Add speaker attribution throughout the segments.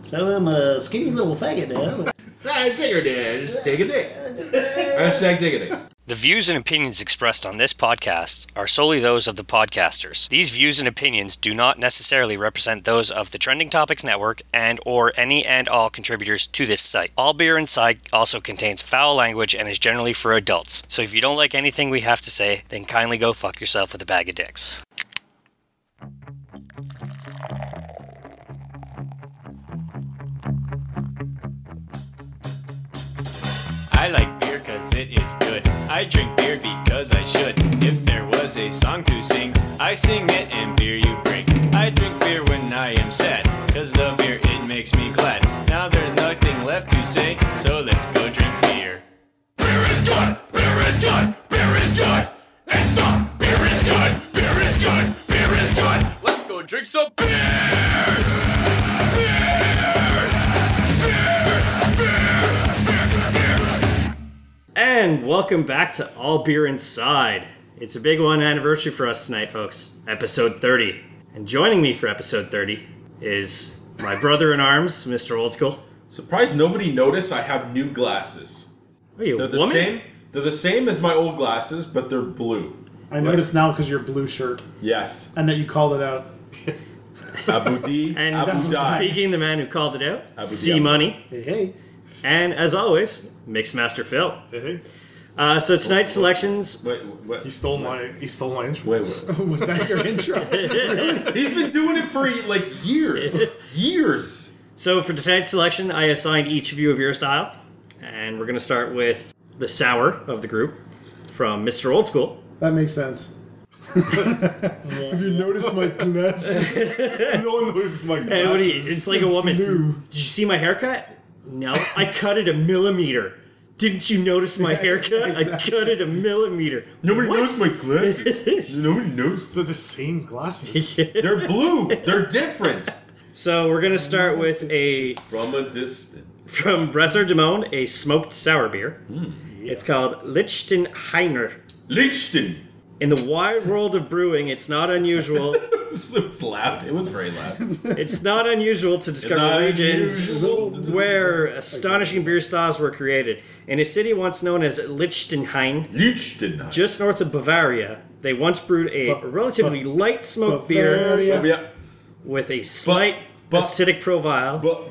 Speaker 1: So I'm a skinny little faggot now.
Speaker 2: I figured it. Just dig a dick. Hashtag dig a dick.
Speaker 3: The views and opinions expressed on this podcast are solely those of the podcasters. These views and opinions do not necessarily represent those of the Trending Topics Network and or any and all contributors to this site. All Beer Inside also contains foul language and is generally for adults. So if you don't like anything we have to say, then kindly go fuck yourself with a bag of dicks.
Speaker 4: I like beer cause it is good. I drink beer because I should. If there was a song to sing, I sing it and beer you bring. I drink beer when I am sad, cause the beer it makes me glad. Now there's nothing left to say, so let's go drink beer.
Speaker 5: Beer is good. Beer is good. Beer is good. And stop. Beer is good. Beer is good. Beer is good.
Speaker 4: Let's go drink some beer!
Speaker 6: And welcome back to All Beer Inside. It's a big one anniversary for us tonight, folks. Episode 30. And joining me for episode 30 is my brother in arms, Mr. Old School.
Speaker 2: Surprised nobody noticed I have new glasses.
Speaker 6: Are you
Speaker 2: They're
Speaker 6: a
Speaker 2: the
Speaker 6: woman?
Speaker 2: same. They're the same as my old glasses, but they're blue.
Speaker 7: I noticed now because your blue shirt
Speaker 2: Yes,
Speaker 7: and that you called it out.
Speaker 2: Abu Dhabi,
Speaker 6: And
Speaker 2: Abu Dhabi.
Speaker 6: Speaking the man who called it out,
Speaker 2: Abu
Speaker 6: C
Speaker 2: Dhabi.
Speaker 6: Money.
Speaker 7: Hey, hey.
Speaker 6: And as always, Mixmaster Phil. Uh, so tonight's selections.
Speaker 2: Wait, wait,
Speaker 8: He stole my he stole my intro.
Speaker 2: wait, wait.
Speaker 7: Was that your intro?
Speaker 2: He's been doing it for like years, years.
Speaker 6: So for tonight's selection, I assigned each of you a beer style. And we're going to start with the sour of the group from Mr. Old School.
Speaker 7: That makes sense.
Speaker 8: Have you noticed my glass? no one notices my glass.
Speaker 6: Hey, what do you- it's like a woman. Did you see my haircut? No, I cut it a millimeter. Didn't you notice my haircut? I cut it a millimeter.
Speaker 2: Nobody
Speaker 6: What?
Speaker 2: knows my glasses. Nobody knows.
Speaker 8: They're the same glasses.
Speaker 2: They're blue. They're different.
Speaker 6: So we're gonna start with a
Speaker 2: From a distance.
Speaker 6: from Bresser Damone, a smoked sour beer.
Speaker 2: Mm,
Speaker 6: It's called Lichtenheiner.
Speaker 2: Lichten.
Speaker 6: In the wide world of brewing, it's not unusual.
Speaker 2: It was loud. It was very loud.
Speaker 6: it's not unusual to discover
Speaker 2: not
Speaker 6: regions
Speaker 2: unusual.
Speaker 6: where astonishing beer styles were created. In a city once known as Lichtenhain,
Speaker 2: Lichten.
Speaker 6: just north of Bavaria, they once brewed a
Speaker 7: Bu-
Speaker 6: relatively
Speaker 7: bu-
Speaker 6: light smoked beer
Speaker 7: Bavaria.
Speaker 2: Yeah.
Speaker 6: with a slight
Speaker 2: bu-
Speaker 6: acidic profile,
Speaker 2: But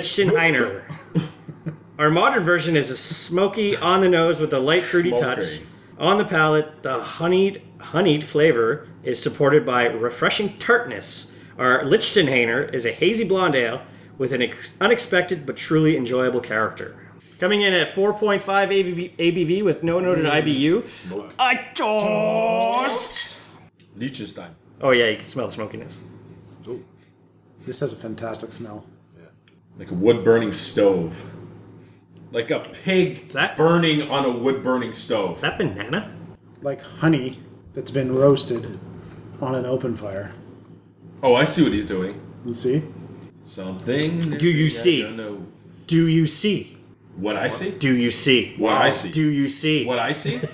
Speaker 6: Lichtenhainer. Our modern version is a smoky on the nose with a light fruity touch.
Speaker 2: Smoky.
Speaker 6: On the palate, the honeyed honeyed flavor is supported by refreshing tartness. Our Lichtenhainer is a hazy blonde ale with an ex- unexpected but truly enjoyable character. Coming in at 4.5 ABV, ABV with no noted
Speaker 2: Mm.
Speaker 6: IBU. I toast.
Speaker 2: Liechtenstein.
Speaker 6: Oh yeah, you can smell the smokiness.
Speaker 7: This has a fantastic smell.
Speaker 2: Like a wood burning stove. Like a pig
Speaker 6: that-
Speaker 2: burning on a wood burning stove.
Speaker 6: Is that banana?
Speaker 7: Like honey that's been roasted on an open fire.
Speaker 2: Oh, I see what he's doing.
Speaker 7: You see?
Speaker 2: Something.
Speaker 6: Do you see?
Speaker 2: I don't know.
Speaker 6: Do you see?
Speaker 2: What I see?
Speaker 6: Do you see?
Speaker 2: What I see?
Speaker 6: Do you see?
Speaker 2: What I see?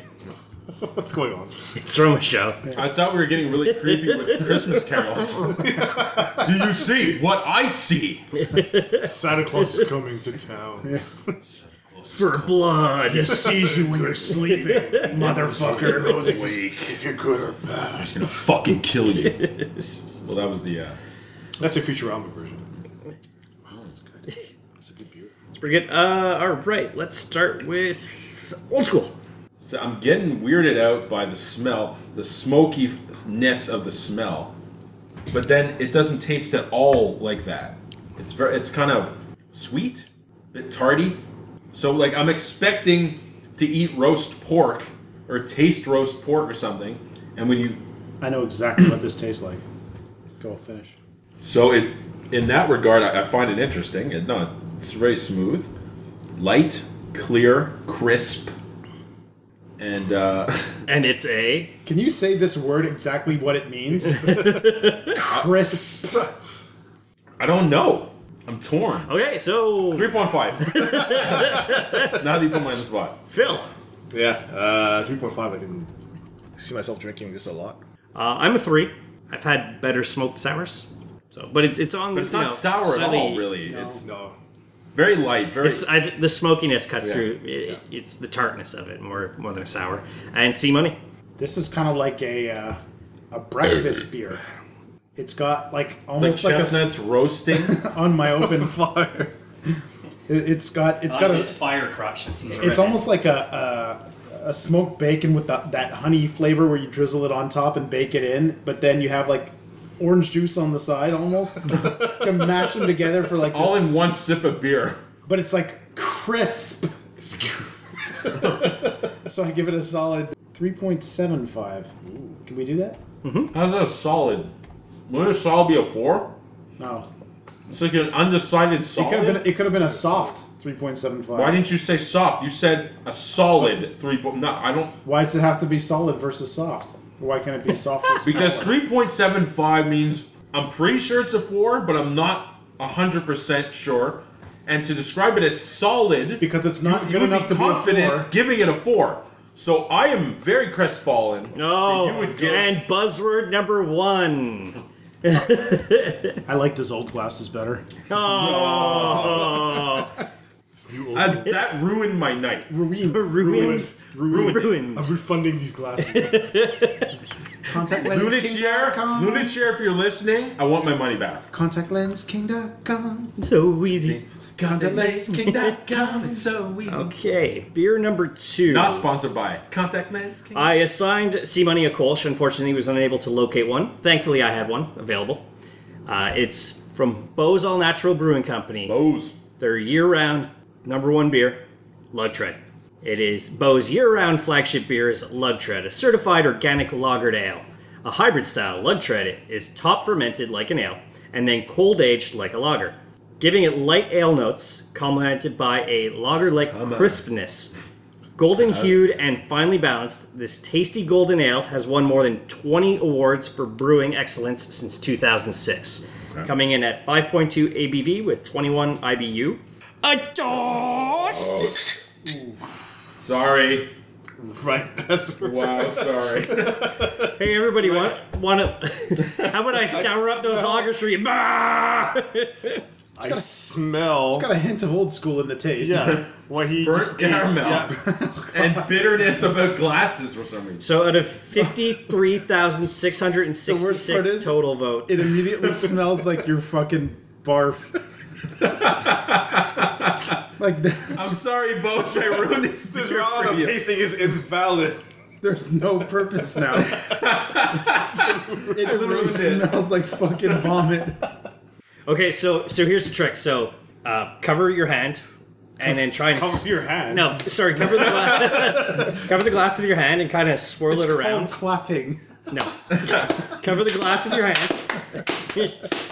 Speaker 8: What's going on?
Speaker 6: It's from a show.
Speaker 2: I thought we were getting really creepy with Christmas carols. Do you see what I see?
Speaker 8: Santa Claus is coming to town.
Speaker 6: For blood.
Speaker 8: Sees you when you're sleeping, motherfucker. Knows if, it's- if you're good or bad.
Speaker 2: It's gonna fucking kill you. well, that was the. Uh,
Speaker 8: That's a Futurama version. Wow, that's good. That's a good beer.
Speaker 6: It's pretty good. Uh, all right, let's start with old school.
Speaker 2: so I'm getting weirded out by the smell, the smokiness of the smell, but then it doesn't taste at all like that. It's very, it's kind of sweet, bit tarty. So like I'm expecting to eat roast pork or taste roast pork or something, and when you
Speaker 7: I know exactly what this tastes like. Go finish.
Speaker 2: So it, in that regard, I, I find it interesting. It no, it's very smooth, light, clear, crisp, and uh,
Speaker 6: And it's a.
Speaker 7: Can you say this word exactly what it means? Crisp.
Speaker 2: I don't know. I'm torn.
Speaker 6: Okay, so
Speaker 2: Three point five. now that you put me on the spot,
Speaker 6: Phil.
Speaker 8: Yeah, uh, 3.5. I didn't see myself drinking this a lot.
Speaker 6: Uh, I'm a three. I've had better smoked sours.
Speaker 9: So, but it's it's on.
Speaker 2: But it's
Speaker 9: you
Speaker 2: not
Speaker 9: know,
Speaker 2: sour at
Speaker 9: slightly-
Speaker 2: all, really. It's
Speaker 10: No.
Speaker 2: very light, very.
Speaker 9: It's I, the smokiness cuts
Speaker 2: Yeah.
Speaker 9: through. It, It's the tartness of it more more than a sour. And C money.
Speaker 8: This is kind of like a uh, a breakfast beer. It's got like
Speaker 2: like
Speaker 8: almost like, a
Speaker 2: chestnuts roasting.
Speaker 8: s- on my open fire. It, it's got it's got a
Speaker 9: fire crotch that seems.
Speaker 8: it's almost like a, a a smoked bacon with that that honey flavor where you drizzle it on top and bake it in, but then you have like orange juice on the side almost. you can mash them together for like
Speaker 2: all
Speaker 8: this,
Speaker 2: in one sip of beer.
Speaker 8: but it's like crisp. so I give it a solid 3.75. Can we do that?
Speaker 2: How's that solid? Wouldn't a solid be a four?
Speaker 8: No.
Speaker 2: It's like an undecided
Speaker 8: It could
Speaker 2: solid.
Speaker 8: have been it could have been a soft 3.75.
Speaker 2: Why didn't you say soft? You said a solid three. po- No, I don't.
Speaker 8: Why does it have to be solid versus soft? Why can't it be soft versus
Speaker 2: Because
Speaker 8: solid?
Speaker 2: three point seven five means I'm pretty sure it's a four, but I'm not hundred percent sure. And to describe it as solid,
Speaker 8: because it's not
Speaker 2: you
Speaker 8: good
Speaker 2: would
Speaker 8: enough to
Speaker 2: be
Speaker 8: be a
Speaker 2: confident
Speaker 8: four.
Speaker 2: giving it a four. So I am very crestfallen.
Speaker 9: No.
Speaker 2: that you would get.
Speaker 9: Oh, and buzzword number one.
Speaker 8: I liked his old glasses better.
Speaker 9: Oh,
Speaker 10: This new old
Speaker 2: I- that ruined my night.
Speaker 8: Ruined.
Speaker 9: ruined, ruined, ruined.
Speaker 10: I'm refunding these glasses.
Speaker 8: Contact
Speaker 2: Lunachair, Lunachair, if you're listening, I want my money back.
Speaker 8: Contact lens king.com.
Speaker 9: So easy.
Speaker 8: Contact lens Oh,
Speaker 2: ContactLensKing.com. It's so easy.
Speaker 9: Okay, beer number two.
Speaker 2: Not sponsored by Contact Lens King.
Speaker 9: I assigned C Money a Kolsch. Unfortunately, was unable to locate one. Thankfully, I had one available. Uh, it's from Bose All Natural Brewing
Speaker 8: Uh,
Speaker 9: Company.
Speaker 2: Bose.
Speaker 9: Their year-round number one beer, Lug Tread. It is Bo's year-round flagship beer is Lug Tread, a certified organic lagered ale. A hybrid style Lug Tread is top fermented like an ale and then cold aged like a lager, giving it light ale notes complemented by a lager-like crispness. Golden hued and finely balanced, this tasty golden ale has won more than 20 awards for brewing excellence since 2006, coming in at 5.2 ABV with 21 IBU. A toast!
Speaker 2: Sorry.
Speaker 10: right. That's right.
Speaker 2: Wow, sorry.
Speaker 9: Hey, everybody, want want to? How about I sour up those loggers for you? Bah!
Speaker 10: I smell.
Speaker 8: Got a hint of old school in the taste.
Speaker 10: yeah. What he
Speaker 2: Burnt
Speaker 10: just ate.
Speaker 2: caramel.
Speaker 10: Yeah.
Speaker 2: and bitterness about glasses for some reason.
Speaker 9: So, out of
Speaker 8: The worst part
Speaker 9: 53,666
Speaker 8: is-
Speaker 9: total votes,
Speaker 8: It immediately smells like your fucking barf. like this,
Speaker 2: I'm sorry, Bose, I ruined this
Speaker 10: This
Speaker 2: beer
Speaker 10: round
Speaker 2: for
Speaker 10: of
Speaker 2: you.
Speaker 10: tasting is invalid.
Speaker 8: there's no purpose now. it really
Speaker 2: ruined it.
Speaker 8: smells like fucking vomit.
Speaker 9: okay. So, so here's the trick. So, uh, cover your hand, and then try and
Speaker 10: Cover your hands.
Speaker 9: No, sorry. Cover the glass. cover the glass with your hand and kind of swirl it around.
Speaker 8: Called clapping.
Speaker 9: No. cover the glass with your hand.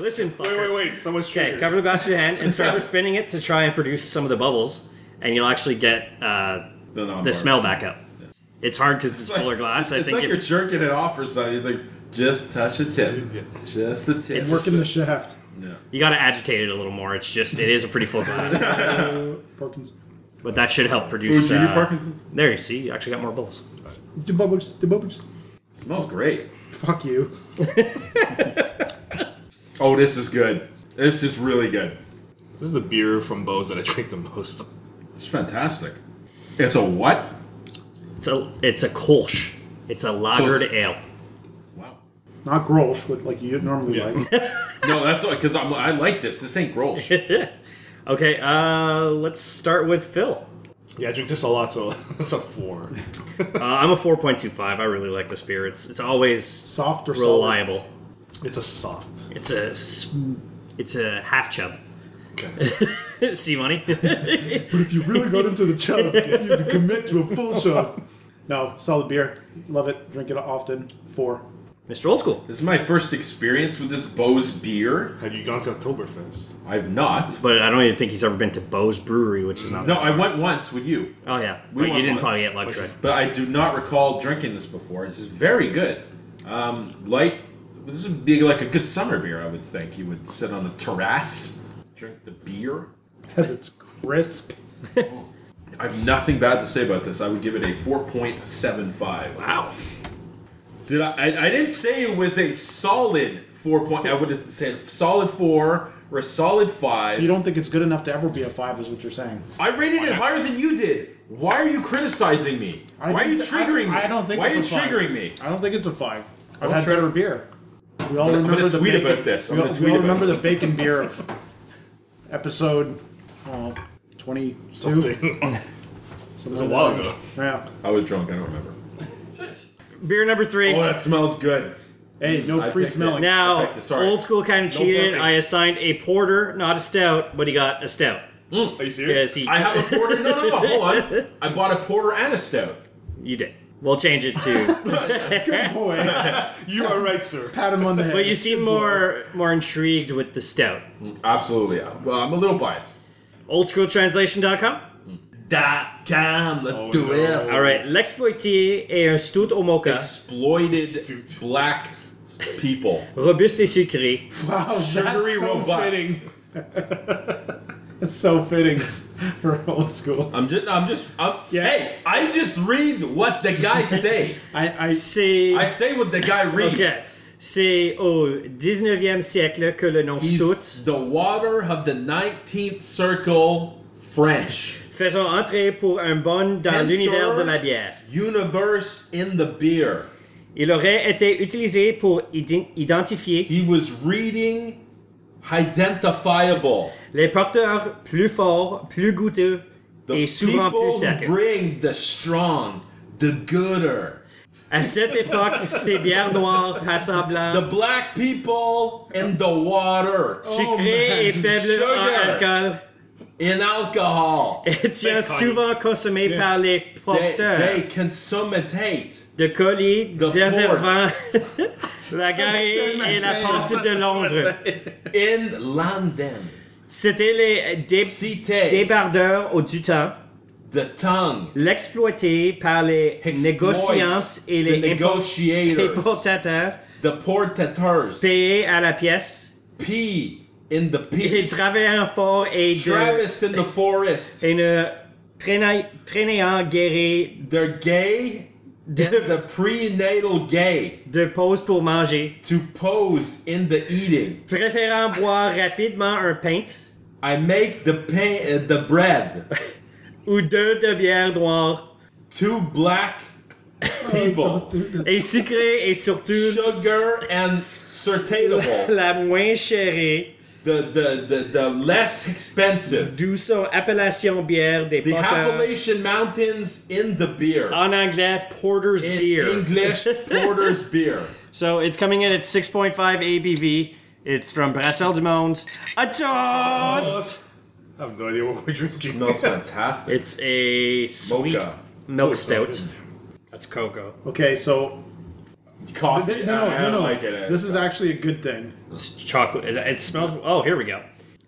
Speaker 9: Listen.
Speaker 10: Wait, wait, wait. Someone's
Speaker 9: Okay,
Speaker 10: triggered.
Speaker 9: cover the glass with your hand and start spinning it to try and produce some of the bubbles, and you'll actually get uh,
Speaker 2: No, no, I'm
Speaker 9: the
Speaker 2: sorry.
Speaker 9: smell back up. It's hard because it's,
Speaker 2: It's like-
Speaker 9: fuller glass. I
Speaker 2: it's
Speaker 9: think
Speaker 2: like you're
Speaker 9: if,
Speaker 2: jerking it off or something. You think just touch the tip, just the tip.
Speaker 9: It's-
Speaker 8: Working the shaft.
Speaker 2: No.
Speaker 9: you got to agitate it a little more. It's just it is a pretty full glass, Uh,
Speaker 8: Perkins.
Speaker 9: but that should help
Speaker 2: Ooh,
Speaker 9: produce.
Speaker 2: Junior
Speaker 9: uh,
Speaker 2: Parkinson's
Speaker 9: There you see, you actually got more bubbles.
Speaker 8: The bubbles. The bubbles.
Speaker 2: smells great.
Speaker 8: Fuck you.
Speaker 2: Oh, this is good. This is really good.
Speaker 10: This is the beer from Bose that I drink the most.
Speaker 2: It's fantastic. It's a what?
Speaker 9: It's a it's a Kolsch. It's a lagered
Speaker 2: Kolsch.
Speaker 9: ale.
Speaker 2: Wow.
Speaker 8: Not Grolsch, with like you normally
Speaker 10: Yeah.
Speaker 8: like.
Speaker 2: No, that's not because I'm. I like this. This ain't gross.
Speaker 9: Okay, uh, let's start with Phil.
Speaker 10: Yeah, I drink this a lot, so it's a four.
Speaker 9: Uh, I'm a 4.25. I really like this beer. It's it's always
Speaker 8: Soft or solid?
Speaker 9: reliable.
Speaker 10: It's a soft.
Speaker 9: It's a s- it's a half chub.
Speaker 10: Okay.
Speaker 9: See money.
Speaker 8: If you really got into the chub, you'd commit to a full chub. No, solid beer. Love it. Drink it often. Four.
Speaker 9: Mr. Old School.
Speaker 2: This is my first experience with this Bose beer.
Speaker 10: Have you gone to Oktoberfest?
Speaker 2: I've not.
Speaker 9: But I don't even think he's ever been to Bose Brewery, which is not.
Speaker 2: No, I went once with you,
Speaker 9: Oh yeah.
Speaker 2: We
Speaker 9: But you
Speaker 2: want
Speaker 9: didn't
Speaker 2: one.
Speaker 9: probably get luck tread.
Speaker 2: but I do not recall drinking this before. It's very good. Um, light. This would be like a good summer beer, I would think. You would sit on a terrace, drink the beer.
Speaker 8: Because it's crisp.
Speaker 2: I have nothing bad to say about this. I would give it a 4.75.
Speaker 9: Wow.
Speaker 2: Did I, I? I didn't say it was a solid four point. I would have said solid four or a solid five.
Speaker 8: So you don't think it's good enough to ever be a five, is what you're saying?
Speaker 2: I rated it higher than you did. Why are you criticizing me?
Speaker 8: I
Speaker 2: Why are you
Speaker 8: don't thi- I-
Speaker 2: triggering me?
Speaker 8: I don't think
Speaker 2: Why
Speaker 8: it's
Speaker 2: are you
Speaker 8: a five.
Speaker 2: triggering me?
Speaker 8: I don't think it's a five. I've
Speaker 2: Don't
Speaker 8: had
Speaker 2: try-
Speaker 8: better beer. We all
Speaker 2: I'm gonna- I'm
Speaker 8: remember
Speaker 2: gonna
Speaker 8: the
Speaker 2: tweet
Speaker 8: bacon,
Speaker 2: about this. I'm
Speaker 8: we all,
Speaker 2: gonna
Speaker 8: we all
Speaker 2: tweet about
Speaker 8: remember the
Speaker 2: this.
Speaker 8: bacon beer of episode oh, 22.
Speaker 10: Something.
Speaker 8: Something
Speaker 10: was a
Speaker 8: like
Speaker 10: while
Speaker 8: that.
Speaker 10: ago.
Speaker 8: Yeah.
Speaker 2: I was drunk. I don't remember.
Speaker 9: Beer number three.
Speaker 2: Oh, that smells good.
Speaker 8: Hey, no
Speaker 2: I picked
Speaker 8: pre-smelling.
Speaker 2: it.
Speaker 9: Now,
Speaker 2: Perfect, sorry.
Speaker 9: old school kind of cheated.
Speaker 2: perfect.
Speaker 9: I assigned a porter, not a stout, but he got a stout.
Speaker 2: Hmm,
Speaker 10: Are you
Speaker 9: Yes,
Speaker 10: serious?
Speaker 9: he,
Speaker 2: I have a porter. No, no, no. Hold on. I bought a porter and a stout.
Speaker 9: you did. We'll change it to.
Speaker 8: Good boy.
Speaker 10: You are right, sir.
Speaker 8: Pat him on the head.
Speaker 9: but you seem more more intrigued with the stout.
Speaker 2: Absolutely. Well, I'm a little biased.
Speaker 9: Oldschooltranslation.com.
Speaker 2: Dot com.
Speaker 9: Oh,
Speaker 2: Let's do it.
Speaker 9: All right, l'exploité est un stout au mocha,
Speaker 2: Exploited
Speaker 10: Astute.
Speaker 2: black people.
Speaker 9: robuste et sucré.
Speaker 8: wow,
Speaker 2: Sugary
Speaker 8: that's so
Speaker 2: robust.
Speaker 8: fitting. That's so fitting for old school.
Speaker 2: I'm just. I'm just. I'm,
Speaker 8: Yeah.
Speaker 2: Hey, I just read what the guy say.
Speaker 8: I, I
Speaker 9: C'est
Speaker 2: I say what the guy reads.
Speaker 9: ok. C'est au 19e siècle que le nom
Speaker 2: He's
Speaker 9: stout
Speaker 2: the water of the 19th circle French.
Speaker 9: faisant entrer pour un bon dans
Speaker 2: Enter.
Speaker 9: l'univers de la bière.
Speaker 2: Universe in the beer.
Speaker 9: Il aurait été utilisé pour iden- identifier
Speaker 2: He was reading identifiable.
Speaker 9: les porteurs plus forts, plus goûteux
Speaker 2: The
Speaker 9: et souvent plus
Speaker 2: people
Speaker 9: secs.
Speaker 2: who bring the strong, the gooder.
Speaker 9: À cette époque, ces bières noires passant
Speaker 2: The
Speaker 9: blanc,
Speaker 2: black people in the water.
Speaker 9: sucrées et faibles en
Speaker 2: Oh, Sugar.
Speaker 9: alcool,
Speaker 2: In alcohol.
Speaker 9: étaient souvent consommées par les
Speaker 2: They,
Speaker 9: porteurs
Speaker 2: they consummate.
Speaker 9: de colis
Speaker 2: The
Speaker 9: desservant la Garrigue et la porte de Londres.
Speaker 2: In London.
Speaker 9: C'était les dé-
Speaker 2: Cité.
Speaker 9: débardeurs au du temps,
Speaker 2: The tongue.
Speaker 9: l'exploité par les
Speaker 2: Exploits
Speaker 9: négociantes et
Speaker 2: the
Speaker 9: les impor- les
Speaker 2: negotiators,
Speaker 9: portateurs
Speaker 2: the portateurs,
Speaker 9: payés à la pièce.
Speaker 2: P in the
Speaker 9: Ils
Speaker 2: peace,
Speaker 9: travaillaient fort et, de,
Speaker 2: Travis in the forest,
Speaker 9: et ne prenaient- prenaient guéri
Speaker 2: they're gay, the
Speaker 9: de,
Speaker 2: prenatal gay,
Speaker 9: de pause pour manger,
Speaker 2: to pose in the eating.
Speaker 9: préférant boire rapidement un pint
Speaker 2: I make the pain, uh, the bread.
Speaker 9: ou deux de bière noire
Speaker 2: Two black people,
Speaker 9: et sucrée et surtout
Speaker 2: sugar and certainable,
Speaker 9: la moins chérée,
Speaker 2: the, the the the less expensive.
Speaker 9: d'où son appellation bière des
Speaker 2: The
Speaker 9: porteurs.
Speaker 2: Appalachian Mountains in the beer.
Speaker 9: En anglais, Porter's
Speaker 2: In
Speaker 9: Beer.
Speaker 2: English, porter's beer.
Speaker 9: So it's coming in at 6.5 ABV. It's from Brassel du Monde. A toast!
Speaker 10: I have no idea what we're drinking.
Speaker 2: smells fantastic.
Speaker 9: It's a sweet
Speaker 2: Mocha.
Speaker 9: milk stout. That's cocoa.
Speaker 8: okay. So
Speaker 2: coffee.
Speaker 8: Th- no,
Speaker 2: I
Speaker 8: no, no,
Speaker 2: don't
Speaker 8: no.
Speaker 2: like it.
Speaker 8: This is actually a good thing.
Speaker 9: It's chocolate. It, it smells. Oh, here we go.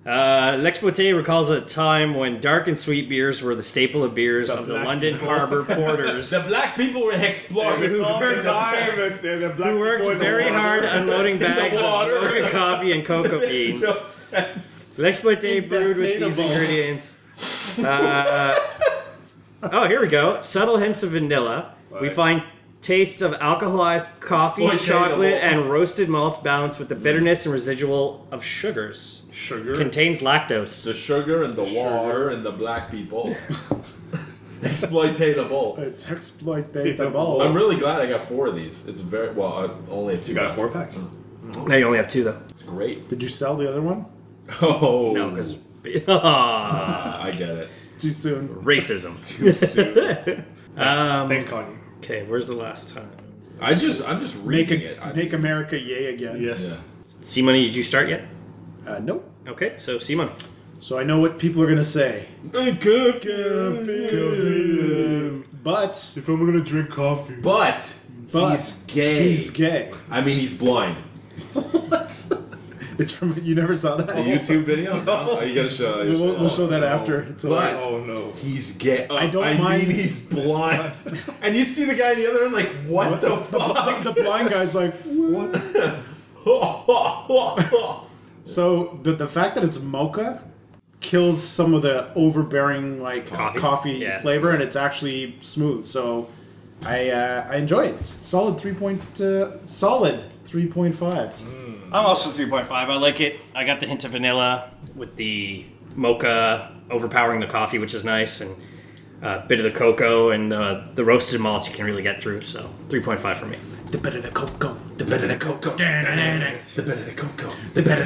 Speaker 9: Uh, L'exploité recalls a time when dark and sweet beers were the staple of beers of the
Speaker 10: black
Speaker 9: London Harbour porters.
Speaker 2: the black people were exploited.
Speaker 10: environment and the
Speaker 9: who
Speaker 10: black people in
Speaker 9: worked
Speaker 10: the
Speaker 9: very
Speaker 10: water.
Speaker 9: hard unloading bags of
Speaker 2: water.
Speaker 9: mocha coffee and cocoa beans.
Speaker 2: no sense.
Speaker 9: L'exploité brewed with these
Speaker 8: Indecatable.
Speaker 9: ingredients. Uh, oh, here we go. Subtle hints of vanilla. We find tastes of alcoholized coffee,
Speaker 2: Exploitatable.
Speaker 9: chocolate, and roasted malts balanced with the bitterness and residual of sugars.
Speaker 10: Sugar.
Speaker 9: Contains lactose.
Speaker 2: The sugar and the water and the black people. Exploitable.
Speaker 8: It's exploit the the ball.
Speaker 2: I'm really glad I got four of these. It's very well. I only have two.
Speaker 10: you got a four pack?
Speaker 9: Now you only have two though.
Speaker 2: It's great.
Speaker 8: Did you sell the other one?
Speaker 2: Oh,
Speaker 9: No, because racism.
Speaker 2: I get it.
Speaker 8: Too soon.
Speaker 2: Too soon.
Speaker 10: Thanks, Connie.
Speaker 9: Okay, where's the last time?
Speaker 2: I just, I'm just
Speaker 8: Make
Speaker 2: reading it.
Speaker 8: a,
Speaker 2: I-
Speaker 8: make America yay again.
Speaker 10: Yes.
Speaker 9: C money, did you start yet?
Speaker 8: Uh, nope.
Speaker 9: Okay, so C money.
Speaker 8: So I know what people are gonna say, but
Speaker 10: If I'm gonna drink coffee.
Speaker 2: But,
Speaker 8: But
Speaker 2: he's gay.
Speaker 8: he's gay.
Speaker 2: I mean, he's blind.
Speaker 8: What? It's from you never saw that.
Speaker 2: The YouTube video? No. Oh, you gotta show.
Speaker 8: We'll, we'll show that after. It's
Speaker 2: But-
Speaker 8: hilarious.
Speaker 10: Oh no.
Speaker 2: He's gay.
Speaker 8: I don't
Speaker 2: I
Speaker 8: mind-
Speaker 2: mean, he's blind. and you see the guy on the other end, like, what, the, fuck?
Speaker 8: The blind guy's like, what? So, but the fact that it's mocha kills some of the overbearing like coffee,
Speaker 9: Yeah.
Speaker 8: flavor, and it's actually smooth. So, I uh, I enjoy it. It's solid three point uh, solid three point five.
Speaker 9: I'm also 3.5. I like it. I got the hint of vanilla with the mocha overpowering the coffee, which is nice, and a bit of the cocoa and uh, the roasted malts you can really get through. So 3.5 for me.
Speaker 1: The better the cocoa, the better the cocoa, the better the cocoa, the better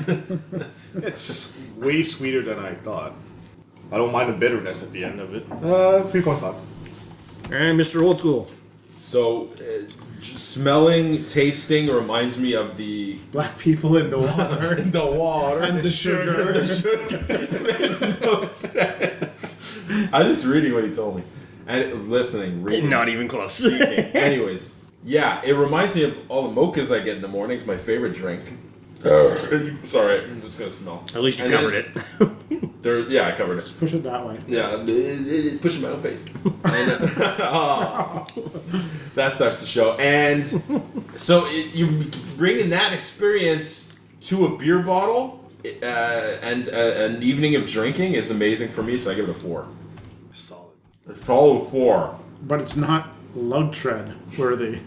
Speaker 1: the cocoa.
Speaker 10: It's way sweeter than I thought. I don't mind the bitterness at the end of it.
Speaker 8: Uh, 3.5.
Speaker 9: And Mr. Old School.
Speaker 2: So, uh, j- smelling, tasting reminds me of the
Speaker 8: Black people in the water.
Speaker 2: the water
Speaker 8: And the sugar.
Speaker 2: The sugar. Made no sense. I'm just reading what he told me and listening. Reading.
Speaker 9: Not even close.
Speaker 2: speaking. Anyways, yeah, it reminds me of all the mochas I get in the morning. It's my favorite drink. Sorry, I'm just gonna smell.
Speaker 9: At least you
Speaker 2: And
Speaker 9: covered
Speaker 2: then
Speaker 9: it.
Speaker 2: There, yeah, I covered it.
Speaker 8: Push it that way.
Speaker 2: Yeah, pushing my own face. And, uh, aw. that starts the show, and so it, you bringing that experience to a beer bottle uh, and uh, an evening of drinking is amazing for me. So I give it a four.
Speaker 10: Solid.
Speaker 2: A solid four.
Speaker 8: But it's not lug tread worthy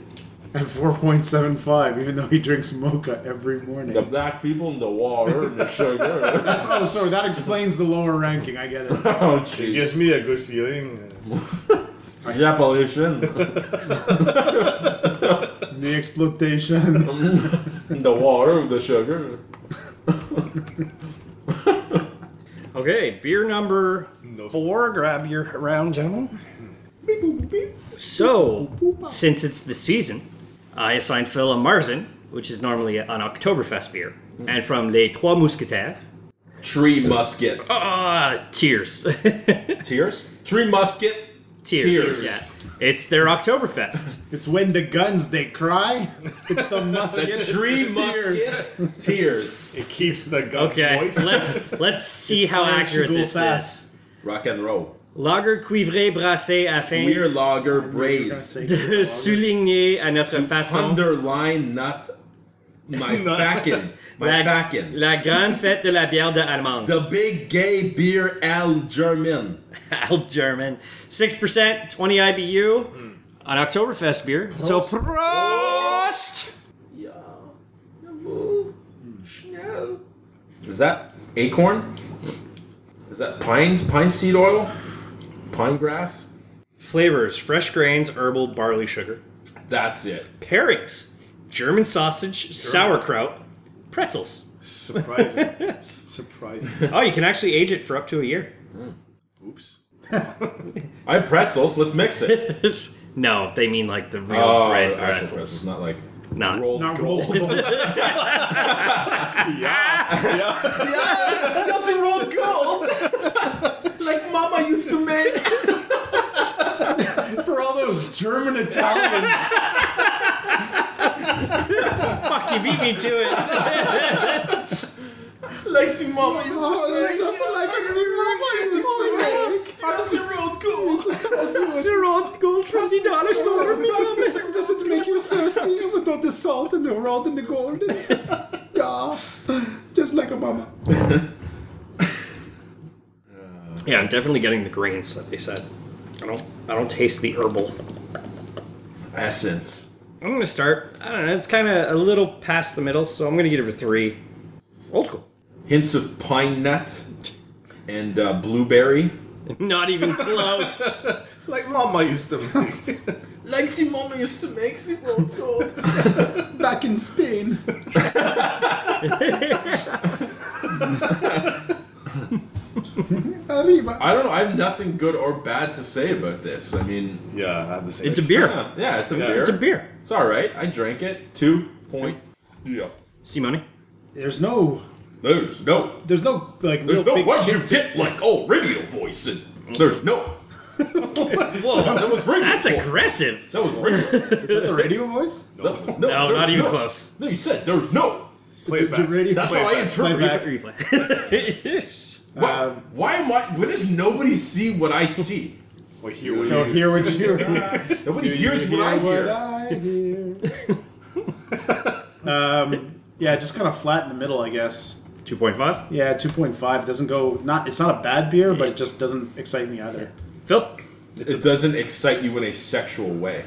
Speaker 8: at 4.75, even though he drinks mocha every morning.
Speaker 2: The black people in the water and the sugar.
Speaker 8: That's oh, sorry. That explains the lower ranking. I get it.
Speaker 2: oh
Speaker 10: It
Speaker 2: jeez.
Speaker 10: gives me a good feeling. uh,
Speaker 2: Yeah, pollution.
Speaker 8: The exploitation.
Speaker 2: the water, the sugar.
Speaker 9: Okay, beer number
Speaker 10: No
Speaker 9: four. Grab your round, gentlemen. So, since it's the season, I assigned Phil a Marzen, which is normally an Oktoberfest beer, and from Les Trois Mousquetaires.
Speaker 2: Tree musket.
Speaker 8: Oh.
Speaker 9: Ah, tears,
Speaker 2: Tears? Tree musket.
Speaker 9: tears.
Speaker 2: Tears.
Speaker 9: Yeah. It's their Oktoberfest.
Speaker 8: It's when the guns they cry. It's the musket.
Speaker 2: Tree
Speaker 8: Tears.
Speaker 2: musket. Tears.
Speaker 10: It keeps the gun
Speaker 9: Okay,
Speaker 10: moist.
Speaker 9: let's let's see how
Speaker 8: fires
Speaker 9: accurate
Speaker 8: to go
Speaker 9: this
Speaker 8: fast.
Speaker 9: is.
Speaker 2: Rock and roll.
Speaker 9: Lager cuivré brassé afin
Speaker 2: Beer lager
Speaker 8: You're gonna
Speaker 2: braised.
Speaker 8: say-
Speaker 9: de souligner à notre façon
Speaker 2: Underline nut. My
Speaker 10: Nut.
Speaker 2: backin. My
Speaker 9: la,
Speaker 2: backin.
Speaker 9: la grande fête de la bière de allemande.
Speaker 2: The big gay beer Al German.
Speaker 9: Al German. 6%, 20 IBU on Oktoberfest beer. So, Prost!
Speaker 2: Yeah. Is that acorn? Is that pine pine seed oil? Pine grass?
Speaker 9: Flavors fresh grains, herbal, barley sugar.
Speaker 2: That's it.
Speaker 9: Pairings German sausage, sauerkraut, pretzels.
Speaker 10: Surprising. Surprising.
Speaker 9: Oh, you can actually age it for up to a year.
Speaker 10: Oops.
Speaker 2: I have pretzels. Let's mix it.
Speaker 9: no, they mean like the real
Speaker 2: Oh,
Speaker 9: bread
Speaker 2: actual
Speaker 9: pretzels.
Speaker 2: pretzels, not like
Speaker 9: Not.
Speaker 2: rolled
Speaker 8: Not
Speaker 2: gold.
Speaker 9: Oh,
Speaker 8: rollable.
Speaker 2: Yeah, nothing rolled gold. like Mama used to make.
Speaker 8: For all those German Italians.
Speaker 9: Fuck, you beat me to it.
Speaker 2: Like see Mama used to make.
Speaker 8: Oh, Just like
Speaker 2: Mama used to make. Nothing rolled gold.
Speaker 9: They're on gold from the dollar store.
Speaker 8: Does it make you thirsty without the salt and the rolled and the gold? yeah. Just like a mama.
Speaker 9: Yeah, I'm definitely getting the grains that they said. I don't, I don't taste the herbal.
Speaker 2: Essence.
Speaker 9: I'm gonna start. I don't know. It's kind of a little past the middle, so I'm gonna give it a three. Old school.
Speaker 2: Hints of pine nut and uh, blueberry.
Speaker 9: Not even close.
Speaker 10: Like Mama used to make.
Speaker 2: Like see Mama used to make. See rolled gold.
Speaker 8: Back in Spain. Arriba.
Speaker 2: I don't know. I have nothing good or bad to say about this. I mean,
Speaker 10: yeah, I have the same.
Speaker 9: it's a beer.
Speaker 2: yeah, yeah it's a
Speaker 10: Yeah.
Speaker 2: beer.
Speaker 9: It's a beer.
Speaker 2: It's all right. I drank it. Two point. Yeah.
Speaker 9: Simone.
Speaker 8: There's no.
Speaker 2: There's no
Speaker 8: There's no like
Speaker 2: There's
Speaker 8: real
Speaker 2: no
Speaker 8: big
Speaker 2: why'd
Speaker 8: kick
Speaker 2: you get like all radio voice and there's no
Speaker 9: Whoa,
Speaker 2: that was radio
Speaker 9: that's
Speaker 2: voice.
Speaker 9: aggressive.
Speaker 2: that was radio.
Speaker 8: at the radio voice.
Speaker 2: no, no,
Speaker 9: No,
Speaker 2: there's
Speaker 9: not even close.
Speaker 2: No, you said there's no.
Speaker 10: Play
Speaker 8: Do-
Speaker 10: it
Speaker 8: do
Speaker 10: back.
Speaker 8: radio-
Speaker 2: That's how I interpret.
Speaker 8: Playback.
Speaker 2: it.
Speaker 9: Replay.
Speaker 2: Why,
Speaker 8: Um,
Speaker 2: why am I? Why does nobody see what I see?
Speaker 10: Well, here we
Speaker 8: Don't hear what you
Speaker 2: Nobody hears what I hear.
Speaker 8: I hear. um, yeah, just kind of flat in the middle, I guess.
Speaker 9: Two point five.
Speaker 8: Yeah, two point five doesn't go. Not it's not a bad beer, but it just doesn't excite me either
Speaker 9: Phil.
Speaker 2: It doesn't excite you in a sexual way.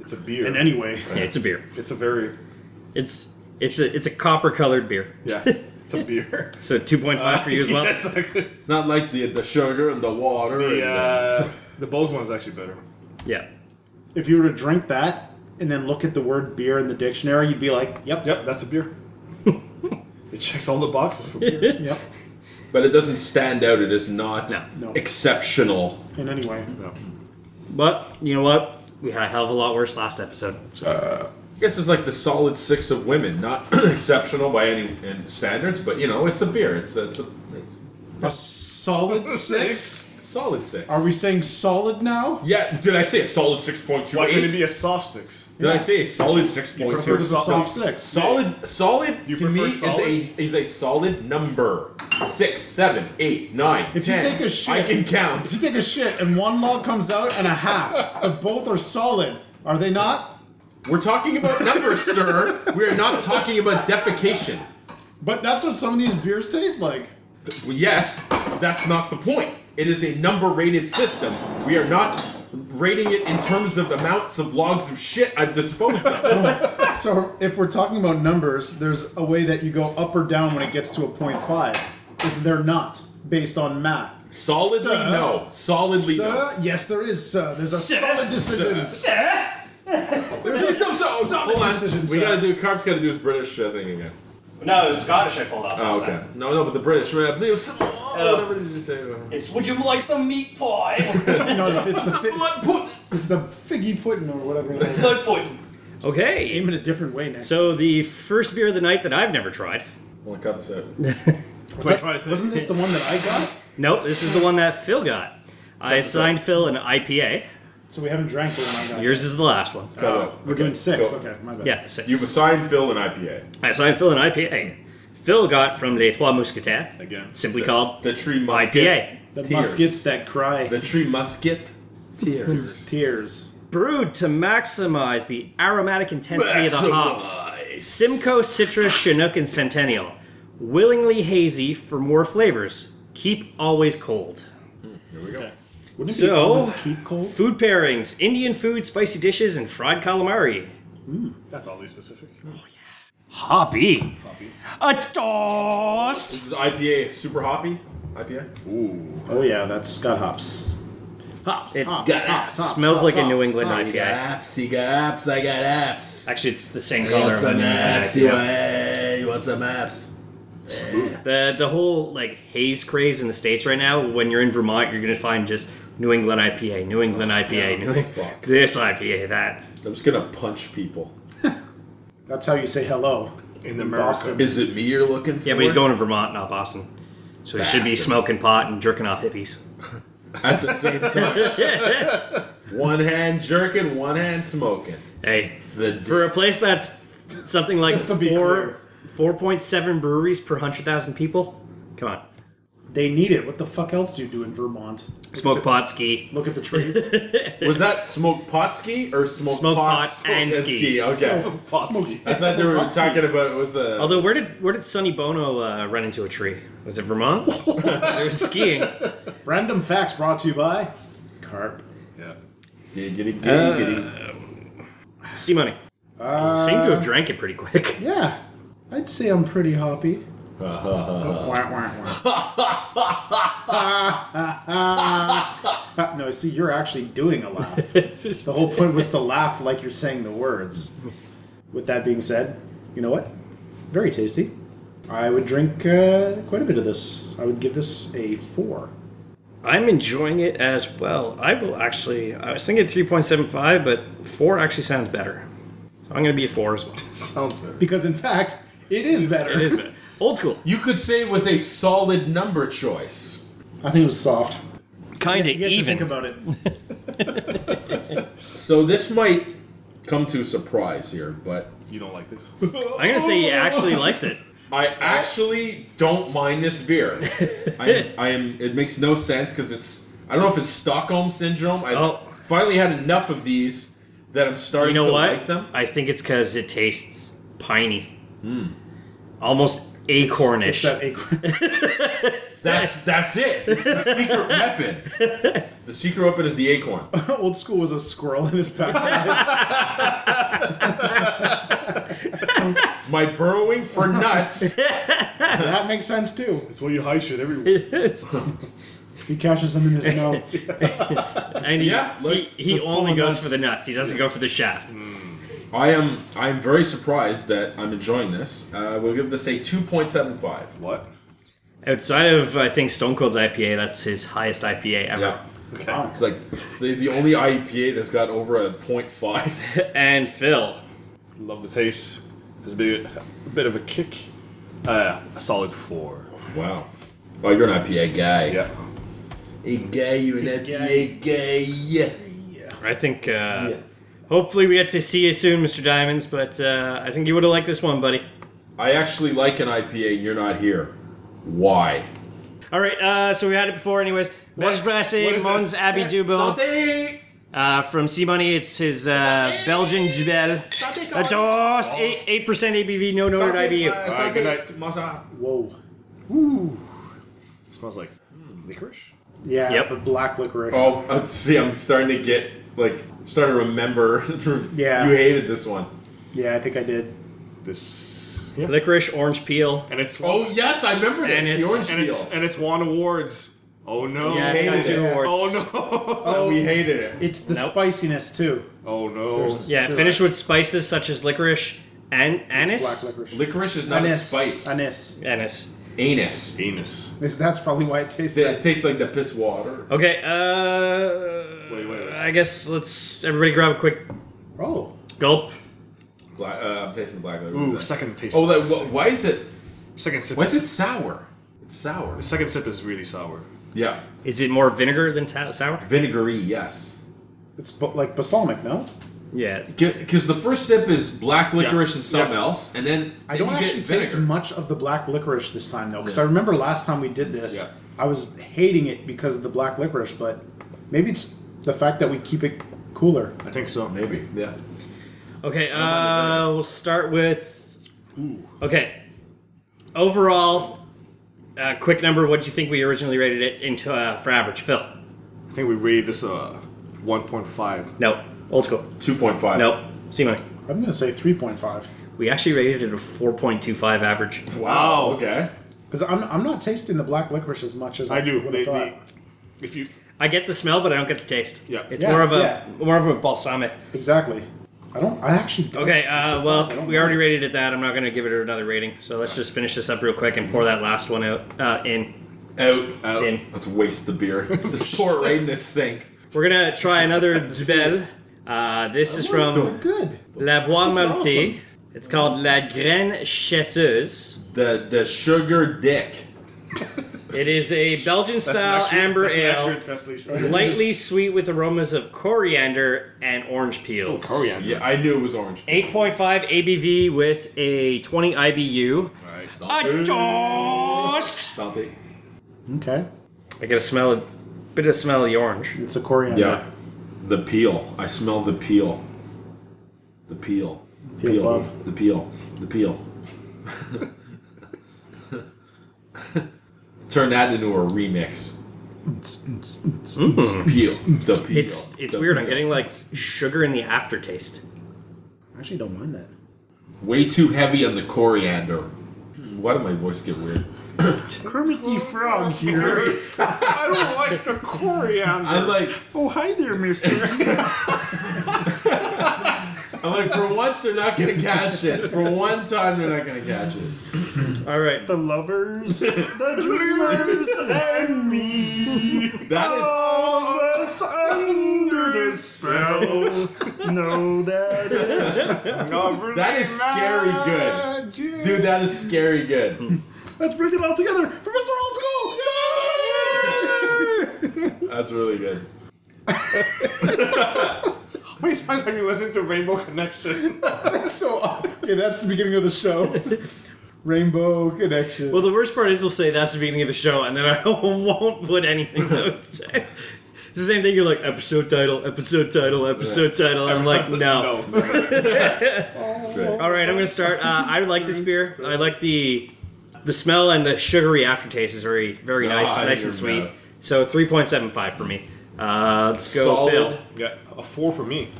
Speaker 10: It's a beer.
Speaker 8: in any way.
Speaker 9: Yeah, it's a beer.
Speaker 10: it's a very.
Speaker 9: It's It's a it's a copper colored beer.
Speaker 10: Yeah, it's a beer.
Speaker 9: So two point
Speaker 6: Uh,
Speaker 9: five for you as well.
Speaker 10: Yeah, it's like-
Speaker 2: It's not like the the sugar and the water. and
Speaker 10: the,
Speaker 2: the-
Speaker 10: uh, the Bose one's actually better.
Speaker 9: Yeah.
Speaker 8: If you were to drink that and then look at the word beer in the dictionary, you'd be like, yep,
Speaker 10: Yep, that's a beer. it checks all the boxes for beer.
Speaker 8: yep.
Speaker 2: but it doesn't stand out. It is not
Speaker 8: No.
Speaker 2: exceptional.
Speaker 8: And anyway,
Speaker 9: But you know what? We had a hell of a lot worse last episode. So
Speaker 2: I guess it's like the solid six of women. Not exceptional by any and standards, but you know, it's a beer. It's a, it's a it's
Speaker 8: a solid six.
Speaker 2: a solid six.
Speaker 8: Are we saying solid now?
Speaker 2: Yeah, did I say a solid six point two
Speaker 10: Why couldn't it
Speaker 2: eight?
Speaker 10: be a soft six?
Speaker 2: Did I say a solid six point
Speaker 10: prefer
Speaker 2: two?
Speaker 8: Or is it
Speaker 10: Sol-
Speaker 8: soft six?
Speaker 2: Solid, solid
Speaker 10: You
Speaker 2: to
Speaker 10: prefer
Speaker 2: me is
Speaker 10: solids?
Speaker 2: a is a solid number. Six, seven, eight, nine,
Speaker 8: If you
Speaker 2: ten.
Speaker 8: take a shit-
Speaker 2: I can count.
Speaker 8: If you take a shit and one log comes out and a half, but both are solid, are they not?
Speaker 2: We're talking about numbers, sir. We are not talking about defecation.
Speaker 8: But that's what some of these beers taste like.
Speaker 2: Well, yes, that's not the point. It is a number rated system. We are not rating it in terms of amounts of logs of shit I've disposed of.
Speaker 8: So if we're talking about numbers, there's a way that you go up or down when it gets to a point five. Is there not, based on math?
Speaker 2: Solidly,
Speaker 8: Sir?
Speaker 2: no. Solidly, no.
Speaker 8: Sir, yes, there is, sir. There's a solid decision. There's a
Speaker 2: So, so,
Speaker 8: solid
Speaker 2: hold on.
Speaker 8: decision,
Speaker 2: we
Speaker 8: sir.
Speaker 2: gotta do. Carp's gotta do his British uh, thing again.
Speaker 6: No, it was Scottish I
Speaker 9: uh,
Speaker 6: pulled off.
Speaker 2: Oh, okay. No, no, but the British. I believe it was some- oh, whatever did you say?
Speaker 6: It's would you like some meat pie?
Speaker 8: You know, if it's the fi-
Speaker 2: Blood pudding.
Speaker 8: it's a figgy pudding or whatever. it is.
Speaker 6: Blood pudding.
Speaker 9: okay.
Speaker 8: Aim it a different way next.
Speaker 9: So the first beer of the night that I've never tried.
Speaker 2: Well, cut this out.
Speaker 10: What I try to say.
Speaker 8: Wasn't this the one that I got?
Speaker 9: Nope, this is the one that Phil got. I assigned Phil an IPA.
Speaker 8: So we haven't drank the one I got.
Speaker 9: Yours is the last one.
Speaker 2: Cut it out.
Speaker 8: We're doing six.
Speaker 2: go.
Speaker 8: Okay, my bad.
Speaker 9: Yeah, six.
Speaker 2: You've assigned Phil an IPA.
Speaker 9: I assigned Phil an IPA. Phil got from Les Trois Mousquetaires.
Speaker 10: Again.
Speaker 9: Simply called
Speaker 2: The tree musket.
Speaker 9: IPA.
Speaker 8: The
Speaker 2: Tears.
Speaker 8: muskets that cry.
Speaker 2: The tree musket. Tears.
Speaker 8: tears.
Speaker 9: Brewed to maximize the aromatic intensity of the hops. Simcoe, Citra, Chinook, and Centennial. Willingly hazy for more flavors. Keep always cold.
Speaker 8: Hmm, Wouldn't it
Speaker 9: So-
Speaker 8: be always keep cold?
Speaker 9: Food pairings Indian food, spicy dishes, and fried calamari.
Speaker 10: That's oddly specific.
Speaker 9: Hoppy. A toast.
Speaker 8: Hmm.
Speaker 2: This is IPA super hoppy. IPA.
Speaker 8: Oh yeah, that's got hops. Hops,
Speaker 9: It's
Speaker 8: hops,
Speaker 2: got
Speaker 8: hops, hops.
Speaker 9: Smells
Speaker 8: hops,
Speaker 9: like a
Speaker 8: hops,
Speaker 9: New England
Speaker 8: hops.
Speaker 9: IPA.
Speaker 2: apps. He got apps. I got apps.
Speaker 9: Actually, it's the same color. of an IPA.
Speaker 2: Hey, you want some apps?
Speaker 9: The the whole like haze craze in the states right now. When you're in Vermont, you're gonna find just New England IPA, New England IPA, New
Speaker 2: fuck.
Speaker 9: this IPA, that.
Speaker 2: I'm just gonna punch people.
Speaker 8: That's how you say hello
Speaker 10: In America.
Speaker 2: Is it me you're looking for?
Speaker 9: Yeah, but he's going to Vermont, not Boston, so he should be
Speaker 2: Bastard.
Speaker 9: smoking pot and jerking off hippies.
Speaker 2: at the same time. one hand jerking, one hand smoking.
Speaker 9: Hey,
Speaker 2: The
Speaker 9: for a place that's something like
Speaker 8: Just to be
Speaker 9: four
Speaker 8: clear.
Speaker 9: four point seven breweries per hundred thousand people. Come on,
Speaker 8: They need it. What the fuck else do you do in Vermont?
Speaker 9: smoke pot, ski.
Speaker 8: Look at the trees.
Speaker 2: was that smoke pot ski or smoke,
Speaker 9: Smoke
Speaker 2: pot,
Speaker 9: pot and ski.
Speaker 2: Okay.
Speaker 10: Potsky.
Speaker 2: I thought they were talking about it was a.
Speaker 9: Although where did where did Sonny Bono uh, run into a tree? Was it Vermont? they were skiing.
Speaker 8: Random facts brought to you by Carp.
Speaker 10: Yeah.
Speaker 2: Giggity, giggity,
Speaker 9: Sea money. Seemed
Speaker 8: Uh,
Speaker 9: to have drank it pretty quick.
Speaker 8: Yeah, I'd say I'm pretty hoppy.
Speaker 2: Uh-huh.
Speaker 8: Wah, wah, wah. Ah, no, see, you're actually doing a laugh. The whole point was to laugh like you're saying the words. With that being said, you know what? Very tasty. I would drink uh, quite a bit of this. I would give this a four.
Speaker 9: I'm enjoying it as well. I will actually. I was thinking 3.75, but four actually sounds better. So I'm gonna be a four as well.
Speaker 10: Sounds better.
Speaker 8: Because, in fact, it is better.
Speaker 9: It is better. Old school.
Speaker 2: You could say it was a solid number choice.
Speaker 8: I think it was soft.
Speaker 6: Kind of
Speaker 8: You have to think
Speaker 6: even.
Speaker 8: about it.
Speaker 2: So this might come to a surprise here, but
Speaker 10: You don't like this?
Speaker 9: I'm gonna say he actually likes it.
Speaker 2: I actually don't mind this beer. I, am- I am. It makes no sense because it's. I don't know if it's Stockholm syndrome. I
Speaker 9: Oh.
Speaker 2: finally had enough of these that I'm starting
Speaker 9: You know
Speaker 2: to
Speaker 9: what?
Speaker 2: like them.
Speaker 9: I think it's because it tastes piney, almost
Speaker 8: It's
Speaker 9: acornish.
Speaker 8: that acorn.
Speaker 2: That's that's it. It's the secret weapon. The secret weapon is the acorn.
Speaker 8: Old school was a squirrel in his backside.
Speaker 2: my burrowing for nuts.
Speaker 8: That makes sense too.
Speaker 10: That's why you hide shit everywhere.
Speaker 8: He caches them in his mouth.
Speaker 9: And he,
Speaker 2: Yeah, like,
Speaker 9: he, he
Speaker 10: the
Speaker 9: only
Speaker 10: full
Speaker 9: goes
Speaker 10: nuts.
Speaker 9: for the nuts. He doesn't go for the shaft.
Speaker 2: I am I am very surprised that I'm enjoying this. Uh, we'll give this a 2.75.
Speaker 10: what?
Speaker 9: Outside of, I think, Stone Cold's IPA, that's his highest IPA ever.
Speaker 2: Yeah.
Speaker 10: Okay.
Speaker 2: It's like it's the, the only IPA that's got over a 0.5.
Speaker 9: And Phil,
Speaker 10: Love the taste. Has a bit, a bit of a kick. Uh, a solid four.
Speaker 2: Wow. Oh, you're an IPA guy.
Speaker 10: Yeah.
Speaker 2: A guy, you're an E IPA guy.
Speaker 9: I think. Uh, Hopefully, we get to see you soon, Mr. Diamonds. But uh, I think you would have liked this one, buddy.
Speaker 2: I actually like an IPA and you're not here. Why?
Speaker 9: All right, uh, so we had it before, anyways. Belge
Speaker 10: what
Speaker 9: Brassé,
Speaker 10: is
Speaker 9: Mons
Speaker 10: it?
Speaker 9: Abbey Dubon. Uh, from C Money, it's his uh, Belgian Jubel. A toast! 8% ABV, no noted IBU.
Speaker 10: Alright, good night.
Speaker 8: Whoa.
Speaker 10: smells like mm, licorice.
Speaker 8: Yeah,
Speaker 9: Yep.
Speaker 8: but black licorice.
Speaker 2: Oh, uh, see, I'm starting to get, like, starting to remember.
Speaker 8: Yeah.
Speaker 2: You hated this one.
Speaker 8: Yeah, I think I did.
Speaker 10: This. Yeah.
Speaker 9: Licorice, orange peel.
Speaker 10: And it's
Speaker 2: Oh, yes, I remember this.
Speaker 9: And it's-
Speaker 2: the orange
Speaker 10: and it's
Speaker 2: peel.
Speaker 10: and it's won awards. Oh no.
Speaker 9: Yeah, it's got
Speaker 2: hated
Speaker 9: two
Speaker 2: it.
Speaker 9: awards.
Speaker 10: Oh no.
Speaker 8: Oh,
Speaker 2: we hated it.
Speaker 8: it's the
Speaker 9: Nope.
Speaker 8: spiciness too.
Speaker 10: Oh no.
Speaker 9: Yeah, finished with spices such as licorice and
Speaker 8: It's
Speaker 9: anise.
Speaker 8: black licorice.
Speaker 2: Licorice is not
Speaker 8: Anise.
Speaker 2: a spice.
Speaker 8: Anise.
Speaker 9: Anise.
Speaker 2: Anus.
Speaker 10: Venus.
Speaker 8: That's probably why it tastes
Speaker 2: It
Speaker 8: bad.
Speaker 2: tastes like the piss water.
Speaker 9: Okay, uh.
Speaker 10: Wait, wait, wait.
Speaker 9: I guess let's everybody grab a quick
Speaker 8: Oh,
Speaker 9: gulp.
Speaker 2: Black, uh, I'm tasting black. licorice.
Speaker 10: Ooh, second taste.
Speaker 2: Oh, that, wh- why is it?
Speaker 10: second sip.
Speaker 2: Why is it
Speaker 10: is,
Speaker 2: sour? It's sour.
Speaker 10: the second sip is really sour.
Speaker 2: Yeah,
Speaker 9: Is it more vinegar than ta- sour?
Speaker 2: vinegary. Yes,
Speaker 8: it's bu- like balsamic, no?
Speaker 9: Yeah.
Speaker 2: because the first sip is black licorice
Speaker 10: Yeah.
Speaker 2: and something
Speaker 10: Yeah.
Speaker 2: else, and then
Speaker 8: I
Speaker 2: then
Speaker 8: don't
Speaker 2: you get
Speaker 8: actually
Speaker 2: vinegar.
Speaker 8: taste much of the black licorice this time though, because
Speaker 2: Yeah.
Speaker 8: I remember last time we did this,
Speaker 2: Yeah.
Speaker 8: I was hating it because of the black licorice. But maybe it's the fact that we keep it cooler.
Speaker 10: I think so.
Speaker 2: Maybe. Yeah.
Speaker 9: Okay, uh, we'll start with. Okay. Overall, uh, quick number. What do you think we originally rated it into uh, for average? Phil?
Speaker 10: I think we rated this uh 1.5.
Speaker 9: No. Old school.
Speaker 2: Two point five.
Speaker 9: No. C money.
Speaker 8: I'm gonna say three point five
Speaker 9: We actually rated it a 4.25 average.
Speaker 2: Wow. Okay.
Speaker 8: because I'm, I'm not tasting the black licorice as much as I,
Speaker 10: I do.
Speaker 8: would've
Speaker 10: They,
Speaker 8: thought.
Speaker 10: they, if you
Speaker 9: I get the smell, but I don't get the taste.
Speaker 10: Yeah.
Speaker 9: It's
Speaker 8: Yeah,
Speaker 9: more of a
Speaker 8: yeah.
Speaker 9: more of a balsamic.
Speaker 8: Exactly. I don't. I actually. Don't.
Speaker 9: Okay.
Speaker 8: I'm
Speaker 9: Uh,
Speaker 8: surprised. I
Speaker 9: well,
Speaker 8: don't
Speaker 9: we
Speaker 8: know.
Speaker 9: already rated it that. I'm not gonna give it another rating. So let's just finish this up real quick and pour that last one out. Uh, in.
Speaker 2: Out.
Speaker 10: out,
Speaker 9: In.
Speaker 2: Let's waste the beer. Just pour it right in this sink.
Speaker 9: We're gonna try another Zbel. Uh, this is from.
Speaker 8: Oh, good.
Speaker 9: La Voix Maltée. It's called La Graine Chasseuse.
Speaker 2: The the sugar dick.
Speaker 9: It is a Belgian
Speaker 10: that's an
Speaker 9: style
Speaker 10: accurate-
Speaker 9: amber
Speaker 10: that's an
Speaker 9: ale,
Speaker 10: accurate translation.
Speaker 9: lightly sweet with aromas of coriander and orange peels.
Speaker 10: Coriander.
Speaker 2: Yeah, I knew it was orange.
Speaker 9: 8.5 ABV with a 20 IBU.
Speaker 2: Alright, salty.
Speaker 9: A toast!
Speaker 2: Salty.
Speaker 8: Okay.
Speaker 9: I get a smell of, bit of smell of the orange.
Speaker 8: It's a coriander.
Speaker 2: Yeah. The peel. I smell the peel. The peel.
Speaker 8: Peel bub.
Speaker 2: The peel. The peel. Turn that into a remix. Peel. The peel.
Speaker 9: It's it's
Speaker 2: The
Speaker 9: weird. I'm
Speaker 2: peel.
Speaker 9: getting like sugar in the aftertaste.
Speaker 8: I actually don't mind that.
Speaker 2: way too heavy on the coriander. Why did my voice get weird?
Speaker 10: Kermit the Frog here. I don't like the coriander.
Speaker 2: I'm like,
Speaker 10: Oh, hi there, mister.
Speaker 2: I'm like, for once they're not gonna catch it. For one time they're not gonna catch it.
Speaker 9: All right.
Speaker 10: the lovers, the dreamers, and me.
Speaker 2: That
Speaker 9: Oh,
Speaker 2: is.
Speaker 10: All of us under the spell. Know that it's not
Speaker 2: That is scary good. Dude, that is scary good.
Speaker 10: Let's bring it all together for Mr. Old School.
Speaker 2: That's really good.
Speaker 10: How many times have you listened to Rainbow Connection?
Speaker 8: So okay, that's the beginning of the show. Rainbow connection.
Speaker 9: Well, the worst part is we'll say that's the beginning of the show, and then I won't put anything else. It's the same thing. You're like episode title, episode title, episode title. I'm like, no. All right, I'm gonna start. Uh, I like this beer. I like the the smell and the sugary aftertaste is very very
Speaker 2: Ah,
Speaker 9: nice, nice
Speaker 2: your
Speaker 9: and sweet.
Speaker 2: mouth.
Speaker 9: So 3.75 for me. Uh, let's go,
Speaker 2: Solid.
Speaker 9: Bill.
Speaker 10: yeah, a four for me.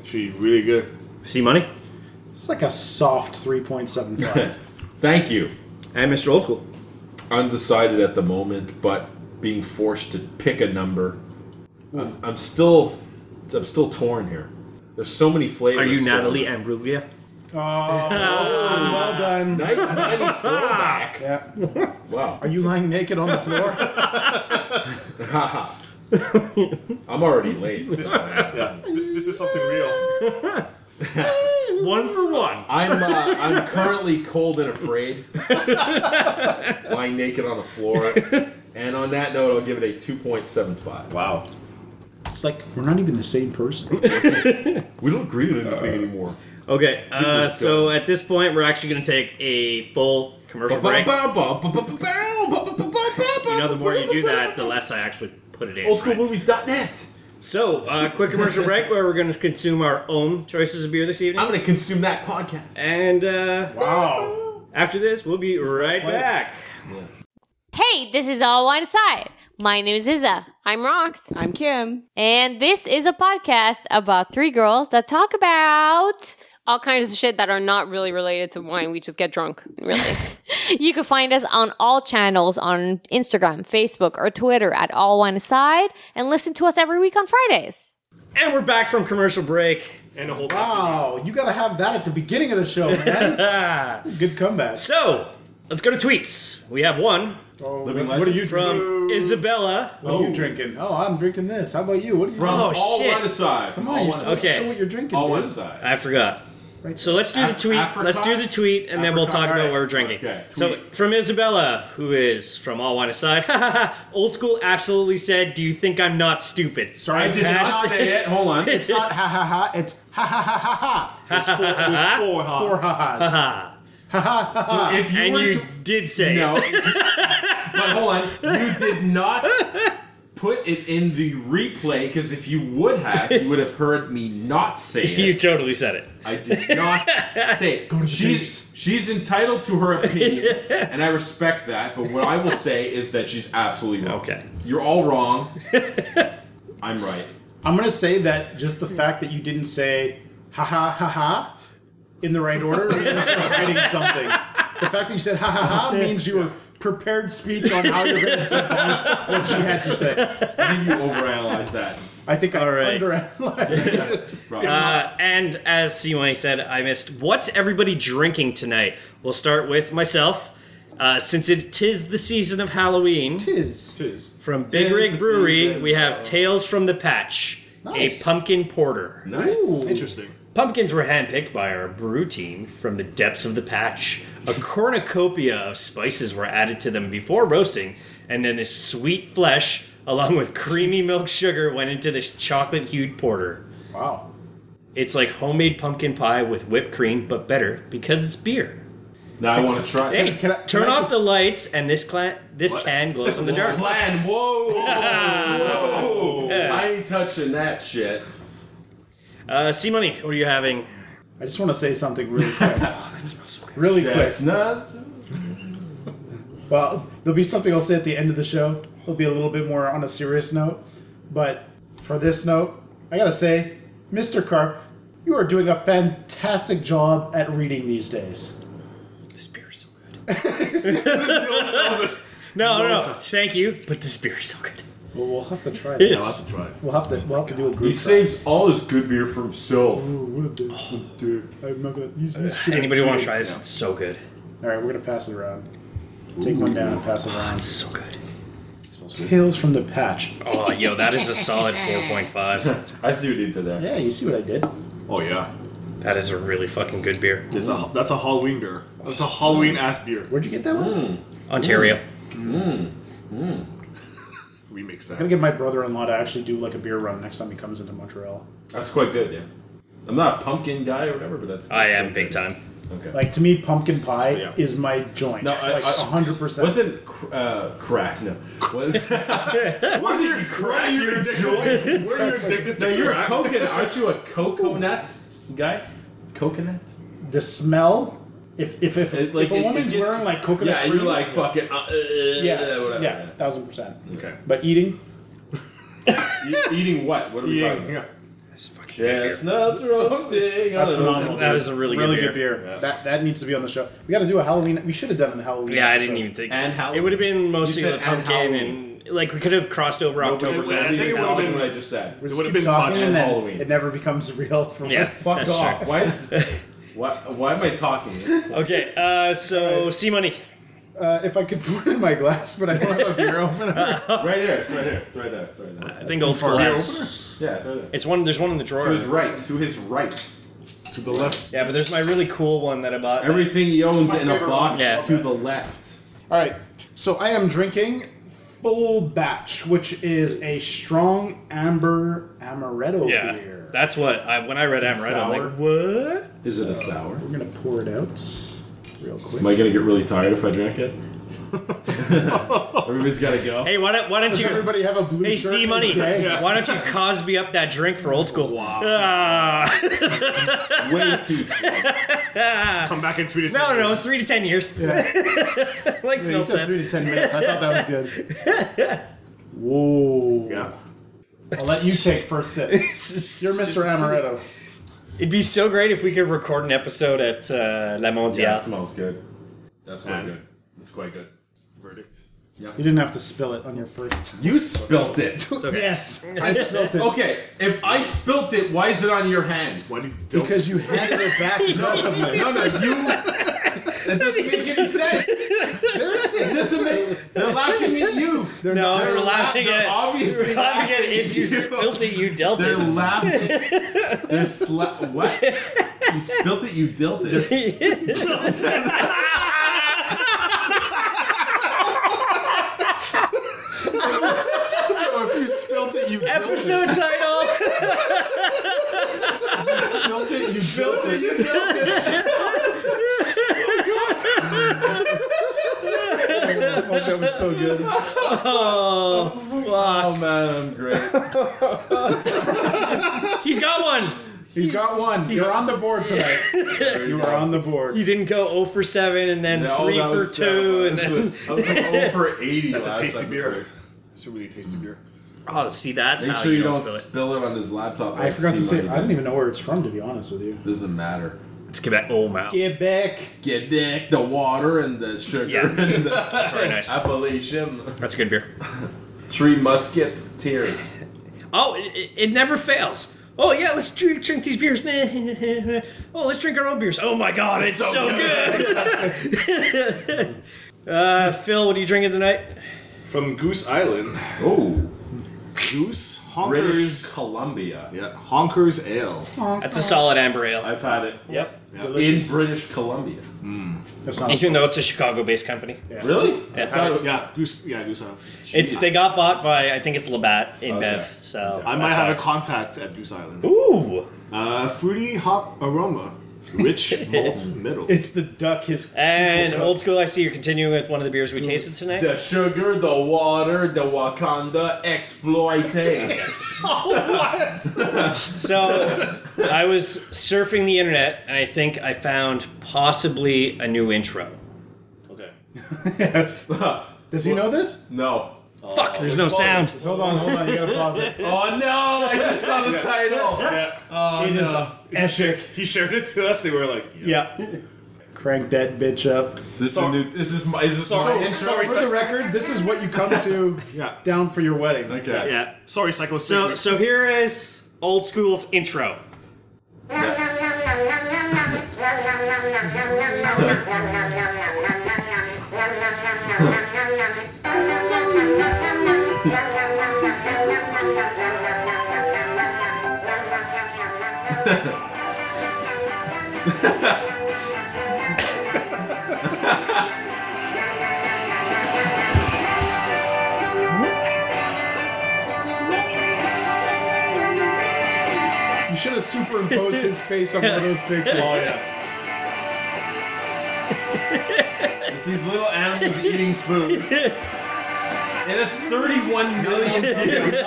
Speaker 10: Actually, really good.
Speaker 9: See money.
Speaker 8: It's like a soft 3.75.
Speaker 2: Thank you.
Speaker 9: And Mr. Old School.
Speaker 2: Undecided at the moment, but being forced to pick a number. I'm, I'm still, I'm still torn here. There's so many flavors.
Speaker 9: Are you Natalie Ambruglia?
Speaker 8: oh, well done.
Speaker 2: Nice, nice throwback.
Speaker 8: Yeah.
Speaker 2: Wow.
Speaker 8: Are you lying naked on the floor?
Speaker 2: I'm already late.
Speaker 10: This, yeah, th- this is something real.
Speaker 9: One for one.
Speaker 2: I'm uh, I'm currently cold and afraid, lying naked on the floor. And on that note, I'll give it a 2.75.
Speaker 10: Wow.
Speaker 8: It's like we're not even the same person.
Speaker 2: We don't agree on
Speaker 8: Uh,
Speaker 2: anything anymore.
Speaker 9: Okay, uh, so at this point, we're actually going to take a full commercial break. You
Speaker 2: You
Speaker 9: know, the more you do that, the less I actually put it in. right?
Speaker 2: Oldschoolmovies.net.
Speaker 9: So, uh, quick commercial break where we're going to consume our own choices of beer this evening.
Speaker 2: I'm gonna consume that podcast.
Speaker 9: And uh,
Speaker 10: Oh,
Speaker 8: Wow.
Speaker 9: after this, we'll be right back.
Speaker 11: Hey, this is All One Side. My name is Iza. I'm Rox.
Speaker 12: I'm Kim.
Speaker 11: And this is a podcast about three girls that talk about all kinds of shit that are not really related to wine. We just get drunk, really. you can find us on all channels on Instagram, Facebook, or Twitter at All One Side and listen to us every week on Fridays.
Speaker 9: And we're back from commercial break.
Speaker 10: And a whole
Speaker 8: Wow. You got to have that at the beginning of the show, man. Good comeback.
Speaker 9: So, let's go to tweets. We have one
Speaker 8: Oh,
Speaker 2: Living
Speaker 8: what,
Speaker 2: legend.
Speaker 8: are you
Speaker 9: from
Speaker 8: drinking?
Speaker 9: Isabella.
Speaker 8: What are you drinking? Oh, I'm drinking this. How about you? What are you
Speaker 2: From
Speaker 9: Oh,
Speaker 2: all
Speaker 9: shit.
Speaker 2: one
Speaker 8: Come
Speaker 2: aside. From
Speaker 8: on,
Speaker 2: all
Speaker 8: you're
Speaker 2: one
Speaker 8: supposed
Speaker 2: aside.
Speaker 9: Okay.
Speaker 8: to show what you're drinking.
Speaker 2: All one
Speaker 8: dude.
Speaker 2: aside.
Speaker 9: I forgot.
Speaker 8: Right.
Speaker 9: So let's do the
Speaker 2: Af-
Speaker 9: tweet.
Speaker 2: apricot?
Speaker 9: Let's do the tweet, and then we'll
Speaker 2: Apricot,
Speaker 9: talk about
Speaker 2: alright.
Speaker 9: what we're drinking.
Speaker 2: Okay,
Speaker 9: so
Speaker 2: tweet.
Speaker 9: from Isabella, who is from All Wine Aside, old school absolutely said, "Do you think I'm not stupid?"
Speaker 8: Sorry,
Speaker 2: I
Speaker 8: it's
Speaker 2: did not
Speaker 8: not,
Speaker 2: say it. Hold on.
Speaker 8: it's not ha ha ha. It's ha ha ha ha ha.
Speaker 10: There's four, there's four, huh?
Speaker 8: Four ha ha's.
Speaker 2: If you
Speaker 9: and
Speaker 2: were
Speaker 9: you
Speaker 2: to-
Speaker 9: did say
Speaker 2: No.
Speaker 9: it.
Speaker 2: but hold on. You did not put it in the replay because if you would have, you would have heard me not say it.
Speaker 9: You totally said it.
Speaker 2: I did not say it.
Speaker 8: Go to the
Speaker 2: she's, she's entitled to her opinion, and I respect that. But what I will say is that she's absolutely wrong.
Speaker 9: Okay.
Speaker 2: You're all wrong. I'm right.
Speaker 8: I'm gonna say that just the fact that you didn't say ha ha ha ha in the right order means you're writing something. The fact that you said ha ha ha means you were prepared speech on how you're going to debunk what she had to say.
Speaker 2: I think you overanalyzed that.
Speaker 8: I think I
Speaker 9: All right.
Speaker 8: underanalyzed it.
Speaker 2: Right.
Speaker 9: Uh, and as Seaway said, I missed. What's everybody drinking tonight? We'll start with myself. Uh, since it is the season of Halloween,
Speaker 8: Is
Speaker 9: from Big
Speaker 2: Tis
Speaker 9: Rig
Speaker 2: the
Speaker 9: Brewery,
Speaker 2: season
Speaker 9: we have Tales from the Patch,
Speaker 8: Nice.
Speaker 9: a pumpkin porter.
Speaker 2: nice.
Speaker 10: Interesting.
Speaker 9: Pumpkins were handpicked by our brew team from the depths of the patch. A cornucopia of spices were added to them before roasting, and then this sweet flesh, along with creamy milk sugar, went into this chocolate hued porter.
Speaker 8: wow.
Speaker 9: It's like homemade pumpkin pie with whipped cream, but better because it's beer.
Speaker 2: Now I want to try.
Speaker 9: Hey,
Speaker 8: can I- can
Speaker 9: turn
Speaker 8: I
Speaker 9: off
Speaker 8: just-
Speaker 9: the lights, and this clan, this can glows in the dark.
Speaker 2: Plan. Whoa. Whoa. I ain't touching that shit.
Speaker 9: Uh, C money, what are you having?
Speaker 8: I just want to say something really quick. Really
Speaker 2: That's
Speaker 8: quick.
Speaker 2: nuts.
Speaker 8: Well, there'll be something I'll say at the end of the show. It'll be a little bit more on a serious note. But for this note, I gotta say, Mr. Carp, you are doing a fantastic job at reading these days.
Speaker 9: This beer is so good. no, no, no, thank you, but this beer is so good.
Speaker 8: Well, we'll have to try it.
Speaker 10: I'll have to try it.
Speaker 8: We'll have to we'll have to do a
Speaker 2: He
Speaker 8: group. try.
Speaker 2: saves all his good beer for himself.
Speaker 8: Ooh, what a dick. What a dick. I'm not gonna use this shit.
Speaker 9: Anybody want to try this? It's so good.
Speaker 8: All right, we're gonna pass it around. Take one down and pass it
Speaker 9: It's
Speaker 8: around.
Speaker 9: so good.
Speaker 8: Tales from the patch.
Speaker 9: Oh, yo, that is a solid 4.5.
Speaker 2: I see what he did there.
Speaker 8: Yeah, you see what I did.
Speaker 10: Oh yeah.
Speaker 9: That is a really fucking good beer.
Speaker 10: That's a that's a Halloween beer. That's a Halloween ass beer.
Speaker 8: Where'd you get that one?
Speaker 9: Ontario.
Speaker 10: Remix
Speaker 8: I'm gonna
Speaker 10: that.
Speaker 8: get my brother-in-law to actually do like a beer run next time he comes into Montreal.
Speaker 2: That's quite good, yeah. I'm not a pumpkin guy or whatever, but that's.
Speaker 9: I am big time.
Speaker 2: Okay.
Speaker 8: Like to me, pumpkin pie
Speaker 10: So, yeah.
Speaker 8: is my joint.
Speaker 2: No, I-
Speaker 8: like
Speaker 2: I-
Speaker 8: hundred percent.
Speaker 2: Wasn't cr- uh, crack? No. Was wasn't crack your joint?
Speaker 10: Where are you addicted
Speaker 2: No,
Speaker 10: to
Speaker 2: you're a
Speaker 10: crack?
Speaker 2: coconut. Aren't you a coconut guy? Coconut?
Speaker 8: the smell? If if if,
Speaker 2: It-
Speaker 8: if a
Speaker 2: it- it
Speaker 8: woman's
Speaker 2: gets-
Speaker 8: wearing like coconut
Speaker 2: Yeah,
Speaker 8: cream,
Speaker 2: you're like fucking. Uh, uh,
Speaker 8: yeah,
Speaker 2: whatever.
Speaker 8: yeah, thousand percent.
Speaker 10: Okay.
Speaker 8: But eating,
Speaker 2: E- eating what? What are we talking
Speaker 10: Eating.
Speaker 2: about?
Speaker 10: Yeah.
Speaker 9: It's fucking
Speaker 2: Chestnuts roasting.
Speaker 8: That's
Speaker 2: on an
Speaker 8: phenomenal.
Speaker 2: open-
Speaker 8: dude.
Speaker 12: That is a really good
Speaker 8: good
Speaker 12: beer.
Speaker 8: beer. That that needs to be on the show. We got to do a Halloween. We should have done it in Halloween.
Speaker 12: Yeah, I didn't
Speaker 8: episode.
Speaker 12: even think.
Speaker 2: And how
Speaker 9: It would have been mostly
Speaker 2: You said
Speaker 9: like
Speaker 2: and
Speaker 9: pumpkin and like we could have crossed over
Speaker 2: I
Speaker 9: Oktoberfest.
Speaker 2: think it would have been
Speaker 10: Halloween.
Speaker 2: what I just said.
Speaker 8: We just
Speaker 10: would've
Speaker 8: keep
Speaker 10: been
Speaker 8: talking
Speaker 2: much
Speaker 8: and then
Speaker 2: Halloween.
Speaker 8: It never becomes real. From
Speaker 9: Yeah,
Speaker 8: fuck
Speaker 9: that's
Speaker 8: off.
Speaker 2: Why? Why, why am I talking?
Speaker 9: Okay, uh, so sea money.
Speaker 8: Uh, if I could pour it in my glass, but I don't have a beer opener.
Speaker 2: Right there. It's right there. It's right there. It's right there.
Speaker 9: I think old school has.
Speaker 2: Yeah, it's right there.
Speaker 9: It's one. There's one in the
Speaker 2: To his
Speaker 9: drawer.
Speaker 2: right. To his right.
Speaker 8: to the left.
Speaker 9: Yeah, but there's my really cool one that I bought.
Speaker 2: Everything he owns
Speaker 8: my
Speaker 2: in a
Speaker 8: favorite
Speaker 2: box
Speaker 8: one.
Speaker 9: Yeah.
Speaker 2: to the left.
Speaker 8: All right. So I am drinking full batch, which is a strong amber amaretto
Speaker 9: yeah,
Speaker 8: beer.
Speaker 9: that's what I when I read Amaretto, I'm
Speaker 2: Sour.
Speaker 9: like what?
Speaker 2: Is it a sour?
Speaker 8: We're gonna pour it out real quick.
Speaker 2: Am I gonna get really tired if I drink it? Everybody's gotta go.
Speaker 9: Hey, why don't why don't
Speaker 8: Does
Speaker 9: you?
Speaker 8: everybody have a blue
Speaker 9: Hey,
Speaker 8: shirt
Speaker 9: sea money.
Speaker 8: today?
Speaker 9: Why don't you Cosby up that drink for old school?
Speaker 10: Wow.
Speaker 9: Ah.
Speaker 2: Way too soon.
Speaker 10: Come back and tweet it.
Speaker 9: no, no, no, three to ten years. like
Speaker 8: You
Speaker 9: Phil
Speaker 8: said
Speaker 9: said.
Speaker 8: three to ten minutes. I thought that was good. Whoa.
Speaker 10: Yeah.
Speaker 8: I'll let you take first sip. You're Mr. Amaretto.
Speaker 9: It'd be so great if we could record an episode at uh, La Mondiale.
Speaker 2: Yeah, it smells good. That's quite
Speaker 10: And-
Speaker 2: good. That's quite good. Verdict.
Speaker 8: You didn't have to spill it on your first.
Speaker 2: You spilt it.
Speaker 8: Yes, Oh, I spilt it.
Speaker 2: Okay, if I spilt it, why is it on your hands?
Speaker 10: Why do you don't?
Speaker 8: Because you handed it back aggressively.
Speaker 2: No, no, you. That doesn't make any sense.
Speaker 8: There's
Speaker 2: It doesn't make. They're laughing at you.
Speaker 8: They're
Speaker 9: No,
Speaker 8: not.
Speaker 9: they're,
Speaker 2: They're
Speaker 9: laughing
Speaker 2: la-
Speaker 9: at.
Speaker 2: they're obviously
Speaker 9: they're laughing at
Speaker 2: laughing
Speaker 9: if
Speaker 2: at
Speaker 9: you
Speaker 2: you.
Speaker 9: spilt it, you dealt
Speaker 2: They're
Speaker 9: it.
Speaker 2: laughing. They're sla- What? You spilt it. You dealt it.
Speaker 8: If you spilt it, you
Speaker 9: Episode title.
Speaker 8: spilt it. You spilt it.
Speaker 2: You dealt it.
Speaker 8: Oh, that was so good.
Speaker 2: Oh man, I'm great.
Speaker 9: He's got one.
Speaker 8: He's got one. You're on the board tonight. You are on the board.
Speaker 9: You didn't go 0 for 7 and then
Speaker 2: No,
Speaker 9: 3
Speaker 2: that
Speaker 9: for
Speaker 2: was
Speaker 9: 2
Speaker 2: terrible.
Speaker 9: and
Speaker 2: That
Speaker 9: then
Speaker 2: was- I was like 0 for 80.
Speaker 10: That's a
Speaker 2: last
Speaker 10: tasty
Speaker 2: episode.
Speaker 10: beer. It's a really tasty beer.
Speaker 9: Oh, see that's
Speaker 2: Make
Speaker 9: how
Speaker 2: sure you
Speaker 9: don't
Speaker 2: don't
Speaker 9: spill it.
Speaker 2: spill it on his laptop.
Speaker 8: I
Speaker 2: like
Speaker 8: forgot to say.
Speaker 2: C-Money
Speaker 8: I
Speaker 2: did.
Speaker 8: don't even know where it's from, to be honest with you.
Speaker 2: Doesn't matter.
Speaker 9: It's Quebec. Oh, wow.
Speaker 8: Get back.
Speaker 2: Get dick, the water and the sugar
Speaker 9: Yeah.
Speaker 2: and the
Speaker 9: Very nice.
Speaker 2: Appalachian
Speaker 9: That's a good beer.
Speaker 2: three musket tears.
Speaker 9: Oh, it, it- it never fails. Oh yeah, let's drink, drink these beers. oh, let's drink our own beers. Oh my god, it's, so, good. uh, Phil, what are you drinking tonight?
Speaker 10: From Goose Island,
Speaker 2: Oh,
Speaker 10: Goose
Speaker 2: British
Speaker 10: Honkers.
Speaker 2: Columbia.
Speaker 10: yeah, Honkers Ale.
Speaker 9: That's a solid amber ale.
Speaker 2: I've had it
Speaker 9: Yep.
Speaker 2: in
Speaker 8: Delicious.
Speaker 2: British Columbia.
Speaker 8: That's not.
Speaker 9: Even though it's a Chicago-based company,
Speaker 2: Really?
Speaker 9: Yeah.
Speaker 2: I thought it-
Speaker 10: Yeah, Goose. Yeah, Goose Island.
Speaker 9: it's they got bought by I think it's Labatt in
Speaker 2: Okay.
Speaker 9: Bev. So
Speaker 10: I might have a contact at Goose Island.
Speaker 9: Ooh,
Speaker 10: Uh, fruity hop aroma, rich malt middle.
Speaker 8: It's the duck. His
Speaker 9: and old school. I see you're continuing with one of the beers we tasted tonight.
Speaker 2: The sugar, the water, the Wakanda exploiting.
Speaker 9: So I was surfing the internet, and I think I found possibly a new intro.
Speaker 2: okay.
Speaker 8: yes. Does he know this?
Speaker 2: No.
Speaker 9: Fuck, there's no sound.
Speaker 8: Hold on, hold on. You gotta pause it.
Speaker 2: Oh no! I just saw the title.
Speaker 10: yeah.
Speaker 8: It is epic.
Speaker 10: he showed it to us, and we were like, yeah.
Speaker 8: Yeah. Crank that bitch up.
Speaker 2: Is this
Speaker 10: So-
Speaker 2: a new? Is this my? Is this
Speaker 10: Sorry,
Speaker 2: my intro?
Speaker 10: sorry,
Speaker 8: For the record, this is what you come to
Speaker 10: Yeah.
Speaker 8: down for your wedding.
Speaker 2: Okay.
Speaker 9: Yeah.
Speaker 10: Sorry, Psycho Stick.
Speaker 9: So, so here is old school's intro.
Speaker 8: You should have superimposed his face on one of those pictures.
Speaker 2: It's these little animals eating food. And it's 31 million views.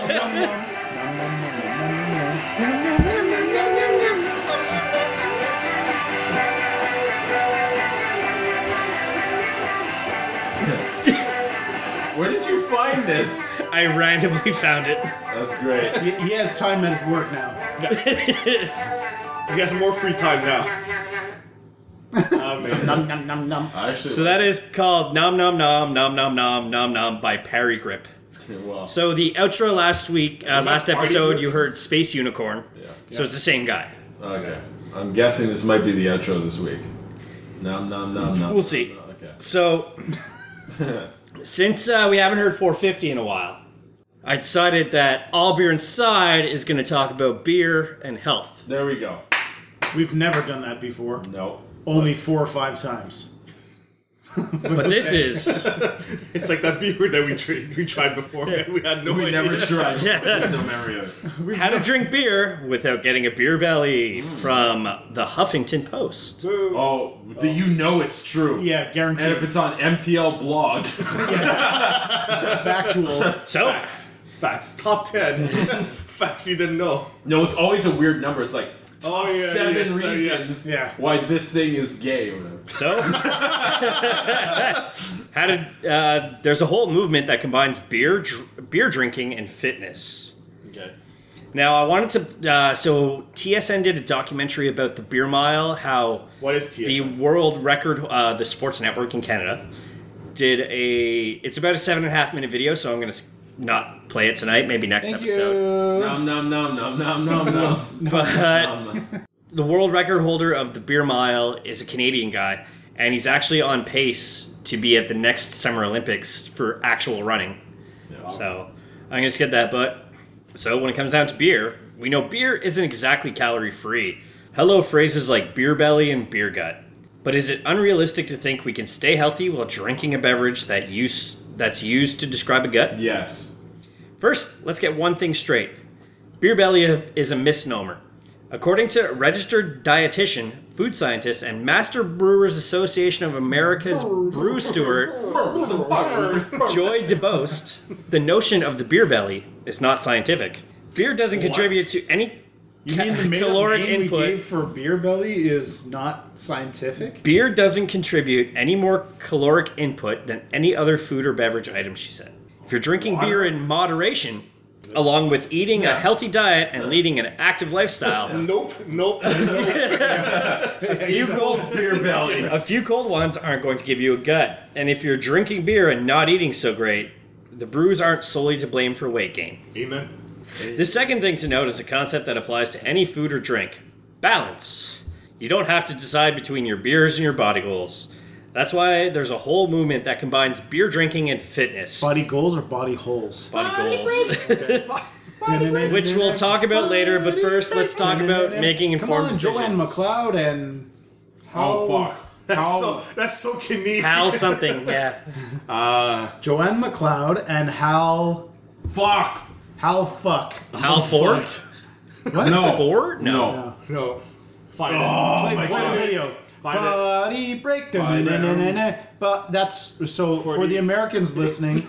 Speaker 2: Where did you find this?
Speaker 9: I randomly found it.
Speaker 2: That's great.
Speaker 8: He, he has time at work now.
Speaker 10: You guys have more free time now.
Speaker 8: Num, num, num, num.
Speaker 2: I actually.
Speaker 9: So that is called Nom Nom Nom Nom Nom Nom Nom Nom by Parry Grip.
Speaker 2: Wow.
Speaker 9: So the outro last week, uh, last
Speaker 10: Parry
Speaker 9: episode,
Speaker 10: Grip?
Speaker 9: you heard Space Unicorn. Yeah. So it's the same guy.
Speaker 2: Okay. I'm guessing this might be the outro this week. Nom nom nom nom.
Speaker 9: We'll see.
Speaker 2: Okay.
Speaker 9: So since uh, we haven't heard 450 in a while, I decided that All Beer Inside is going to talk about beer and health.
Speaker 2: There we go.
Speaker 8: We've never done that before.
Speaker 2: No.
Speaker 8: Only four or five times.
Speaker 9: But this is
Speaker 10: It's like that beer that we, tra- we tried before. and We had no
Speaker 2: We
Speaker 10: idea.
Speaker 2: never tried.
Speaker 9: Yeah.
Speaker 2: No memory of it.
Speaker 9: How to Drink Beer Without Getting a Beer Belly
Speaker 10: Mm.
Speaker 9: from the Huffington Post.
Speaker 2: Oh, do you know it's true?
Speaker 8: Yeah,
Speaker 2: And if
Speaker 8: guaranteed.
Speaker 2: it's on MTL blog,
Speaker 8: Factual.
Speaker 9: So,
Speaker 10: Facts. Facts. Top 10. Facts you didn't know.
Speaker 2: no, it's always a weird number. It's like
Speaker 10: Oh, yeah.
Speaker 2: seven
Speaker 10: yes, uh, yeah.
Speaker 2: reasons
Speaker 8: Yeah.
Speaker 2: why this thing is gay. Or whatever.
Speaker 9: so how did uh, there's a whole movement that combines beer dr- beer drinking and fitness.
Speaker 10: Okay.
Speaker 9: Now, I wanted to uh, so TSN did a documentary about the beer mile, how
Speaker 10: What is TSN?
Speaker 9: the world record, uh, the Sports Network in Canada, did a. It's about a seven and a half minute video, so I'm gonna s- not play it tonight. Maybe next episode.
Speaker 2: Nom nom nom nom nom nom nom.
Speaker 9: But
Speaker 2: nom.
Speaker 9: the world record holder of the beer mile is a Canadian guy, and he's actually on pace to be at the next Summer Olympics for actual running. So I'm gonna skip that. But so when it comes down to beer, we know beer isn't exactly calorie free. Hello phrases like beer belly and beer gut. But is it unrealistic to think we can stay healthy while drinking a beverage that use that's used to describe a gut?
Speaker 2: Yes.
Speaker 9: First, let's get one thing straight. Beer belly is a misnomer. According to registered dietitian, food scientist, and Master Brewers Association of America's
Speaker 8: Oh.
Speaker 9: brew steward, Joy DeBost, the notion of the beer belly is not scientific. Beer doesn't contribute to any
Speaker 8: You mean the made-up
Speaker 9: caloric
Speaker 8: name
Speaker 9: input.
Speaker 8: we gave for beer belly is not scientific?
Speaker 9: Beer doesn't contribute any more caloric input than any other food or beverage item, she said. If you're drinking beer in moderation, along with eating a healthy diet and leading an active lifestyle,
Speaker 10: Nope, nope, nope.
Speaker 9: you cold
Speaker 2: Beer belly.
Speaker 9: a few cold ones aren't going to give you a gut. And if you're drinking beer and not eating so great, the brews aren't solely to blame for weight gain.
Speaker 10: Amen.
Speaker 9: The second thing to note is a concept that applies to any food or drink balance. You don't have to decide between your beers and your body goals. That's why there's a whole movement that combines beer drinking and fitness.
Speaker 8: Body goals or body holes?
Speaker 9: Body goals.
Speaker 8: Which
Speaker 9: Which we'll talk about later, but first let's talk about making informed
Speaker 8: Come on, Joanne
Speaker 9: decisions.
Speaker 8: McLeod and
Speaker 2: Oh fuck.
Speaker 10: That's so, that's so Canadian.
Speaker 9: How something, yeah.
Speaker 8: Joanne McLeod and Hal
Speaker 2: Fuck.
Speaker 8: Hal Fuck.
Speaker 9: Hal Ford?
Speaker 8: What?
Speaker 2: No.
Speaker 9: Ford?
Speaker 2: No.
Speaker 10: No. Fine.
Speaker 8: Play,
Speaker 2: my
Speaker 8: play
Speaker 2: God.
Speaker 8: the video.
Speaker 10: Find it.
Speaker 8: Body break.
Speaker 2: Find it.
Speaker 8: da-na-na-na-na. But that's so for, the Americans listening.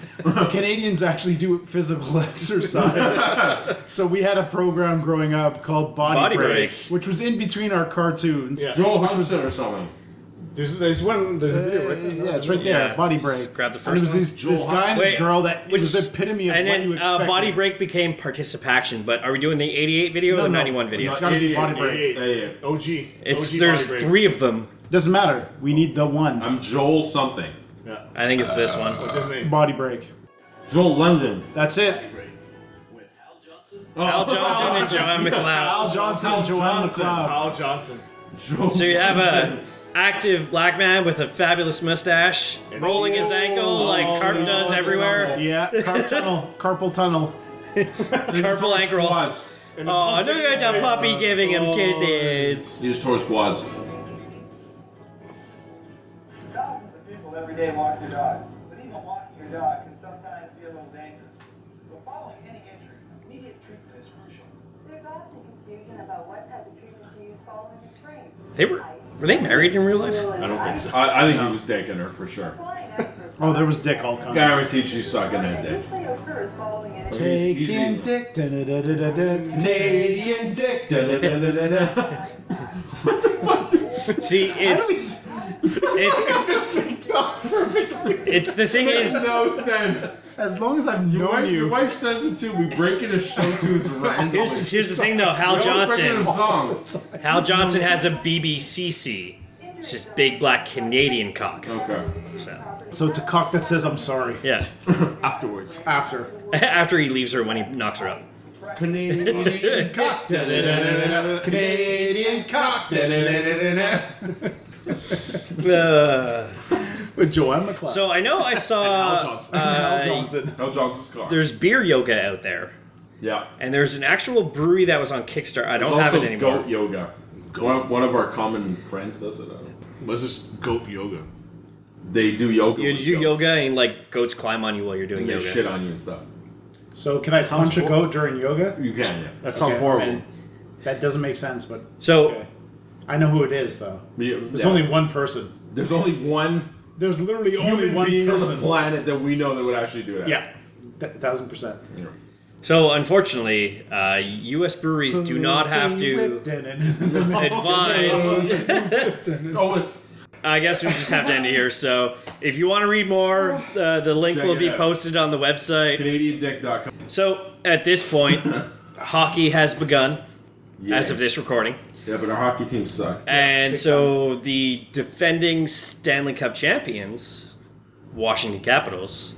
Speaker 8: Canadians actually do physical exercise. so we had a program growing up called Body,
Speaker 9: Body
Speaker 8: break,
Speaker 9: Break.
Speaker 8: which was in between our cartoons.
Speaker 10: Yeah.
Speaker 2: Joel Hodgson or something.
Speaker 10: There's, there's one. There's a video right there.
Speaker 8: Yeah, it's right there.
Speaker 9: Yeah.
Speaker 8: Body break.
Speaker 9: Grab the
Speaker 8: and it
Speaker 9: first
Speaker 8: was
Speaker 9: one.
Speaker 8: these, this guy and this
Speaker 9: Wait,
Speaker 8: girl that it was
Speaker 9: which-
Speaker 8: the epitome of
Speaker 9: And
Speaker 8: what you
Speaker 9: then
Speaker 8: expected.
Speaker 9: uh, Body Break became participation, but are we doing the 88 video or the 91 video?
Speaker 8: It's gotta be body break.
Speaker 10: 88.
Speaker 2: Yeah, yeah.
Speaker 10: OG.
Speaker 9: It's
Speaker 10: OG
Speaker 9: there's
Speaker 10: Body Break.
Speaker 9: three of them.
Speaker 8: Doesn't matter. We need the one
Speaker 2: I'm Joel something.
Speaker 10: Yeah.
Speaker 9: I think it's this
Speaker 8: Oh.
Speaker 9: one.
Speaker 10: What's his name?
Speaker 8: body break.
Speaker 2: Joel London.
Speaker 8: That's it.
Speaker 2: Oh,
Speaker 9: Al Johnson and Joanne McLeod.
Speaker 8: Al Johnson,
Speaker 2: Al
Speaker 8: Joanne
Speaker 2: Johnson.
Speaker 8: McLeod.
Speaker 10: Al Johnson.
Speaker 2: Joel
Speaker 9: So you have a active black man with a fabulous mustache, rolling his ankle like Carton does everywhere.
Speaker 8: Yeah, carp tunnel, carpal tunnel.
Speaker 9: Carpal ankle.
Speaker 2: Squads.
Speaker 10: And
Speaker 9: Oh,
Speaker 10: the
Speaker 9: look at the puppy giving him kisses.
Speaker 2: He just tore squads.
Speaker 12: Thousands of people every day walk their dog, but even walking your dog can sometimes be a little dangerous. So following any injury, immediate treatment is crucial.
Speaker 13: There's often confusion about what type of treatment to use following a sprain.
Speaker 9: They were were they married in real life?
Speaker 10: I don't think so.
Speaker 2: I, I think he was taking her for sure.
Speaker 8: Oh, there was dick all kinds.
Speaker 2: Guaranteed she's sucking that
Speaker 13: It
Speaker 2: dick.
Speaker 13: usually occurs following an injury.
Speaker 2: He's- he's
Speaker 8: Taking
Speaker 2: eating
Speaker 8: dick, da-da-da-da-da. Taking dick, da-da-da-da-da.
Speaker 9: See, it's it's
Speaker 8: Just synced up perfectly.
Speaker 9: it's the thing is
Speaker 2: no sense.
Speaker 8: As long as I've
Speaker 2: Your
Speaker 8: known
Speaker 2: wife, your
Speaker 8: you.
Speaker 2: wife says it too. We break it a show to its random.
Speaker 9: Here's- here's the thing, though, Hal
Speaker 2: We always break it in
Speaker 9: Johnson.
Speaker 2: a song.
Speaker 9: Hal Johnson has a BBCC. It's just big black Canadian cock.
Speaker 2: Okay.
Speaker 9: So,
Speaker 8: So it's a cock that says I'm sorry.
Speaker 9: yeah.
Speaker 8: Afterwards. After.
Speaker 9: After he leaves her when he knocks her up.
Speaker 8: Canadian cock. da-da-da-da-da-da. Canadian cock. da-da-da-da-da-da.
Speaker 9: Uh,
Speaker 8: With Joanne McCloud.
Speaker 9: so I know I saw.
Speaker 8: Hal Johnson.
Speaker 9: uh,
Speaker 8: Hal Johnson.
Speaker 2: Hal Johnson's car.
Speaker 9: There's beer yoga out there.
Speaker 2: yeah.
Speaker 9: And there's an actual brewery that was on Kickstarter. I don't
Speaker 2: There's
Speaker 9: have it
Speaker 2: also
Speaker 9: anymore.
Speaker 2: Goat yoga. One, one of our common friends does it. I don't know.
Speaker 1: What's this goat yoga?
Speaker 2: They do yoga.
Speaker 9: You
Speaker 2: with
Speaker 9: do
Speaker 2: goats.
Speaker 9: yoga and like goats climb on you while you're doing
Speaker 2: And they
Speaker 9: yoga.
Speaker 2: shit on you and stuff.
Speaker 8: So can I
Speaker 1: Sounds
Speaker 8: punch a
Speaker 1: hor-
Speaker 8: goat during yoga?
Speaker 2: You can, yeah.
Speaker 1: That sounds
Speaker 8: Okay,
Speaker 1: horrible.
Speaker 8: and That doesn't make sense, but
Speaker 9: So
Speaker 8: okay. I know who it is though.
Speaker 2: Yeah,
Speaker 8: There's
Speaker 2: yeah.
Speaker 8: only one person.
Speaker 2: there's only one
Speaker 8: There's literally only
Speaker 2: human
Speaker 8: one
Speaker 2: being on the
Speaker 8: person.
Speaker 2: planet that we know that would actually do that.
Speaker 8: yeah, Th- thousand percent.
Speaker 2: Yeah.
Speaker 9: So, unfortunately, uh, U.S. breweries do not have to advise.
Speaker 2: Oh, and
Speaker 9: I guess we just have to end it here. So, if you want to read more, uh, the link
Speaker 2: Check
Speaker 9: will
Speaker 2: it
Speaker 9: be
Speaker 2: out.
Speaker 9: posted on the website.
Speaker 2: CanadianDick.com.
Speaker 9: So, at this point, hockey has begun
Speaker 2: Yeah.
Speaker 9: as of this recording.
Speaker 2: Yeah, but our hockey team sucks.
Speaker 9: And so, the defending Stanley Cup champions, Washington Capitals,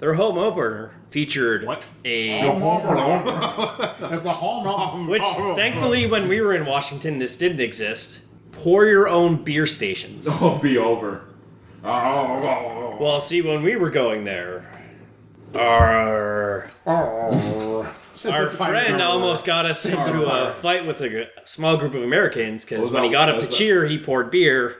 Speaker 9: their home opener featured
Speaker 1: What?
Speaker 9: a.
Speaker 2: Oh.
Speaker 8: That's the hallmark.
Speaker 9: Which, thankfully, when we were in Washington, this didn't exist. Pour your own beer stations.
Speaker 2: I'll be over. Oh,
Speaker 9: Well, see, when we were going there, our our friend almost got us into a fight with a g- small group of Americans because
Speaker 2: What
Speaker 9: when he
Speaker 2: about-
Speaker 9: got up to
Speaker 2: what was
Speaker 9: cheer, he poured beer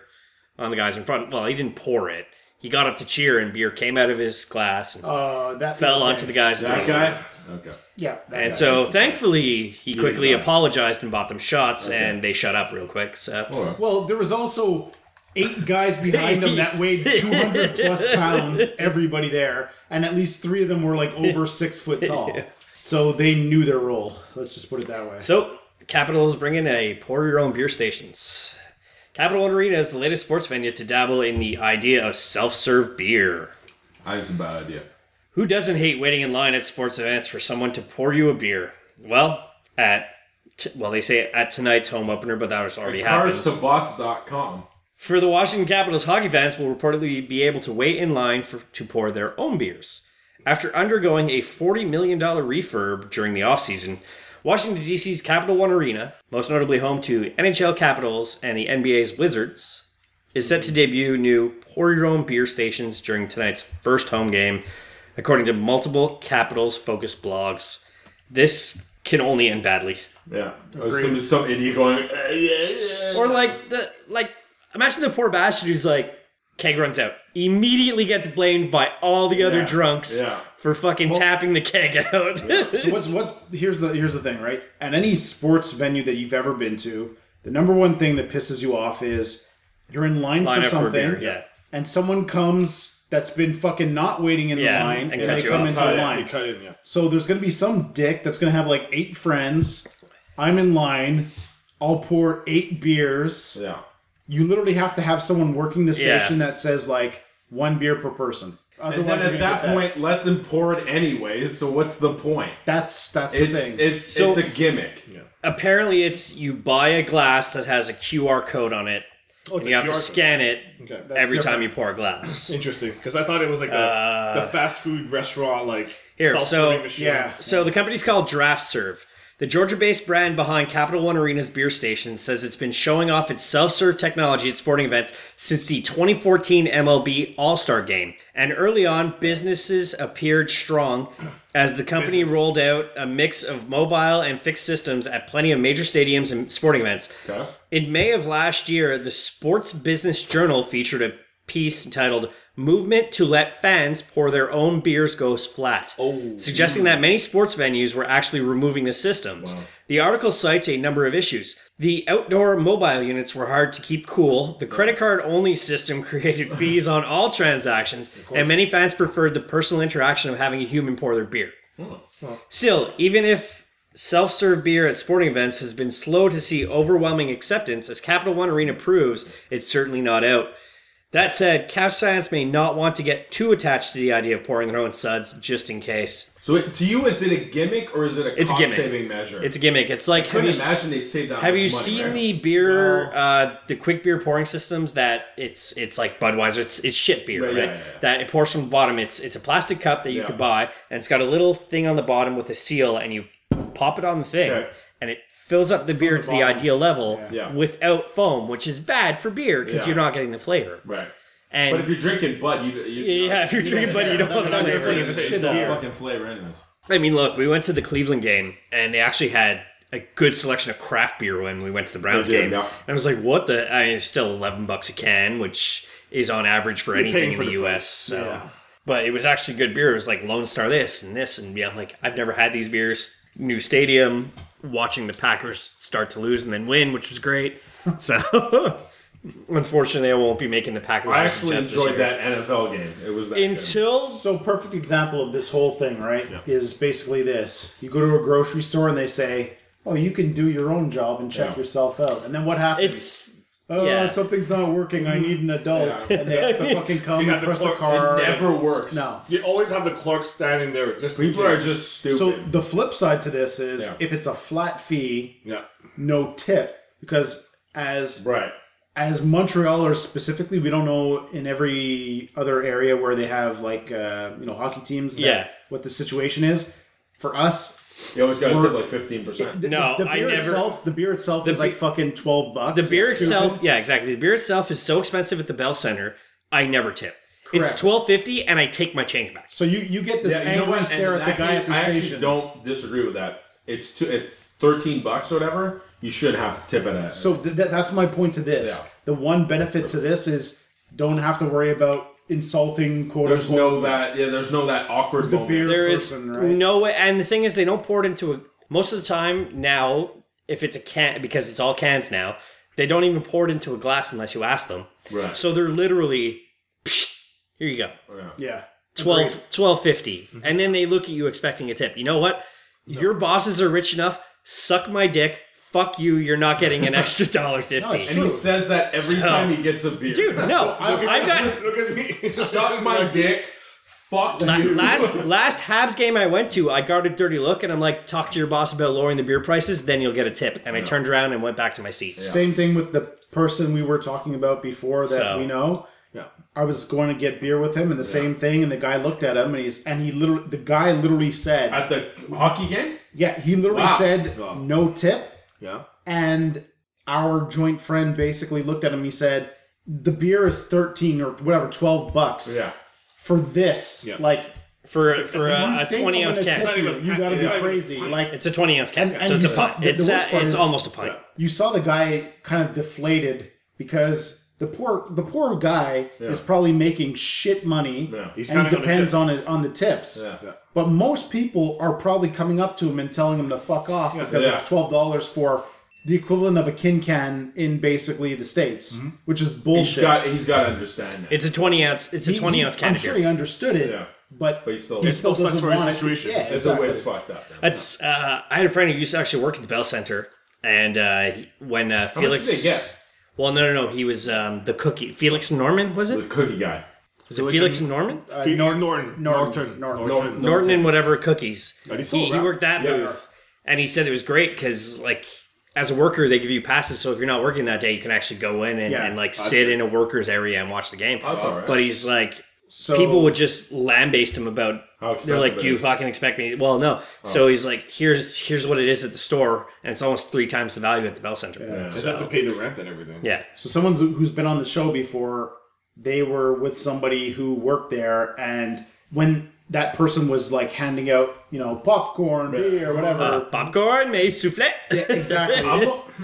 Speaker 9: on the guys in front. Well, he didn't pour it. He got up to cheer, and beer came out of his glass and
Speaker 8: Uh, that
Speaker 9: fell onto the guys. in
Speaker 2: Oh, that
Speaker 9: front.
Speaker 2: guy? Okay.
Speaker 8: Yeah, that
Speaker 9: And
Speaker 8: guy.
Speaker 9: so, thankfully, he quickly
Speaker 2: got it.
Speaker 9: apologized and bought them shots, and they shut up real quick. So.
Speaker 8: Well, there was also eight guys behind him that weighed 200 plus pounds, everybody there, and at least three of them were like over six foot tall. So they knew their role. Let's just put it that way.
Speaker 9: So, Capital is bringing a pour your own beer stations. Capital One Arena is the latest sports venue to dabble in the idea of self serve beer.
Speaker 2: I think it's a bad idea.
Speaker 9: Who doesn't hate waiting in line at sports events for someone to pour you a beer? Well, at t- well, they say at tonight's home opener, but that was already happened.
Speaker 2: CarsToBots.com.
Speaker 9: For the Washington Capitals, hockey fans will reportedly be able to wait in line for, to pour their own beers. After undergoing a $40 million refurb during the offseason, Washington, D.C.'s Capital One Arena, most notably home to NHL Capitals and the NBA's Wizards, is set to debut new pour your own beer stations during tonight's first home game, according to multiple Capitals focused blogs. This can only end badly.
Speaker 2: Yeah. Some, some idiot going, "Eh, yeah, yeah.
Speaker 9: Or like the like imagine the poor bastard who's like keg runs out. Immediately gets blamed by all the other
Speaker 2: Yeah,
Speaker 9: drunks
Speaker 2: yeah.
Speaker 9: for fucking tapping the keg out.
Speaker 8: So what's what here's the here's the thing, right? At any sports venue that you've ever been to, the number one thing that pisses you off is you're in line,
Speaker 9: Line
Speaker 8: for
Speaker 9: up for a
Speaker 8: something
Speaker 9: beer, yeah.
Speaker 8: and someone comes that's been fucking not waiting in
Speaker 9: Yeah,
Speaker 8: the line
Speaker 9: and
Speaker 8: and,
Speaker 9: cuts
Speaker 8: they
Speaker 9: you
Speaker 8: come
Speaker 9: off. Oh,
Speaker 8: into the line.
Speaker 1: You cut in, yeah.
Speaker 8: So there's gonna be some dick that's gonna have like eight friends. I'm in line. I'll pour eight beers.
Speaker 2: Yeah.
Speaker 8: You literally have to have someone working the
Speaker 9: Yeah.
Speaker 8: station that says like one beer per person. Otherwise,
Speaker 2: And then
Speaker 8: you're
Speaker 2: at
Speaker 8: gonna
Speaker 2: that
Speaker 8: get
Speaker 2: point, let them pour it anyways. So what's the point?
Speaker 8: that's that's
Speaker 2: It's
Speaker 8: the thing.
Speaker 2: it's
Speaker 9: So-
Speaker 2: it's a gimmick.
Speaker 9: Apparently it's you buy a glass that has a QR code on it. and
Speaker 1: it's
Speaker 9: you
Speaker 1: a
Speaker 9: have to
Speaker 1: QR code.
Speaker 9: scan it
Speaker 1: Okay. That's
Speaker 9: every
Speaker 8: different.
Speaker 9: time you pour a glass.
Speaker 1: interesting because I thought it was like the, the fast food restaurant, like
Speaker 9: Here,
Speaker 1: self-serving
Speaker 9: so-
Speaker 1: machine.
Speaker 8: yeah.
Speaker 9: So the company's called Draft Serve. The Georgia-based brand behind Capital One Arena's beer station says it's been showing off its self-serve technology at sporting events since the 2014 MLB All-Star Game. And early on, businesses appeared strong as the company rolled out a mix of mobile and fixed systems at plenty of major stadiums and sporting events. In May of last year, the Sports Business Journal featured a piece entitled Movement to Let Fans Pour Their Own Beers Goes Flat, suggesting that many sports venues were actually removing the systems. The article cites a number of issues. The outdoor mobile units were hard to keep cool, the credit card only system created fees on all transactions, and many fans preferred the personal interaction of having a human pour their beer. Still, even if self serve beer at sporting events has been slow to see overwhelming acceptance, as Capital One Arena proves, it's certainly not out. That said, couch science may not want to get too attached to the idea of pouring their own suds just in case.
Speaker 2: So it, to you, is it a gimmick or is it a
Speaker 9: It's a gimmick.
Speaker 2: cost-saving measure?
Speaker 9: It's a gimmick. It's like
Speaker 2: I
Speaker 9: have
Speaker 2: couldn't
Speaker 9: you
Speaker 2: imagine
Speaker 9: s-
Speaker 2: they saved that
Speaker 9: Have
Speaker 2: much
Speaker 9: you
Speaker 2: money,
Speaker 9: seen
Speaker 2: right?
Speaker 9: the beer, uh, the quick beer pouring systems that it's it's like Budweiser, it's it's shit beer,
Speaker 2: Right,
Speaker 9: right?
Speaker 2: yeah, yeah, yeah.
Speaker 9: That it pours from the bottom. It's it's a plastic cup that you
Speaker 2: Yeah.
Speaker 9: could buy, and it's got a little thing on the bottom with a seal, and you pop it on the thing,
Speaker 2: Okay.
Speaker 9: and it fills up the beer to the ideal level
Speaker 2: Yeah. Yeah.
Speaker 9: without foam, which is bad for beer because
Speaker 2: Yeah.
Speaker 9: you're not getting the flavor.
Speaker 2: Right.
Speaker 9: And
Speaker 2: but if you're drinking Bud, you, you
Speaker 9: Yeah, if you're drinking Bud, you don't want the
Speaker 2: That's
Speaker 9: flavor.
Speaker 2: different.
Speaker 9: It's
Speaker 2: It's
Speaker 9: shit
Speaker 2: all
Speaker 9: beer.
Speaker 2: fucking flavor, anyways.
Speaker 9: I mean, look, we went to the Cleveland game, and they actually had a good selection of craft beer when we went to the Browns
Speaker 2: They did,
Speaker 9: game.
Speaker 2: yeah.
Speaker 9: And I was like, "What the?" I mean, it's still eleven bucks a can, which is on average for
Speaker 2: You're
Speaker 9: anything
Speaker 2: paying
Speaker 9: in
Speaker 2: for
Speaker 9: the,
Speaker 2: the
Speaker 9: U.S.
Speaker 2: price,
Speaker 9: So,
Speaker 2: yeah.
Speaker 9: but it was actually good beer. It was like Lone Star this and this, and yeah, I'm like, I've never had these beers. New stadium, watching the Packers start to lose and then win, which was great. So, unfortunately, I won't be making the Packers.
Speaker 2: I
Speaker 9: versus
Speaker 2: actually
Speaker 9: Jets this
Speaker 2: enjoyed
Speaker 9: year.
Speaker 2: that NFL game. It was that
Speaker 9: until
Speaker 8: so perfect example of this whole thing right is basically this you go to a grocery store and they say oh you can do your own job and check
Speaker 2: Yeah.
Speaker 8: yourself out and then what happens it's oh
Speaker 2: yeah.
Speaker 8: something's not working i need an adult
Speaker 10: Yeah.
Speaker 8: and they have to fucking come and
Speaker 10: You have the
Speaker 8: press
Speaker 10: clerk-
Speaker 8: a car
Speaker 10: it never
Speaker 2: works
Speaker 8: no
Speaker 10: You always have the clerk standing there. Just in
Speaker 8: People are
Speaker 10: case.
Speaker 2: just
Speaker 8: so the flip side to this is
Speaker 10: Yeah.
Speaker 8: if it's a flat fee
Speaker 10: yeah.
Speaker 8: no tip because as
Speaker 10: right
Speaker 8: as Montrealers specifically, we don't know in every other area where they have like uh, you know hockey teams. that-
Speaker 9: Yeah.
Speaker 8: what the situation is for us.
Speaker 2: You always gotta
Speaker 8: we're-
Speaker 2: tip like fifteen percent.
Speaker 8: The,
Speaker 9: No,
Speaker 8: the beer
Speaker 9: I never-
Speaker 8: itself. The beer itself is like fucking twelve bucks.
Speaker 9: The beer
Speaker 8: It's stupid.
Speaker 9: itself, yeah, exactly. The beer itself is so expensive at the Bell Center. I never tip. It's
Speaker 8: Correct.
Speaker 9: twelve fifty, and I take my change back.
Speaker 8: So you you get this
Speaker 2: Yeah, you know
Speaker 8: angry
Speaker 2: what? And
Speaker 8: stare
Speaker 2: in
Speaker 8: at the
Speaker 2: that
Speaker 8: guy
Speaker 2: case,
Speaker 8: at the
Speaker 2: I actually
Speaker 8: station.
Speaker 2: don't disagree with that. It's two, it's thirteen bucks or whatever. You should have to tip it at.
Speaker 8: So th- th- that's my point to this.
Speaker 2: Yeah.
Speaker 8: The one benefit to this is don't have to worry about insulting quote
Speaker 2: There's
Speaker 8: unquote.
Speaker 2: no that yeah. There's no that awkward moment.
Speaker 8: beer
Speaker 9: There is
Speaker 8: person,
Speaker 9: no way. And the thing is, they don't pour it into a. Most of the time now, if it's a can, because it's all cans now, they don't even pour it into a glass unless you ask them.
Speaker 2: Right.
Speaker 9: So they're literally, "Psh, here you go,
Speaker 8: yeah.
Speaker 9: 12,
Speaker 8: Agreed.
Speaker 9: 1250 and then they look at you expecting a tip. You know what? Your bosses are rich enough. Suck my dick. Fuck you. You're not getting an extra dollar fifty.
Speaker 2: and he says that every
Speaker 9: So-
Speaker 2: time he gets a beer.
Speaker 9: Dude, no,
Speaker 2: Look at
Speaker 9: I've
Speaker 2: this,
Speaker 9: got-
Speaker 2: Look at me. Suck my dick. Fuck
Speaker 9: La-
Speaker 2: you.
Speaker 9: last last Habs game I went to, I got a dirty look, and I'm like, "Talk to your boss about lowering the beer prices, then you'll get a tip." And I turned around and went back to my seat.
Speaker 8: Same thing with the person we were talking about before that
Speaker 9: So-
Speaker 8: we know.
Speaker 2: Yeah.
Speaker 8: I was going to get beer with him, and the same thing. And the guy looked at him, and he's and he literally the guy literally said
Speaker 2: at the hockey game.
Speaker 8: yeah he literally
Speaker 2: Wow.
Speaker 8: said
Speaker 2: Wow.
Speaker 8: no tip.
Speaker 10: Yeah.
Speaker 8: And our joint friend basically looked at him. He said the beer is thirteen or whatever twelve bucks.
Speaker 2: Yeah.
Speaker 8: For this,
Speaker 2: Yeah.
Speaker 8: like
Speaker 9: For
Speaker 8: It's a-
Speaker 9: for
Speaker 8: it's a- you
Speaker 9: a, a
Speaker 8: think I'm
Speaker 9: twenty ounce
Speaker 8: gonna
Speaker 9: can,
Speaker 8: tip It's not you. even- You gotta it's be not even crazy, pint. like-
Speaker 9: it's a twenty ounce can,
Speaker 8: And-
Speaker 9: so
Speaker 8: and
Speaker 9: it's a
Speaker 8: you
Speaker 9: pint.
Speaker 8: saw- the-
Speaker 9: it's
Speaker 8: the
Speaker 9: a-
Speaker 8: worst part
Speaker 9: it's
Speaker 8: is-
Speaker 9: almost a pint.
Speaker 8: you saw the guy kind of deflated because the poor the poor guy is probably making shit money
Speaker 10: He's
Speaker 8: and
Speaker 10: counting on the
Speaker 8: depends
Speaker 10: tip.
Speaker 8: on it on the tips. But most people are probably coming up to him and telling him to fuck off because
Speaker 2: Yeah.
Speaker 8: it's twelve dollars for the equivalent of a kin can in basically the states, which is
Speaker 2: Mm-hmm. He's
Speaker 8: bullshit.
Speaker 2: got. He's got to understand that.
Speaker 9: It's a twenty ounce. It's a
Speaker 8: He-
Speaker 9: twenty
Speaker 8: he-
Speaker 9: ounce can.
Speaker 8: I'm
Speaker 9: of
Speaker 8: sure
Speaker 9: beer.
Speaker 8: he understood it, but
Speaker 2: But he still.
Speaker 8: he
Speaker 2: It
Speaker 8: still,
Speaker 2: still
Speaker 8: doesn't
Speaker 2: sucks for his
Speaker 8: want it.
Speaker 2: situation.
Speaker 8: Yeah,
Speaker 2: It's the
Speaker 8: exactly.
Speaker 2: way it's fucked up.
Speaker 9: That's uh, I had a friend who used to actually work at the Bell Center, and uh, he- when uh,
Speaker 2: How much
Speaker 9: Felix,
Speaker 2: did they get?
Speaker 9: well, no, no, no, he was um, the cookie. Felix Norman was it? The
Speaker 2: cookie guy.
Speaker 9: Was it Felix and Norman?
Speaker 10: Uh, Fe- Norton. Norton. Norton. Norton.
Speaker 9: Norton, and whatever cookies.
Speaker 10: But he's still
Speaker 9: he, he
Speaker 10: around.
Speaker 9: worked that
Speaker 10: Yeah.
Speaker 9: booth, and he said it was great because like. As a worker, they give you passes, so if you're not working that day, you can actually go in and,
Speaker 8: Yeah.
Speaker 9: and like
Speaker 8: That's
Speaker 9: sit in a worker's area and watch the game.
Speaker 2: That's all right.
Speaker 9: But he's like,
Speaker 8: So-
Speaker 9: people would just lambaste him about. They're like,
Speaker 2: expensive it
Speaker 9: "Do you
Speaker 2: is."
Speaker 9: fucking expect me?" Well, no. So he's like, "Here's here's what it is at the store, and it's almost three times the value at the Bell Center."
Speaker 10: Just have to pay the rent and everything.
Speaker 9: Yeah.
Speaker 8: So someone who's been on the show before, they were with somebody who worked there, and when that person was like handing out, you know, popcorn, beer, whatever,
Speaker 9: Uh,
Speaker 2: Uh-huh.
Speaker 9: popcorn, may souffle.
Speaker 8: yeah, exactly,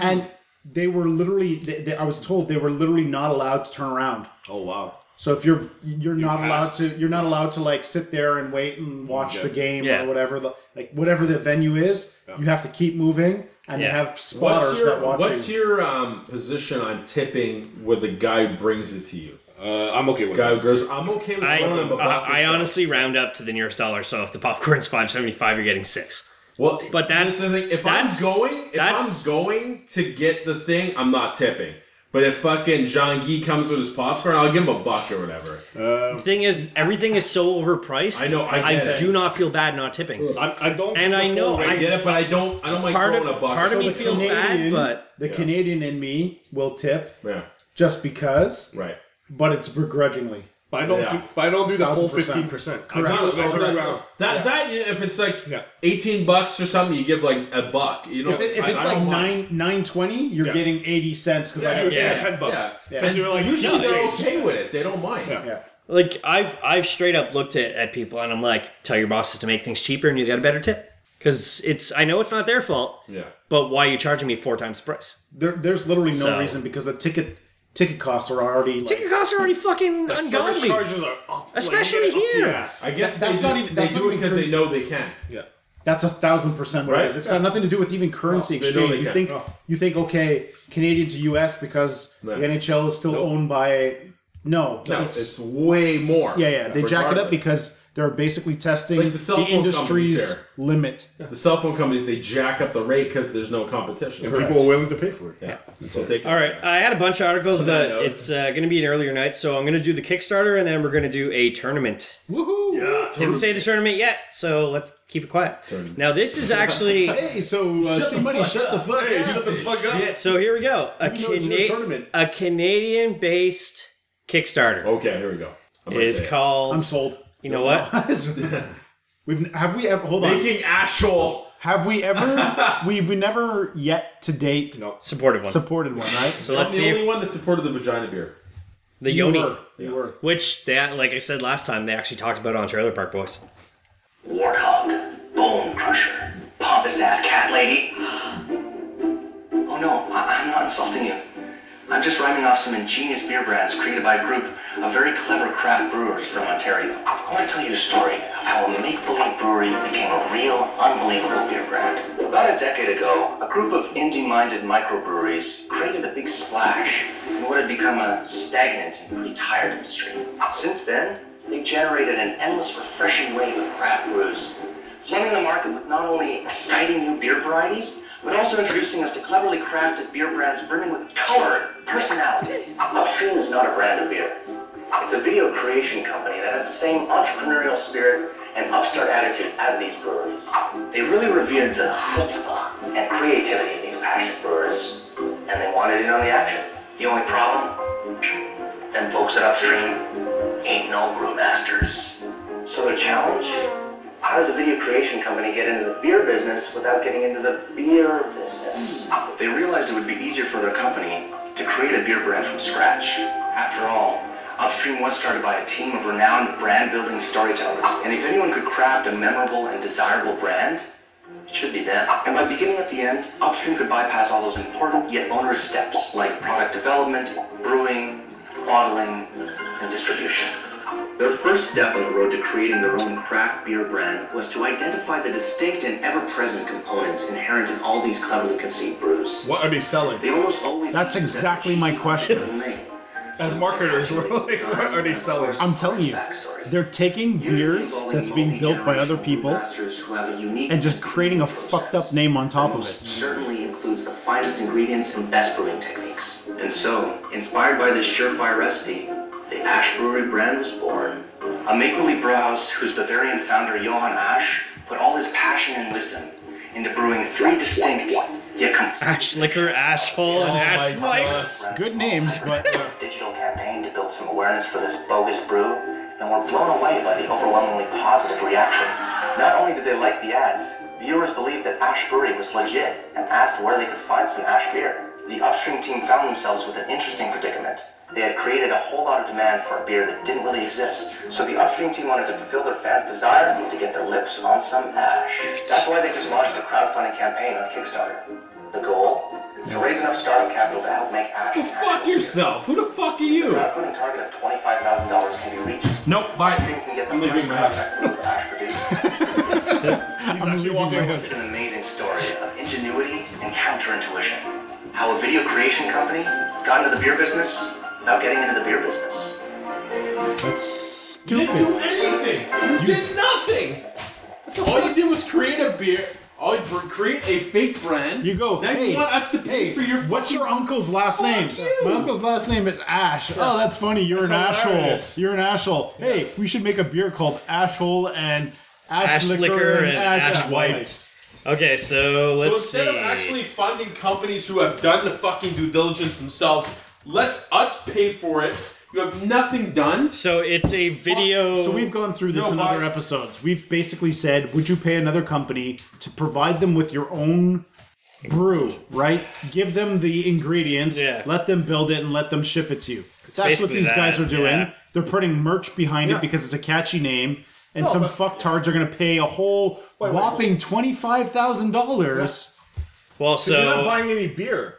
Speaker 8: and they were literally, they, they, I was told they were literally not allowed to turn around.
Speaker 10: Oh wow.
Speaker 8: So if you're you're not
Speaker 10: pass.
Speaker 8: allowed to you're not allowed to like sit there and wait and watch
Speaker 10: Yeah.
Speaker 8: the game
Speaker 10: Yeah.
Speaker 8: or whatever the like whatever the venue is, you have to keep moving and they
Speaker 2: Yeah.
Speaker 8: have spotters
Speaker 2: What's your,
Speaker 8: that watch
Speaker 2: what's
Speaker 8: you.
Speaker 2: your um, position on tipping where the guy who brings it to you?
Speaker 10: Uh, I'm okay with
Speaker 2: guy
Speaker 10: that.
Speaker 2: Who goes, I'm okay with
Speaker 9: I,
Speaker 2: one of them.
Speaker 9: uh, I honestly round up to the nearest dollar, so if the popcorn's five seventy five, you're getting six.
Speaker 2: Well,
Speaker 9: but
Speaker 2: That's
Speaker 9: that's
Speaker 2: the thing. If I'm
Speaker 9: that's-
Speaker 2: going, if
Speaker 9: that's-
Speaker 2: I'm going to get the thing, I'm not tipping. But if fucking John Gee comes with his popcorn, I'll give him a buck or whatever.
Speaker 9: the thing is, everything is so overpriced.
Speaker 2: I know, I get it.
Speaker 9: do not feel bad not tipping.
Speaker 2: I-
Speaker 8: I don't
Speaker 9: And I know.
Speaker 2: I get it, but I don't. I don't like
Speaker 9: Part of-
Speaker 2: throwing a buck.
Speaker 9: part of
Speaker 2: So
Speaker 9: me
Speaker 2: the
Speaker 9: feels bad,
Speaker 8: Canadian-
Speaker 9: but-
Speaker 8: the Canadian in me will tip.
Speaker 2: Yeah.
Speaker 8: Just because.
Speaker 2: Right.
Speaker 8: But it's begrudgingly.
Speaker 10: But I don't do- but I don't do the full 15%. I
Speaker 8: Correct.
Speaker 10: do it like-
Speaker 2: Correct.
Speaker 10: around.
Speaker 2: That that if it's like eighteen bucks or something, you give like a buck. You know,
Speaker 8: If, it, if
Speaker 2: I-
Speaker 8: it's
Speaker 2: I
Speaker 8: like
Speaker 2: don't mind.
Speaker 8: nine nine twenty, you're
Speaker 2: Yeah.
Speaker 8: getting eighty cents because I
Speaker 2: Yeah,
Speaker 8: don't
Speaker 2: yeah,
Speaker 8: tip.
Speaker 2: yeah, yeah.
Speaker 8: Yeah.
Speaker 2: And usually they're okay with it. They don't mind.
Speaker 8: Yeah.
Speaker 9: Like I've I've straight up looked at, at people and I'm like, tell your bosses to make things cheaper and you get a better tip. Because it's I know it's not their fault,
Speaker 2: Yeah.
Speaker 9: but why are you charging me four times the price?
Speaker 8: There, there's literally no
Speaker 9: So-
Speaker 8: reason because the ticket ticket costs are already like,
Speaker 9: Ticket costs are already fucking
Speaker 8: The service
Speaker 9: ungodly.
Speaker 8: charges are up,
Speaker 10: like, "Oh,
Speaker 9: especially
Speaker 10: up to
Speaker 9: here.
Speaker 10: your ass.
Speaker 2: I guess
Speaker 8: That- that's
Speaker 2: they,
Speaker 8: not
Speaker 2: just,
Speaker 8: even-
Speaker 2: they
Speaker 8: that's not
Speaker 2: do it
Speaker 8: even
Speaker 2: because
Speaker 8: cur-
Speaker 2: they know they can.
Speaker 10: Yeah.
Speaker 8: That's a thousand percent what
Speaker 2: Right?
Speaker 8: it is. It's got nothing to do with even currency
Speaker 2: No, they know
Speaker 8: exchange.
Speaker 2: they
Speaker 8: You
Speaker 2: can't.
Speaker 8: think
Speaker 2: No.
Speaker 8: you think okay, Canadian to U.S. because
Speaker 2: Yeah.
Speaker 8: the NHL is still owned by no,
Speaker 2: No, it's, way more.
Speaker 8: yeah, yeah. They jack it up
Speaker 2: regardless.
Speaker 8: because they're basically testing
Speaker 2: Like the cell phone companies
Speaker 8: industry's
Speaker 2: here.
Speaker 8: limit.
Speaker 2: the cell phone companies they jack up the rate because there's no competition.
Speaker 8: And people are
Speaker 10: willing to pay for it.
Speaker 2: Yeah, so take
Speaker 9: All right, I had a bunch of articles, but
Speaker 2: note.
Speaker 9: it's uh, going to be an earlier night, so I'm going to do the Kickstarter and then we're going to do a tournament.
Speaker 8: Woohoo!
Speaker 2: Yeah,
Speaker 9: Didn't say the tournament yet, so let's keep it quiet. Now this is actually
Speaker 8: hey, so uh, somebody shut the fuck up. Shut the fuck up.
Speaker 9: So here we go. A,
Speaker 8: Even though it's your
Speaker 9: Cana-
Speaker 8: tournament. Oh,
Speaker 9: a Canadian based Kickstarter.
Speaker 2: Okay, here we go. I'm gonna
Speaker 9: is
Speaker 2: say it.
Speaker 9: called.
Speaker 8: I'm sold.
Speaker 9: You know what?
Speaker 8: We've have we ever hold on?
Speaker 2: Making actual
Speaker 8: Have we ever? we've never yet to date
Speaker 9: Supported one.
Speaker 8: supported one, right?
Speaker 9: so let's
Speaker 2: the
Speaker 9: see
Speaker 2: only
Speaker 9: if
Speaker 2: one that supported the vagina beer.
Speaker 9: the Yoni,
Speaker 8: You were. You were.
Speaker 9: which they like I said last time, they actually talked about it on Trailer Park Boys.
Speaker 14: Warthog, Bone Crusher, Pompous Ass Cat Lady. Oh no, I- I'm not insulting you. I'm just rhyming off some ingenious beer brands created by a group of very clever craft brewers from Ontario. I want to tell you a story of how a make-believe brewery became a real, unbelievable beer brand. About a decade ago, a group of indie-minded microbreweries created a big splash in what had become a stagnant and pretty tired industry. Since then, they generated an endless, refreshing wave of craft brews, flooding the market with not only exciting new beer varieties, but also introducing us to cleverly crafted beer brands brimming with color and personality. Upstream is not a brand of beer. It's a video creation company that has the same entrepreneurial spirit and upstart attitude as these breweries. They really revered the chutzpah and creativity of these passionate brewers, and they wanted in on the action. The only problem? Them folks at Upstream ain't no brewmasters. So their challenge? How does a video creation company get into the beer business without getting into the beer business? Hmm. They realized it would be easier for their company to create a beer brand from scratch. After all, Upstream was started by a team of renowned brand building storytellers, and if anyone could craft a memorable and desirable brand, it should be them. And by beginning at the end, Upstream could bypass all those important yet onerous steps like product development, brewing, bottling, and distribution. Their first step on the road to creating their own craft beer brand was to identify the distinct and ever-present components inherent in all these cleverly conceived brews.
Speaker 10: What are they selling?
Speaker 14: They almost always
Speaker 8: That's exactly my question.
Speaker 10: As marketers, we're like, what are they selling?
Speaker 8: I'm telling you, they're taking beers that's being built by other people and just creating a fucked up name on top of it.
Speaker 14: certainly includes the finest ingredients and best brewing techniques. And so, inspired by this surefire recipe, the Ash Brewery brand was born. A make-believe brewhouse whose Bavarian founder Johann Ash put all his passion and wisdom into brewing three distinct yet complete
Speaker 9: Ash liquor, ash hole,
Speaker 8: Oh
Speaker 9: and ash lights.
Speaker 8: Good names, but
Speaker 14: digital campaign to build some awareness for this bogus brew, and were blown away by the overwhelmingly positive reaction. Not only did they like the ads, viewers believed that Ash Brewery was legit and asked where they could find some Ash beer. The upstream team found themselves with an interesting predicament. They had created a whole lot of demand for a beer that didn't really exist, so the upstream team wanted to fulfill their fans' desire to get their lips on some ash. That's why they just launched a crowdfunding campaign on Kickstarter. The goal? To raise enough startup capital to help make Ash an actual
Speaker 2: Fuck yourself. Who the fuck are you?
Speaker 14: Crowdfunding target of twenty-five thousand dollars can be reached.
Speaker 2: Nope. Bye.
Speaker 14: Upstream can get the
Speaker 2: I'm leaving
Speaker 14: first
Speaker 2: my
Speaker 14: contract with Ash produced.
Speaker 8: He's actually walking
Speaker 14: It's an amazing story of ingenuity and counterintuition. How a video creation company got into the beer business without getting into the beer business.
Speaker 8: That's stupid.
Speaker 2: anything. You, did nothing. All you did was create a beer. I'll br- create a fake brand.
Speaker 8: You go.
Speaker 2: Now
Speaker 8: hey,
Speaker 2: you want us to pay
Speaker 8: hey,
Speaker 2: for your
Speaker 8: What's your uncle's last name?
Speaker 2: you.
Speaker 8: My uncle's last name is Ash. Oh, that's funny. You're
Speaker 2: That's
Speaker 8: an
Speaker 2: hilarious.
Speaker 8: asshole. You're an asshole. Hey, we should make a beer called Ashhole and Ash,
Speaker 9: Ash
Speaker 8: liquor,
Speaker 9: and Ash, White. Okay, so
Speaker 2: So
Speaker 9: let's
Speaker 2: instead
Speaker 9: see.
Speaker 2: of actually funding companies who have done the fucking due diligence themselves, let's us pay for it. You have nothing done.
Speaker 9: So it's a video.
Speaker 8: So we've gone through this
Speaker 2: No,
Speaker 8: in other episodes. We've basically said, would you pay another company to provide them with your own brew, right? Give them the ingredients,
Speaker 9: Yeah.
Speaker 8: let them build it, and let them ship it to you. That's what
Speaker 9: basically
Speaker 8: these guys
Speaker 9: that,
Speaker 8: are doing.
Speaker 9: yeah.
Speaker 8: They're putting merch behind
Speaker 9: Yeah.
Speaker 8: it because it's a catchy name, and
Speaker 9: No,
Speaker 8: some
Speaker 9: but-
Speaker 8: fucktards are going to pay a whole
Speaker 9: wait.
Speaker 8: whopping twenty-five thousand dollars.
Speaker 9: well,
Speaker 8: 'Cause you're not
Speaker 9: so
Speaker 8: buying
Speaker 9: any beer.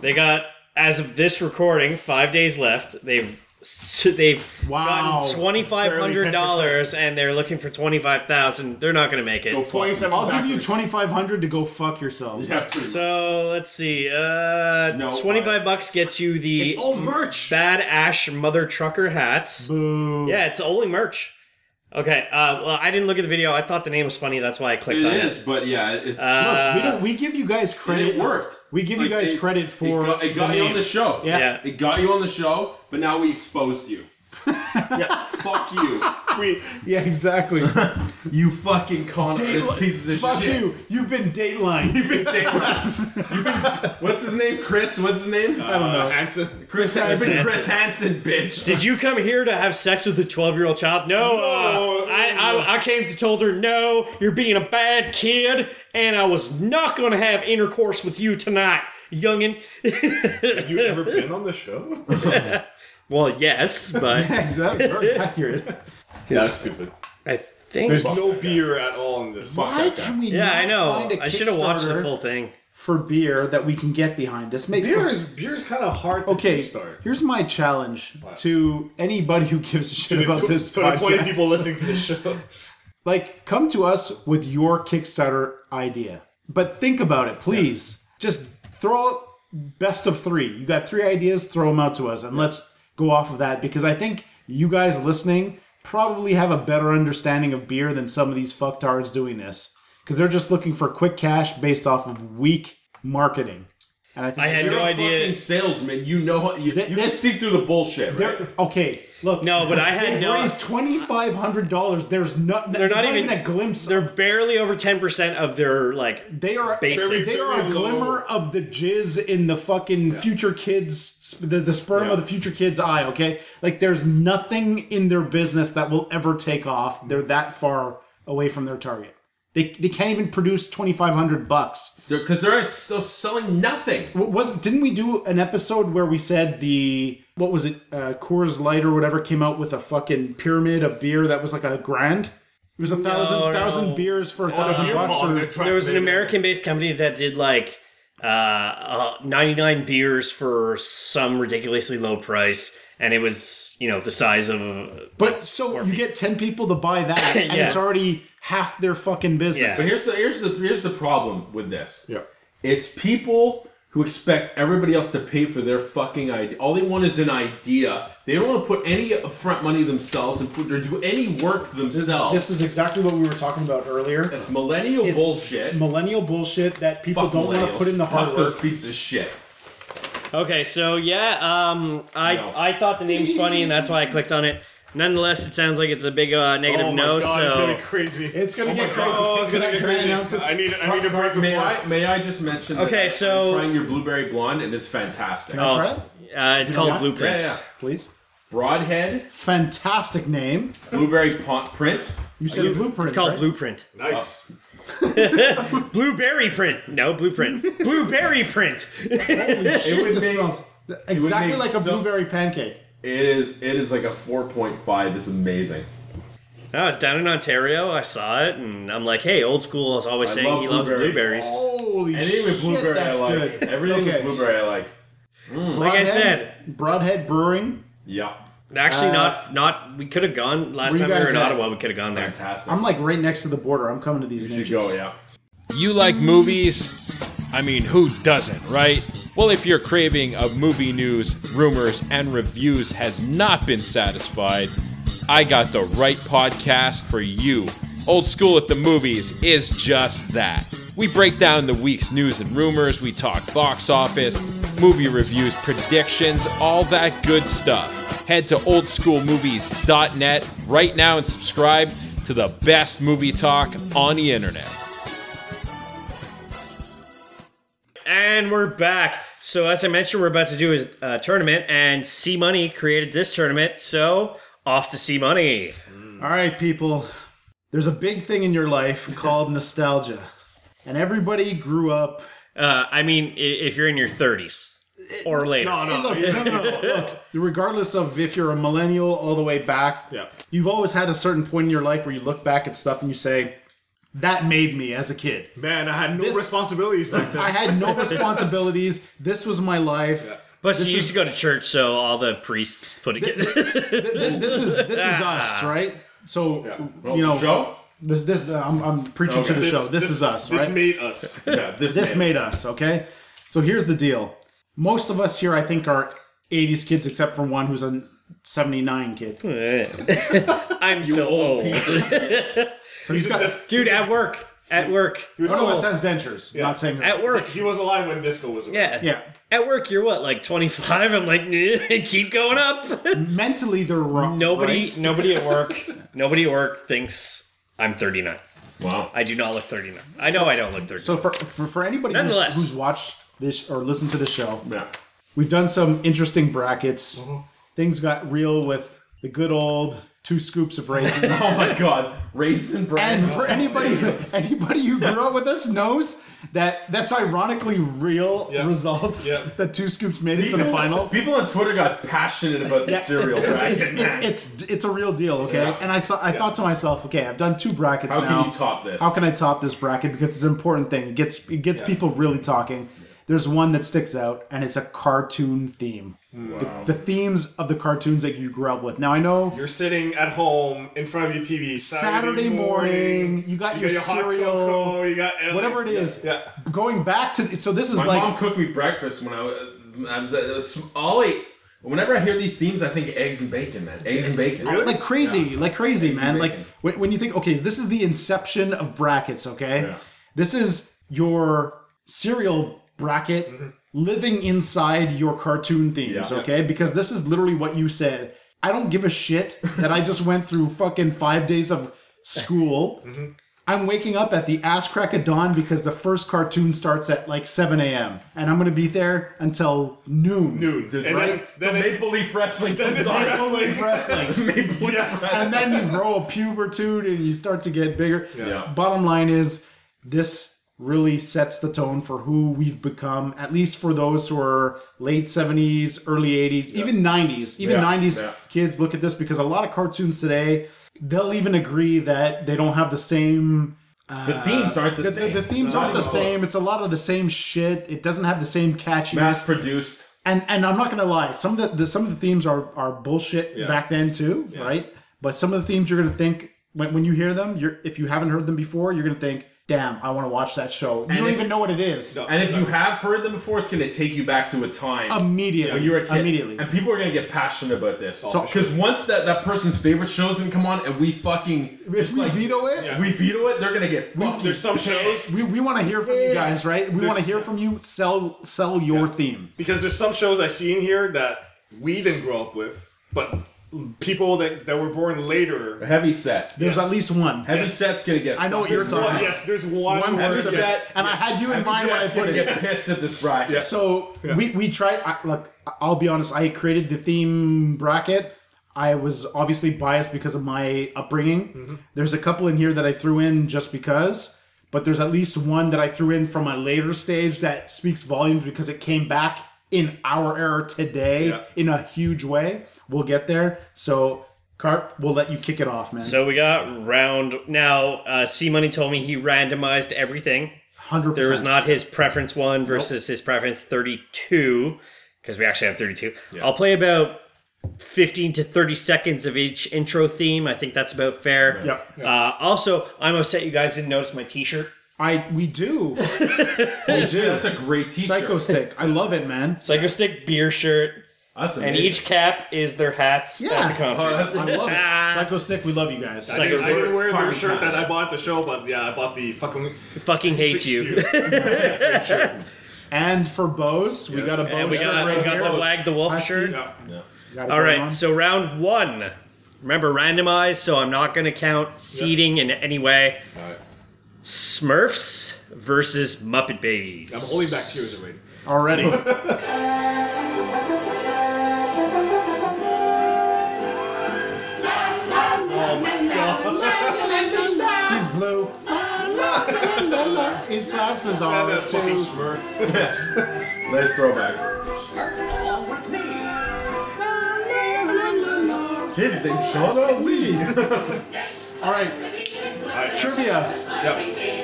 Speaker 9: They got as of this recording, five days left. They've s- they've
Speaker 8: Wow.
Speaker 9: gotten twenty five hundred
Speaker 8: Barely
Speaker 9: dollars, and they're looking for twenty five thousand. They're not going to make it.
Speaker 8: I'll give you twenty-five hundred to go fuck yourselves.
Speaker 9: So let's see. Uh, twenty-five bucks gets you the
Speaker 8: It's all
Speaker 9: merch. Bad Ash Mother Trucker hat.
Speaker 8: Boo.
Speaker 9: Yeah, it's only merch. Okay. Uh, well, I didn't look at the video. I thought the name was funny. That's why I clicked
Speaker 2: It
Speaker 9: on
Speaker 2: is,
Speaker 9: it.
Speaker 2: but yeah, it's
Speaker 9: Uh,
Speaker 8: Look, we, don't, we give you guys credit.
Speaker 2: worked.
Speaker 8: We give you
Speaker 2: Like,
Speaker 8: guys
Speaker 2: it-
Speaker 8: credit for
Speaker 2: it got, it got you on
Speaker 8: name.
Speaker 2: the show.
Speaker 8: Yeah.
Speaker 2: it got you on the show, but now we exposed you. Fuck you.
Speaker 8: We, yeah, exactly.
Speaker 2: you fucking con artist
Speaker 8: Dateline-
Speaker 2: pieces of
Speaker 8: fuck
Speaker 2: shit.
Speaker 8: you. You've been Dateline.
Speaker 2: You've been Dateline. What's his name? Chris? What's his name?
Speaker 8: I don't know.
Speaker 2: Hanson. Chris
Speaker 9: Chris
Speaker 2: Hansen.
Speaker 9: Hansen.
Speaker 2: Chris Hansen, bitch.
Speaker 9: Did you come here to have sex with a 12 year old child? No. uh, I, I, I came to told her, no, you're being a bad kid, and I was not going to have intercourse with you tonight, youngin. have you ever been on the show? well, yes, but.
Speaker 8: exactly. Very accurate.
Speaker 10: Yeah, that's stupid.
Speaker 9: I think
Speaker 10: there's no beer at all in this.
Speaker 8: Why can we
Speaker 9: Yeah,
Speaker 8: not
Speaker 9: I know.
Speaker 8: find a
Speaker 9: I should've watched the
Speaker 8: Kickstarter
Speaker 9: full thing.
Speaker 8: For beer that we can get behind. This makes
Speaker 10: Beer is beer's kind of hard to
Speaker 8: Okay,
Speaker 10: kickstart.
Speaker 8: here's my challenge to anybody who gives a shit
Speaker 10: the
Speaker 8: about
Speaker 10: tw-
Speaker 8: this
Speaker 10: to the 20
Speaker 8: podcast.
Speaker 10: people listening to this show.
Speaker 8: Like, come to us with your Kickstarter idea. But think about it, please. Just throw out best of three. You got three ideas, throw them out to us, and let's go off of that because I think you guys listening probably have a better understanding of beer than some of these fucktards doing this because they're just looking for quick cash based off of weak marketing. And I think
Speaker 2: You're a Fucking salesman, you know what you, you
Speaker 8: this-
Speaker 2: can see through the bullshit, right?
Speaker 8: They're, okay, look.
Speaker 9: No, but I had
Speaker 8: they've
Speaker 9: no-
Speaker 8: raised twenty five hundred dollars. There's not.
Speaker 9: They're not even-
Speaker 8: a glimpse.
Speaker 9: They're barely over 10% of their, like.
Speaker 8: They are.
Speaker 9: Basic.
Speaker 8: They are a glimmer of the jizz in the fucking future kids, sp- the, the sperm of the future kids' eye. Okay, like there's nothing in their business that will ever take off. They're that far away from their target. They, they can't even produce twenty five hundred bucks.
Speaker 2: Because they're still selling nothing.
Speaker 8: W- Was didn't we do an episode where we said the what was it uh, Coors Light or whatever came out with a fucking pyramid of beer that was like a grand? It was a thousand
Speaker 9: No, no.
Speaker 8: thousand beers for a thousand bucks. Or,
Speaker 9: there was an American-based company that did like uh, uh, 99 beers for some ridiculously low price, and it was you know the size of. a-
Speaker 8: But so you get ten people to buy that, and
Speaker 9: Yeah.
Speaker 8: it's already half their fucking business.
Speaker 2: But here's the here's the here's the problem with this. Yeah. It's people who expect everybody else to pay for their fucking idea. All they want is an idea. They don't want to put any upfront money themselves and put or do any work themselves.
Speaker 8: This is exactly what we were talking about earlier.
Speaker 2: That's millennial bullshit.
Speaker 8: Millennial bullshit that people
Speaker 2: Fuck
Speaker 8: don't want to
Speaker 2: millennials.
Speaker 8: put in the hard
Speaker 2: Fuck
Speaker 8: work.
Speaker 2: Those pieces of shit.
Speaker 9: Okay, so yeah, um, I I thought the name's funny, and that's why I clicked on it. Nonetheless, it sounds like it's a big uh, negative
Speaker 10: oh my
Speaker 9: no.
Speaker 10: God, it's
Speaker 9: so
Speaker 10: gonna be crazy.
Speaker 8: It's
Speaker 9: gonna get crazy.
Speaker 10: Oh, it's
Speaker 9: Can
Speaker 10: gonna
Speaker 9: I-
Speaker 10: get
Speaker 9: can I
Speaker 10: crazy.
Speaker 9: announce this?
Speaker 10: I need I need a break before.
Speaker 2: May I may I just mention? that
Speaker 9: Okay,
Speaker 2: I'm
Speaker 9: so-
Speaker 2: trying your blueberry blonde and it's fantastic.
Speaker 9: Can I try Oh, it? uh, it's called
Speaker 2: Yeah.
Speaker 9: Blueprint.
Speaker 2: Yeah, yeah.
Speaker 8: Please.
Speaker 2: Broadhead
Speaker 8: Fantastic name.
Speaker 2: blueberry pon- print.
Speaker 8: You said blueprint.
Speaker 9: It's called
Speaker 8: right?
Speaker 9: Blueprint.
Speaker 10: Nice.
Speaker 9: Blueberry print. No, Blueprint. Blueberry print.
Speaker 8: Shit, this smells exactly
Speaker 2: make
Speaker 8: like a
Speaker 2: so-
Speaker 8: blueberry pancake.
Speaker 2: It is. It is like a four point five. It's amazing.
Speaker 9: No, it's down in Ontario. I saw it, and I'm like, hey, old school is always
Speaker 2: I
Speaker 9: saying
Speaker 2: love
Speaker 9: he loves
Speaker 2: blueberries.
Speaker 9: blueberries.
Speaker 8: Holy
Speaker 2: Anything with
Speaker 8: shit,
Speaker 2: blueberry, I
Speaker 8: that's
Speaker 2: like.
Speaker 8: good.
Speaker 2: Everything
Speaker 8: Okay.
Speaker 2: with blueberry, I like.
Speaker 9: Like I
Speaker 8: Broadhead-
Speaker 9: said,
Speaker 8: Broadhead Brewing.
Speaker 2: Yeah.
Speaker 9: actually,
Speaker 8: Uh,
Speaker 9: not not. We could have gone last
Speaker 8: where you
Speaker 9: time we were
Speaker 8: guys
Speaker 9: in
Speaker 8: at?
Speaker 9: Ottawa. We could have gone there.
Speaker 2: Fantastic.
Speaker 8: I'm like right next to the border. I'm coming to these you
Speaker 2: go, yeah.
Speaker 15: You like movies? I mean, who doesn't, right? Well, if your craving of movie news, rumors, and reviews has not been satisfied, I got the right podcast for you. Old School at the Movies is just that.
Speaker 16: We break down the week's news and rumors, we talk box office, movie reviews, predictions, all that good stuff. Head to oldschoolmovies.net right now and subscribe to the best movie talk on the internet.
Speaker 9: And we're back. So, as I mentioned, we're about to do a uh, tournament, and C Money created this tournament. So, off to C Money.
Speaker 8: All right, people. There's a big thing in your life called nostalgia, and everybody grew up.
Speaker 9: Uh, I mean, i- if you're in your 30s or later.
Speaker 8: Look, Oh, no, no, no, look, regardless of if you're a millennial all the way back, you've always had a certain point in your life where you look back at stuff and you say, "That made me as a kid."
Speaker 10: Man, I had no
Speaker 8: This-
Speaker 10: responsibilities back then.
Speaker 8: I had no responsibilities. This was my life.
Speaker 9: Plus,
Speaker 8: This
Speaker 9: you
Speaker 8: is-
Speaker 9: used to go to church, so all the priests put it.
Speaker 8: Th- th- this is this is us, right? So
Speaker 9: Well,
Speaker 8: you know,
Speaker 9: the show?
Speaker 8: This, this I'm, I'm preaching to
Speaker 10: Okay.
Speaker 8: the
Speaker 10: This-
Speaker 8: show. This,
Speaker 10: this-
Speaker 8: is us,
Speaker 10: this
Speaker 8: right?
Speaker 10: made us. Yeah, this made
Speaker 8: made us. Okay. So here's the deal. Most of us here, I think, are '80s kids, except for one who's a '79 kid.
Speaker 9: I'm so old.
Speaker 8: so he's got this
Speaker 9: dude at work. At work.
Speaker 8: Oh, no, it says dentures. Not saying that.
Speaker 9: At work.
Speaker 10: He was alive when disco was around.
Speaker 9: Yeah.
Speaker 8: Yeah.
Speaker 9: At work, you're what, like 25? I'm like, "Nah, keep going up.
Speaker 8: Mentally, they're wrong.
Speaker 9: Nobody,
Speaker 8: right?
Speaker 9: nobody at work, nobody at work thinks I'm 39. Wow. I do not look 39. I know I don't look 39.
Speaker 8: So for for, for anybody who's,
Speaker 9: Nonetheless.
Speaker 8: who's watched this or listened to the show, we've done some interesting brackets. Things got real with the good old two scoops of raisins.
Speaker 2: oh my god, raisin bread.
Speaker 8: And for anybody anybody who grew up with us knows that that's ironically real results that two scoops made it to the
Speaker 2: People-
Speaker 8: finals.
Speaker 2: People on Twitter got passionate about the
Speaker 8: Yeah.
Speaker 2: cereal
Speaker 8: it's,
Speaker 2: bracket.
Speaker 8: it's, it's, it's, it's a real deal, okay?
Speaker 2: Yes.
Speaker 8: And I saw, I thought to myself, okay, I've done two brackets
Speaker 2: How
Speaker 8: now.
Speaker 2: can you top this?
Speaker 8: How can I top this bracket? Because it's an important thing. It gets it gets people really talking. There's one that sticks out, and it's a cartoon theme.
Speaker 10: Wow.
Speaker 8: The, the themes of the cartoons that you grew up with. Now I know
Speaker 10: You're sitting at home in front of your TV Saturday,
Speaker 8: Saturday morning, you got your
Speaker 10: hot
Speaker 8: cereal,
Speaker 10: cocoa, you got
Speaker 8: whatever it is.
Speaker 10: Yeah.
Speaker 8: Going back to so this is
Speaker 2: My
Speaker 8: like
Speaker 2: mom cooked me breakfast when I was. I'm, that's all I. Whenever I hear these themes, I think eggs and bacon, man. Eggs and bacon.
Speaker 8: Uh, Like crazy, like crazy, man. Like when, when you think, okay, this is the inception of brackets. Okay, this is your serial bracket
Speaker 2: Mm-hmm.
Speaker 8: living inside your cartoon themes.
Speaker 2: Yeah.
Speaker 8: Okay, because this is literally what you said. I don't give a shit that I just went through fucking five days of school.
Speaker 2: Mm-hmm.
Speaker 8: I'm waking up at the ass crack of dawn because the first cartoon starts at like 7 a.m. and I'm gonna be there until noon. Noon,
Speaker 2: And right? then- then The it's- Maple Leaf Wrestling then comes it's on.
Speaker 8: Maple Leaf
Speaker 2: wrestling.
Speaker 8: Wrestling.
Speaker 2: Maple Leaf Yes. Wrestling.
Speaker 8: And then you grow a pubertude and you start to get bigger.
Speaker 2: Yeah.
Speaker 8: Bottom line is, this really sets the tone for who we've become, at least for those who are late 70s, early 80s, even 90s. Even
Speaker 2: Yeah,
Speaker 8: 90s
Speaker 2: yeah.
Speaker 8: kids look at this because a lot of cartoons today, they'll even agree that they don't have the same. Uh,
Speaker 2: The themes aren't the same.
Speaker 8: The, themes
Speaker 2: Not
Speaker 8: aren't the
Speaker 2: even close.
Speaker 8: same. It's a lot of the same shit. It doesn't have the same catchiness.
Speaker 2: Mass produced.
Speaker 8: And and I'm not gonna lie, some of the, the some of the themes are are bullshit
Speaker 2: Yeah.
Speaker 8: back then too, right? But some of the themes you're gonna think when when you hear them, you're if you haven't heard them before, you're gonna think, damn, I want to watch that show. You
Speaker 2: And
Speaker 8: don't
Speaker 2: if-
Speaker 8: even know what it is.
Speaker 2: And if you have heard them before, it's going to take you back to a time
Speaker 8: Immediately.
Speaker 2: when you were a kid.
Speaker 8: Um, Immediately.
Speaker 2: And people are going to get passionate about this.
Speaker 8: Oh, for
Speaker 2: Because once that, that person's favorite show's going to come on and we fucking.
Speaker 8: if we veto it,
Speaker 2: We veto it, they're going to get fucking.
Speaker 8: there's
Speaker 2: some shows.
Speaker 8: we, we want to hear from you guys, right? We
Speaker 10: There's-
Speaker 8: want to hear from you. Sell sell your theme.
Speaker 10: because there's some shows I see in here that we didn't grow up with, but people that, that were born later.
Speaker 2: Heavy set.
Speaker 8: There's
Speaker 10: Yes.
Speaker 8: at least one.
Speaker 2: Heavy set's going to get.
Speaker 8: I know what you're
Speaker 2: fucking-
Speaker 8: talking about.
Speaker 10: Yes, there's one.
Speaker 8: One
Speaker 10: where-
Speaker 8: specific-
Speaker 10: yes,
Speaker 8: and
Speaker 10: yes.
Speaker 8: I had you in
Speaker 10: Heavy
Speaker 8: mind when I
Speaker 10: set's
Speaker 8: put
Speaker 10: gonna
Speaker 8: it.
Speaker 10: get
Speaker 8: Yes.
Speaker 2: pissed at this bracket.
Speaker 8: So we we tried. I, look, I'll be honest. I created the theme bracket. I was obviously biased because of my upbringing. There's a couple in here that I threw in just because, but there's at least one that I threw in from a later stage that speaks volumes because it came back in our era today
Speaker 9: Yeah.
Speaker 8: in a huge way. We'll get there. So Carp, we'll let you kick it off, man.
Speaker 9: So we got round. Now, uh, C Money told me he randomized everything.
Speaker 8: 100%.
Speaker 9: There was not his preference one versus his preference 32, because we actually have 32. I'll play about 15 to 30 seconds of each intro theme. I think that's about fair.
Speaker 8: Yep.
Speaker 9: Uh, also, I'm upset you guys didn't notice my t shirt.
Speaker 8: I we do. we
Speaker 9: That's a great t-shirt.
Speaker 8: Psycho stick. I love it, man.
Speaker 9: Psycho stick beer shirt.
Speaker 2: That's
Speaker 9: and
Speaker 2: amazing.
Speaker 9: each cap is their hats at the concert.
Speaker 8: Oh, I love it. Psycho Stick, we love you guys.
Speaker 9: I didn't- I didn't
Speaker 10: wear their
Speaker 9: Parmesan.
Speaker 10: shirt that I bought at the show, but yeah, I bought the fucking
Speaker 9: fucking hate you.
Speaker 8: and for Bose, we
Speaker 9: Yes.
Speaker 8: got a Bose
Speaker 9: And we got-
Speaker 8: shirt right
Speaker 9: we got
Speaker 8: here.
Speaker 9: the Wag the Wolf
Speaker 8: Husky.
Speaker 9: shirt.
Speaker 8: Got it
Speaker 9: All
Speaker 8: going
Speaker 9: right,
Speaker 8: on.
Speaker 9: so round one. Remember, randomized, so I'm not going to count seeding in any way. Smurfs versus Muppet Babies.
Speaker 10: I'm holding back tears already.
Speaker 8: Already.
Speaker 9: Oh,
Speaker 17: Oh my god.
Speaker 8: He's blue. His glasses are
Speaker 17: Grab that fucking
Speaker 8: too.
Speaker 2: nice throwback. His name's Shauna Lee.
Speaker 8: All right. Trivia.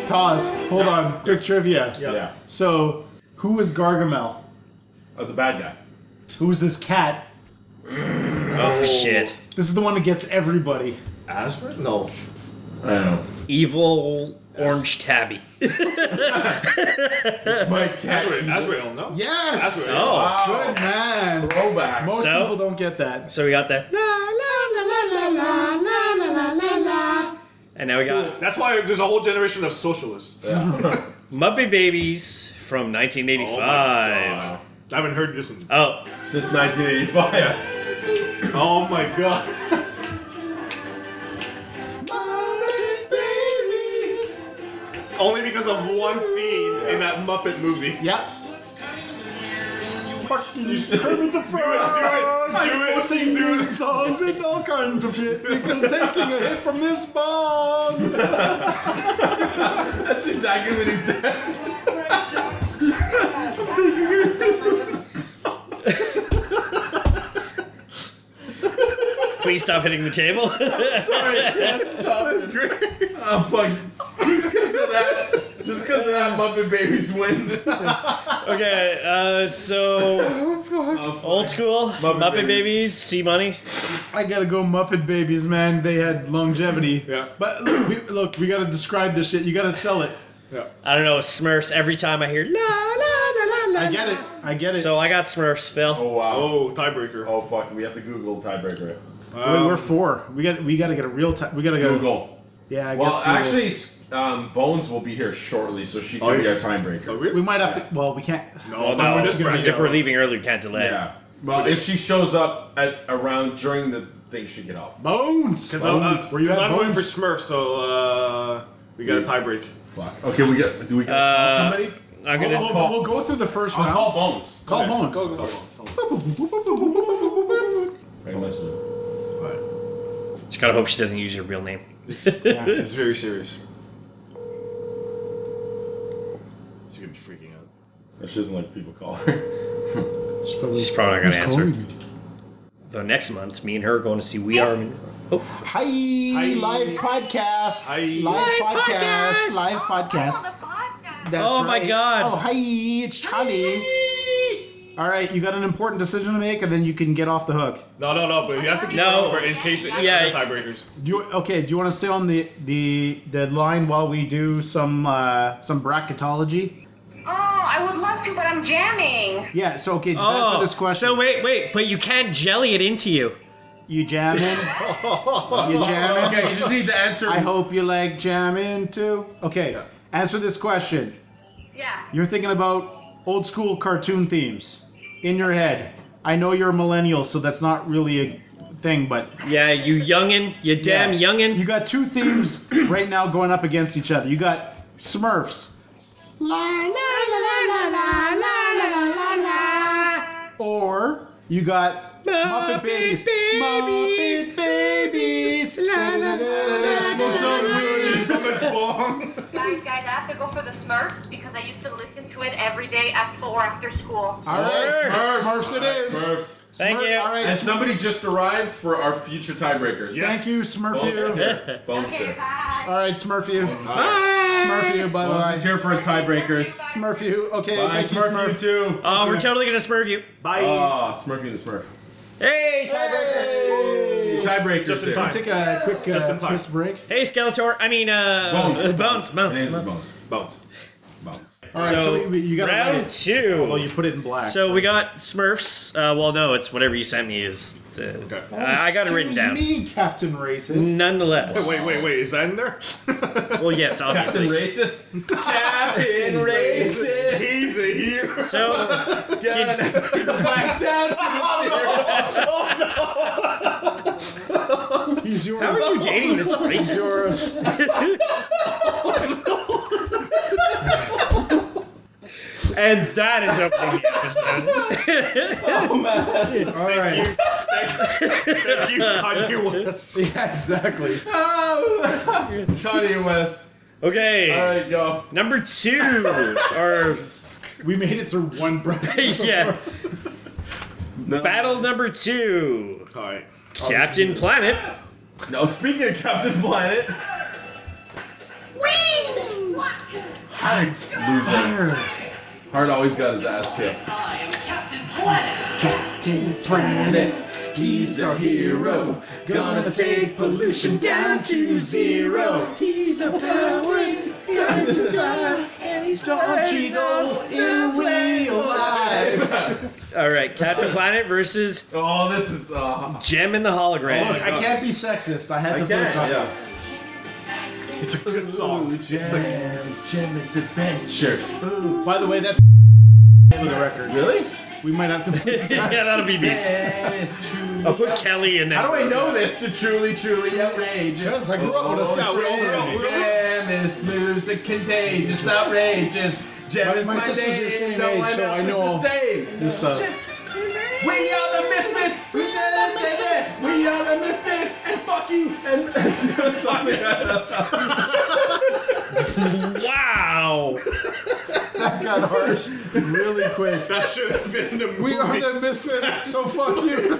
Speaker 8: Pause. Hold on. Quick trivia.
Speaker 2: Yeah.
Speaker 8: So, who was Gargamel?
Speaker 2: Oh, the bad guy.
Speaker 8: Who was this cat?
Speaker 9: Oh, shit.
Speaker 8: This is the one that gets everybody.
Speaker 10: Asper? No.
Speaker 2: I don't know.
Speaker 9: Evil orange tabby.
Speaker 2: My
Speaker 10: Asriel, Asriel, no.
Speaker 8: Yes.
Speaker 10: Asriel.
Speaker 8: Oh. Good man.
Speaker 2: Throwback.
Speaker 8: Most
Speaker 9: So-
Speaker 8: people don't get that.
Speaker 9: Oh, So we got that. And now we got
Speaker 10: That's why there's a whole generation of socialists.
Speaker 9: Muppet Babies from 1985.
Speaker 10: I haven't heard this one.
Speaker 9: Oh,
Speaker 2: since 1985.
Speaker 10: Oh my god. Only because of one scene in that Muppet movie.
Speaker 8: Yeah.
Speaker 10: Fucking Kermit the Frog. Do it, do it, do it.
Speaker 8: Sing doing songs and all kinds of shit because taking a hit from this bomb.
Speaker 2: That's exactly what he says.
Speaker 9: please stop hitting the table.
Speaker 2: Sorry, can't stop.
Speaker 8: That's great.
Speaker 2: Oh fuck. Just because of that, just because of that, Muppet Babies wins.
Speaker 9: okay, uh, so old school Muppet,
Speaker 2: Oh, Babies.
Speaker 9: Babies. C Money.
Speaker 8: I gotta go Muppet Babies, man. They had longevity.
Speaker 10: Yeah.
Speaker 8: But look, we, look, we gotta describe this shit. You gotta sell it.
Speaker 9: I don't know Smurfs. Every time I hear la la la la,
Speaker 8: I get it. I get it.
Speaker 9: So I got Smurfs, Phil.
Speaker 2: Oh wow.
Speaker 10: Oh, tiebreaker.
Speaker 2: Oh fuck. We have to Google tiebreaker.
Speaker 8: Wait,
Speaker 10: um,
Speaker 8: we're four. We got. We gotta get a real time. We gotta go.
Speaker 2: Google.
Speaker 8: Yeah. I
Speaker 2: Well,
Speaker 8: guess we will.
Speaker 2: actually, um, Bones will be here shortly, so she can
Speaker 10: Oh,
Speaker 2: be
Speaker 10: yeah.
Speaker 2: our timebreaker.
Speaker 10: Oh, really?
Speaker 8: we might have to. Well, we can't.
Speaker 9: no,
Speaker 10: No, no, this
Speaker 9: because
Speaker 10: bracket.
Speaker 9: if we're leaving early, we can't delay.
Speaker 2: Yeah. Well, if she shows up at around during the thing, she get up.
Speaker 8: Bones.
Speaker 10: Because I'm,
Speaker 8: Bones.
Speaker 10: uh,
Speaker 8: Were you
Speaker 10: 'cause
Speaker 8: at
Speaker 10: I'm
Speaker 8: Bones?
Speaker 10: going for Smurf, so uh, we got a tiebreak.
Speaker 2: Fuck. Okay, we got. Do we got
Speaker 9: Uh,
Speaker 2: somebody?
Speaker 9: I'm
Speaker 8: We'll,
Speaker 9: gonna.
Speaker 8: we'll-
Speaker 2: call-
Speaker 8: we'll go through the first
Speaker 2: I'll
Speaker 8: round.
Speaker 2: call Bones.
Speaker 8: Call
Speaker 10: Okay,
Speaker 8: Bones.
Speaker 10: Go, go, go.
Speaker 2: Pretty much.
Speaker 9: Just gotta hope she doesn't use your real name.
Speaker 10: It's very serious. She's gonna be freaking out.
Speaker 2: She doesn't like people call her.
Speaker 9: She's probably not gonna
Speaker 8: Who's
Speaker 9: answer.
Speaker 8: calling
Speaker 9: Though next month, me and her are going to see We Are. Men- Oh,
Speaker 8: Hi, live podcast.
Speaker 10: Hi.
Speaker 8: Live,
Speaker 10: Live
Speaker 8: podcast.
Speaker 9: podcast.
Speaker 8: Live podcast. That's
Speaker 9: Oh my
Speaker 8: right.
Speaker 9: God.
Speaker 8: Oh, hi, it's Charlie. All right, you got an important decision to make, and then you can get off the hook.
Speaker 10: No, no, no, but you have to keep
Speaker 9: No.
Speaker 10: going for in case it,
Speaker 9: Yeah.
Speaker 10: yeah. tiebreakers.
Speaker 8: Do you, okay, do you want to stay on the the the line while we do some uh, some bracketology?
Speaker 14: Oh, I would love to, but I'm jamming.
Speaker 8: Yeah. So okay, just
Speaker 9: oh.
Speaker 8: answer this question.
Speaker 9: So wait, wait, but you can't jelly it into you.
Speaker 8: You jamming? you jamming?
Speaker 2: Okay, you just need to answer.
Speaker 8: I hope you like jamming too. Okay, answer this question.
Speaker 14: Yeah.
Speaker 8: You're thinking about old school cartoon themes in your head. I know you're a millennial, so that's not really a thing, but
Speaker 9: Yeah, you youngin, you damn
Speaker 8: Yeah.
Speaker 9: youngin.
Speaker 8: You got two themes right now going up against each other. You got Smurfs. La, la, la, la, la, la, la, la, la, la. Or you got Muppet,
Speaker 9: Muppet
Speaker 8: Babies.
Speaker 9: Babies.
Speaker 8: Muppet Babies. La, la, la, la, la, la.
Speaker 14: Guys, guys, I have to go for the Smurfs because I used to listen to it every day at four after school.
Speaker 8: All right, Smurfs it is.
Speaker 2: Smurfs.
Speaker 9: Thank
Speaker 8: Smurf-
Speaker 9: you.
Speaker 8: All right,
Speaker 2: And
Speaker 8: Smurf-
Speaker 2: somebody just arrived for our future tiebreakers.
Speaker 8: thank you, Smurfs.
Speaker 2: Bones, Bones
Speaker 14: Okay,
Speaker 2: here.
Speaker 14: bye.
Speaker 8: All right, Smurf you. Smurf you, bye
Speaker 2: Bones is
Speaker 8: bye.
Speaker 2: here for our tiebreakers.
Speaker 8: Smurf you. Okay,
Speaker 2: Bye,
Speaker 8: thank you,
Speaker 2: Smurf, you
Speaker 8: Smurf.
Speaker 2: too.
Speaker 9: Oh, we're totally gonna smurf you. Oh.
Speaker 10: Bye.
Speaker 2: Ah, Smurfy the Smurf.
Speaker 9: Hey, tiebreaker.
Speaker 8: Hey.
Speaker 2: Tiebreakers.
Speaker 10: Just in
Speaker 2: here.
Speaker 10: time.
Speaker 8: Take a quick
Speaker 10: Just
Speaker 8: uh,
Speaker 10: in time.
Speaker 8: piss break.
Speaker 9: Hey, Skeletor. I mean, uh,
Speaker 2: Bones.
Speaker 9: bones, bones,
Speaker 2: My name
Speaker 9: bones.
Speaker 2: is Bones.
Speaker 10: Bones.
Speaker 2: Bones.
Speaker 8: All right, so, you- you gotta
Speaker 9: round
Speaker 8: write it.
Speaker 9: two.
Speaker 8: Well, you put it in black.
Speaker 9: So we got Smurfs. Uh, well, no, it's whatever you sent me is the.
Speaker 8: Oh,
Speaker 9: I I got it written
Speaker 8: excuse
Speaker 9: down.
Speaker 8: Me, Captain Racist.
Speaker 9: Nonetheless.
Speaker 10: Wait, wait, wait. Is that in there?
Speaker 9: Well, yes, obviously.
Speaker 4: racist.
Speaker 10: Captain
Speaker 9: Racist.
Speaker 10: He's a hero.
Speaker 9: So,
Speaker 8: He's yours.
Speaker 9: How are you dating this
Speaker 8: He's yours.
Speaker 9: racist? and that is opening the episode. oh man!
Speaker 8: All right.
Speaker 10: Thank you, Kanye West.
Speaker 8: Yeah, exactly.
Speaker 4: Kanye West.
Speaker 9: Okay. All
Speaker 4: right, go.
Speaker 9: Number two. Our
Speaker 8: we made it through one breath.
Speaker 9: yeah. Battle number two.
Speaker 10: All right.
Speaker 9: Captain Planet.
Speaker 4: No, speaking of Captain Planet,
Speaker 14: Wings! Water!
Speaker 4: Hart's loser. Hart always got his ass kicked.
Speaker 14: I am Captain Planet!
Speaker 4: Captain Planet, he's our hero.
Speaker 14: Gonna take pollution down to zero. He's a powers guy to five, and he's dodgy in real life.
Speaker 9: All right, Captain Planet versus.
Speaker 4: Oh, this is uh, Oh,
Speaker 9: Gem and the Hologram.
Speaker 8: Look, I can't be sexist. I had
Speaker 9: I
Speaker 8: to put it
Speaker 9: can't,
Speaker 8: up.
Speaker 9: yeah.
Speaker 10: It's a good song.
Speaker 8: it's a Jim, it's adventure. Ooh. By the way, that's for the record.
Speaker 4: Really?
Speaker 8: We might have to put that.
Speaker 9: yeah, that'll be beat. I'll put Kelly in that.
Speaker 4: How do I know this? To truly, truly outrageous.
Speaker 8: Yes, I grew up on a
Speaker 4: Oh,
Speaker 8: sound.
Speaker 4: jam,
Speaker 8: We're all- we're all-
Speaker 4: jam is music contagious, outrageous. Jam
Speaker 8: My-
Speaker 4: is
Speaker 8: my
Speaker 4: my
Speaker 8: sister's your
Speaker 4: name.
Speaker 8: same
Speaker 4: No
Speaker 8: age,
Speaker 4: one
Speaker 8: so I
Speaker 4: else
Speaker 8: know all
Speaker 4: is the same.
Speaker 8: this stuff.
Speaker 4: We are the misfits. We are the misfits. We are the misfits. And fuck you. And
Speaker 9: wow.
Speaker 8: That got harsh really quick.
Speaker 10: That should have been the movie.
Speaker 8: We are the misfits, so fuck you.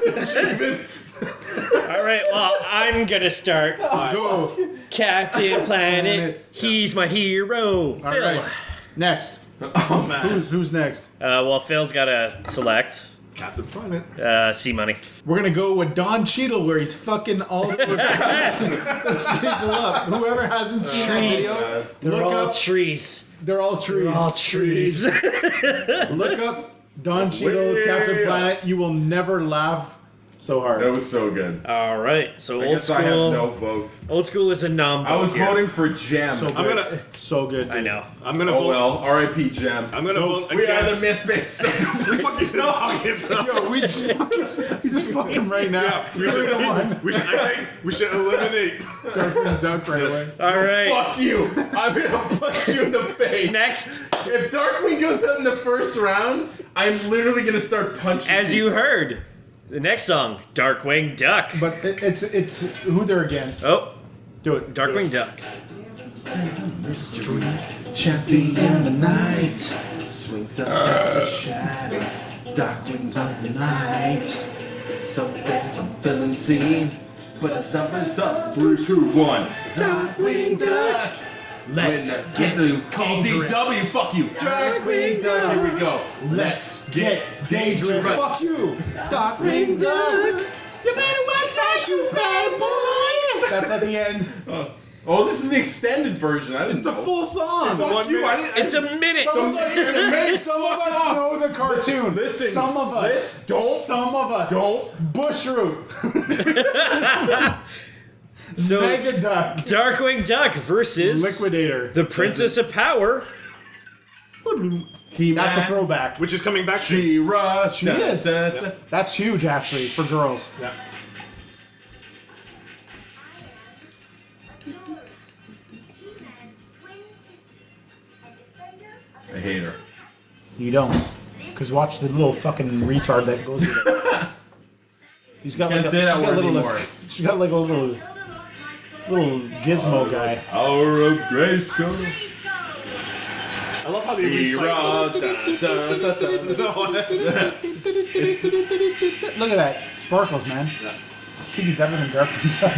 Speaker 9: All right, well, I'm gonna start.
Speaker 8: Go.
Speaker 9: Captain Planet, he's my hero.
Speaker 8: All right. Next.
Speaker 9: Oh man.
Speaker 8: Who's, who's next?
Speaker 9: Uh, well, Phil's gotta select.
Speaker 8: Captain Planet.
Speaker 9: Uh, C money.
Speaker 8: We're gonna go with Don Cheadle, where he's fucking all those people up. Whoever hasn't seen
Speaker 9: Trees. Uh,
Speaker 8: that video,
Speaker 9: They're
Speaker 8: look
Speaker 9: all
Speaker 8: up.
Speaker 9: trees.
Speaker 8: They're all trees.
Speaker 9: all trees.
Speaker 8: look up Don Cheadle,
Speaker 9: Way
Speaker 8: Captain
Speaker 9: up.
Speaker 8: Planet. You will never laugh so hard.
Speaker 4: That was so good.
Speaker 9: All right, so
Speaker 4: I
Speaker 9: old
Speaker 4: guess
Speaker 9: school.
Speaker 4: I have no vote.
Speaker 9: Old school is a nom.
Speaker 4: I was voting for Jam.
Speaker 8: So good.
Speaker 10: I'm gonna.
Speaker 8: so good.
Speaker 9: I know.
Speaker 10: I'm gonna
Speaker 4: oh
Speaker 10: vote.
Speaker 4: well, R.I.P. Jam.
Speaker 10: I'm gonna vote
Speaker 4: we are the
Speaker 10: against.
Speaker 4: misfits.
Speaker 10: Fuck yourself. Fuck yourself.
Speaker 8: Yo, we just fucking, we just fuck him right now.
Speaker 10: We should, we, should, I think we should eliminate.
Speaker 8: Dark, dark right away.
Speaker 9: All right,
Speaker 4: Fuck you! I'm gonna punch you in the face.
Speaker 9: next.
Speaker 4: If Darkwing goes out in the first round, I'm literally gonna start punching.
Speaker 9: As you heard, the next song, Darkwing Duck.
Speaker 8: But it, it's it's who they're against.
Speaker 9: Oh,
Speaker 8: Do it.
Speaker 9: Darkwing Duck.
Speaker 18: Champion in the night. Swings up at the shadows. Dark wings on the night. So there's some villain scene. But the summer's up.
Speaker 4: Three, two, one.
Speaker 18: Darkwing Duck. Let's get
Speaker 4: call
Speaker 18: dangerous.
Speaker 4: DW. Fuck you. Darkwing Duck. Here we go.
Speaker 18: Let's get dangerous.
Speaker 8: Fuck you, Darkwing Duck. You better watch out, you bad boy. That's at the end.
Speaker 4: Oh, this is the extended version. I didn't
Speaker 8: It's the
Speaker 4: know.
Speaker 8: full song.
Speaker 4: Fuck you. I didn't, I
Speaker 9: It's a minute.
Speaker 8: Some of us, some of
Speaker 4: Fuck
Speaker 8: us
Speaker 4: off.
Speaker 8: know the cartoon.
Speaker 4: Listen,
Speaker 8: some of us.
Speaker 4: lis- don't-
Speaker 8: Some of us.
Speaker 4: don't.
Speaker 8: Bushroot.
Speaker 9: So,
Speaker 8: Mega Duck.
Speaker 9: Darkwing Duck versus
Speaker 8: Liquidator.
Speaker 9: the Princess of Power.
Speaker 8: He. That's a throwback.
Speaker 10: Which is coming back to
Speaker 4: She rushed.
Speaker 8: She is. That's huge, actually, for girls. Yeah.
Speaker 4: I hate her.
Speaker 8: You don't. Because watch the little fucking retard that goes with it. He's got
Speaker 4: Can't
Speaker 8: like
Speaker 4: say
Speaker 8: a,
Speaker 4: that
Speaker 8: she's got
Speaker 4: word
Speaker 8: a little,
Speaker 4: anymore.
Speaker 8: she's got like a little, little
Speaker 4: Oh,
Speaker 8: gizmo guy.
Speaker 4: Hour of grace. Go.
Speaker 10: I love how they recycle.
Speaker 4: Hero, da, da, da, da.
Speaker 8: Look at that. Sparkles, man. Could be better than Darkwing Duck.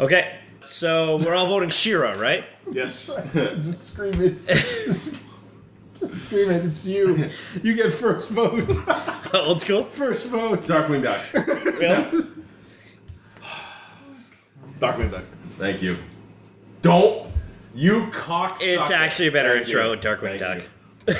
Speaker 8: I
Speaker 9: Okay, so we're all voting Shira, right?
Speaker 10: Yes.
Speaker 8: Just scream it. Just, just scream it. It's you. You get first vote.
Speaker 9: Old school.
Speaker 8: First vote.
Speaker 4: Darkwing Duck.
Speaker 9: Phil?
Speaker 10: Darkwing Duck.
Speaker 4: Thank you.
Speaker 2: Don't you cocksucker.
Speaker 9: It's actually a better intro, Darkwing
Speaker 2: Duck.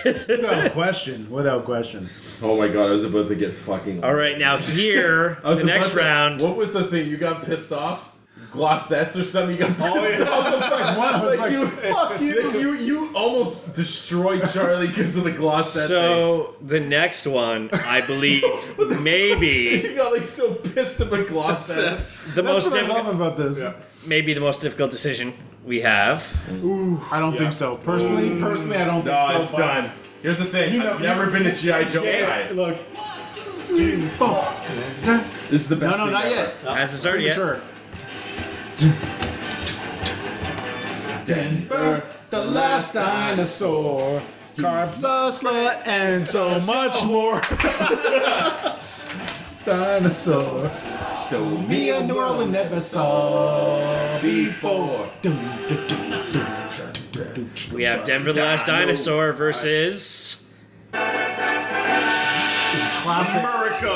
Speaker 8: Without question. Without question.
Speaker 2: Oh my god, I was about to get fucking.
Speaker 9: All right, now here, the next round.
Speaker 2: What was the thing? You got pissed off? Glossettes or something? You got pissed
Speaker 8: Oh, yeah.
Speaker 2: off?
Speaker 8: I was like, what? I was
Speaker 2: Like,
Speaker 8: like-
Speaker 2: you, fuck you. you. You almost destroyed Charlie because of the glossette
Speaker 9: So the next one, I believe,
Speaker 2: thing.
Speaker 9: maybe
Speaker 2: You got like so pissed about glossettes.
Speaker 9: The most difficult-
Speaker 8: about this.
Speaker 9: maybe the most difficult decision we have.
Speaker 8: Ooh, I don't think so. Personally, personally, I don't
Speaker 2: No,
Speaker 8: think so.
Speaker 2: it's
Speaker 8: but-
Speaker 2: done. Here's the thing.
Speaker 8: You know-
Speaker 2: I've never been a GI Joe
Speaker 8: Yeah,
Speaker 2: guy.
Speaker 8: Look. Three, four.
Speaker 2: This is the best.
Speaker 8: No, no,
Speaker 2: thing
Speaker 8: not
Speaker 2: ever.
Speaker 8: yet.
Speaker 9: Has it started yet?
Speaker 8: Premature.
Speaker 2: Denver,
Speaker 8: The last dinosaur. Carbs, a slut, and so much more. dinosaur.
Speaker 2: Show
Speaker 8: Me a New Orleans never saw before.
Speaker 9: We have Denver the Last Dinosaur versus
Speaker 19: America!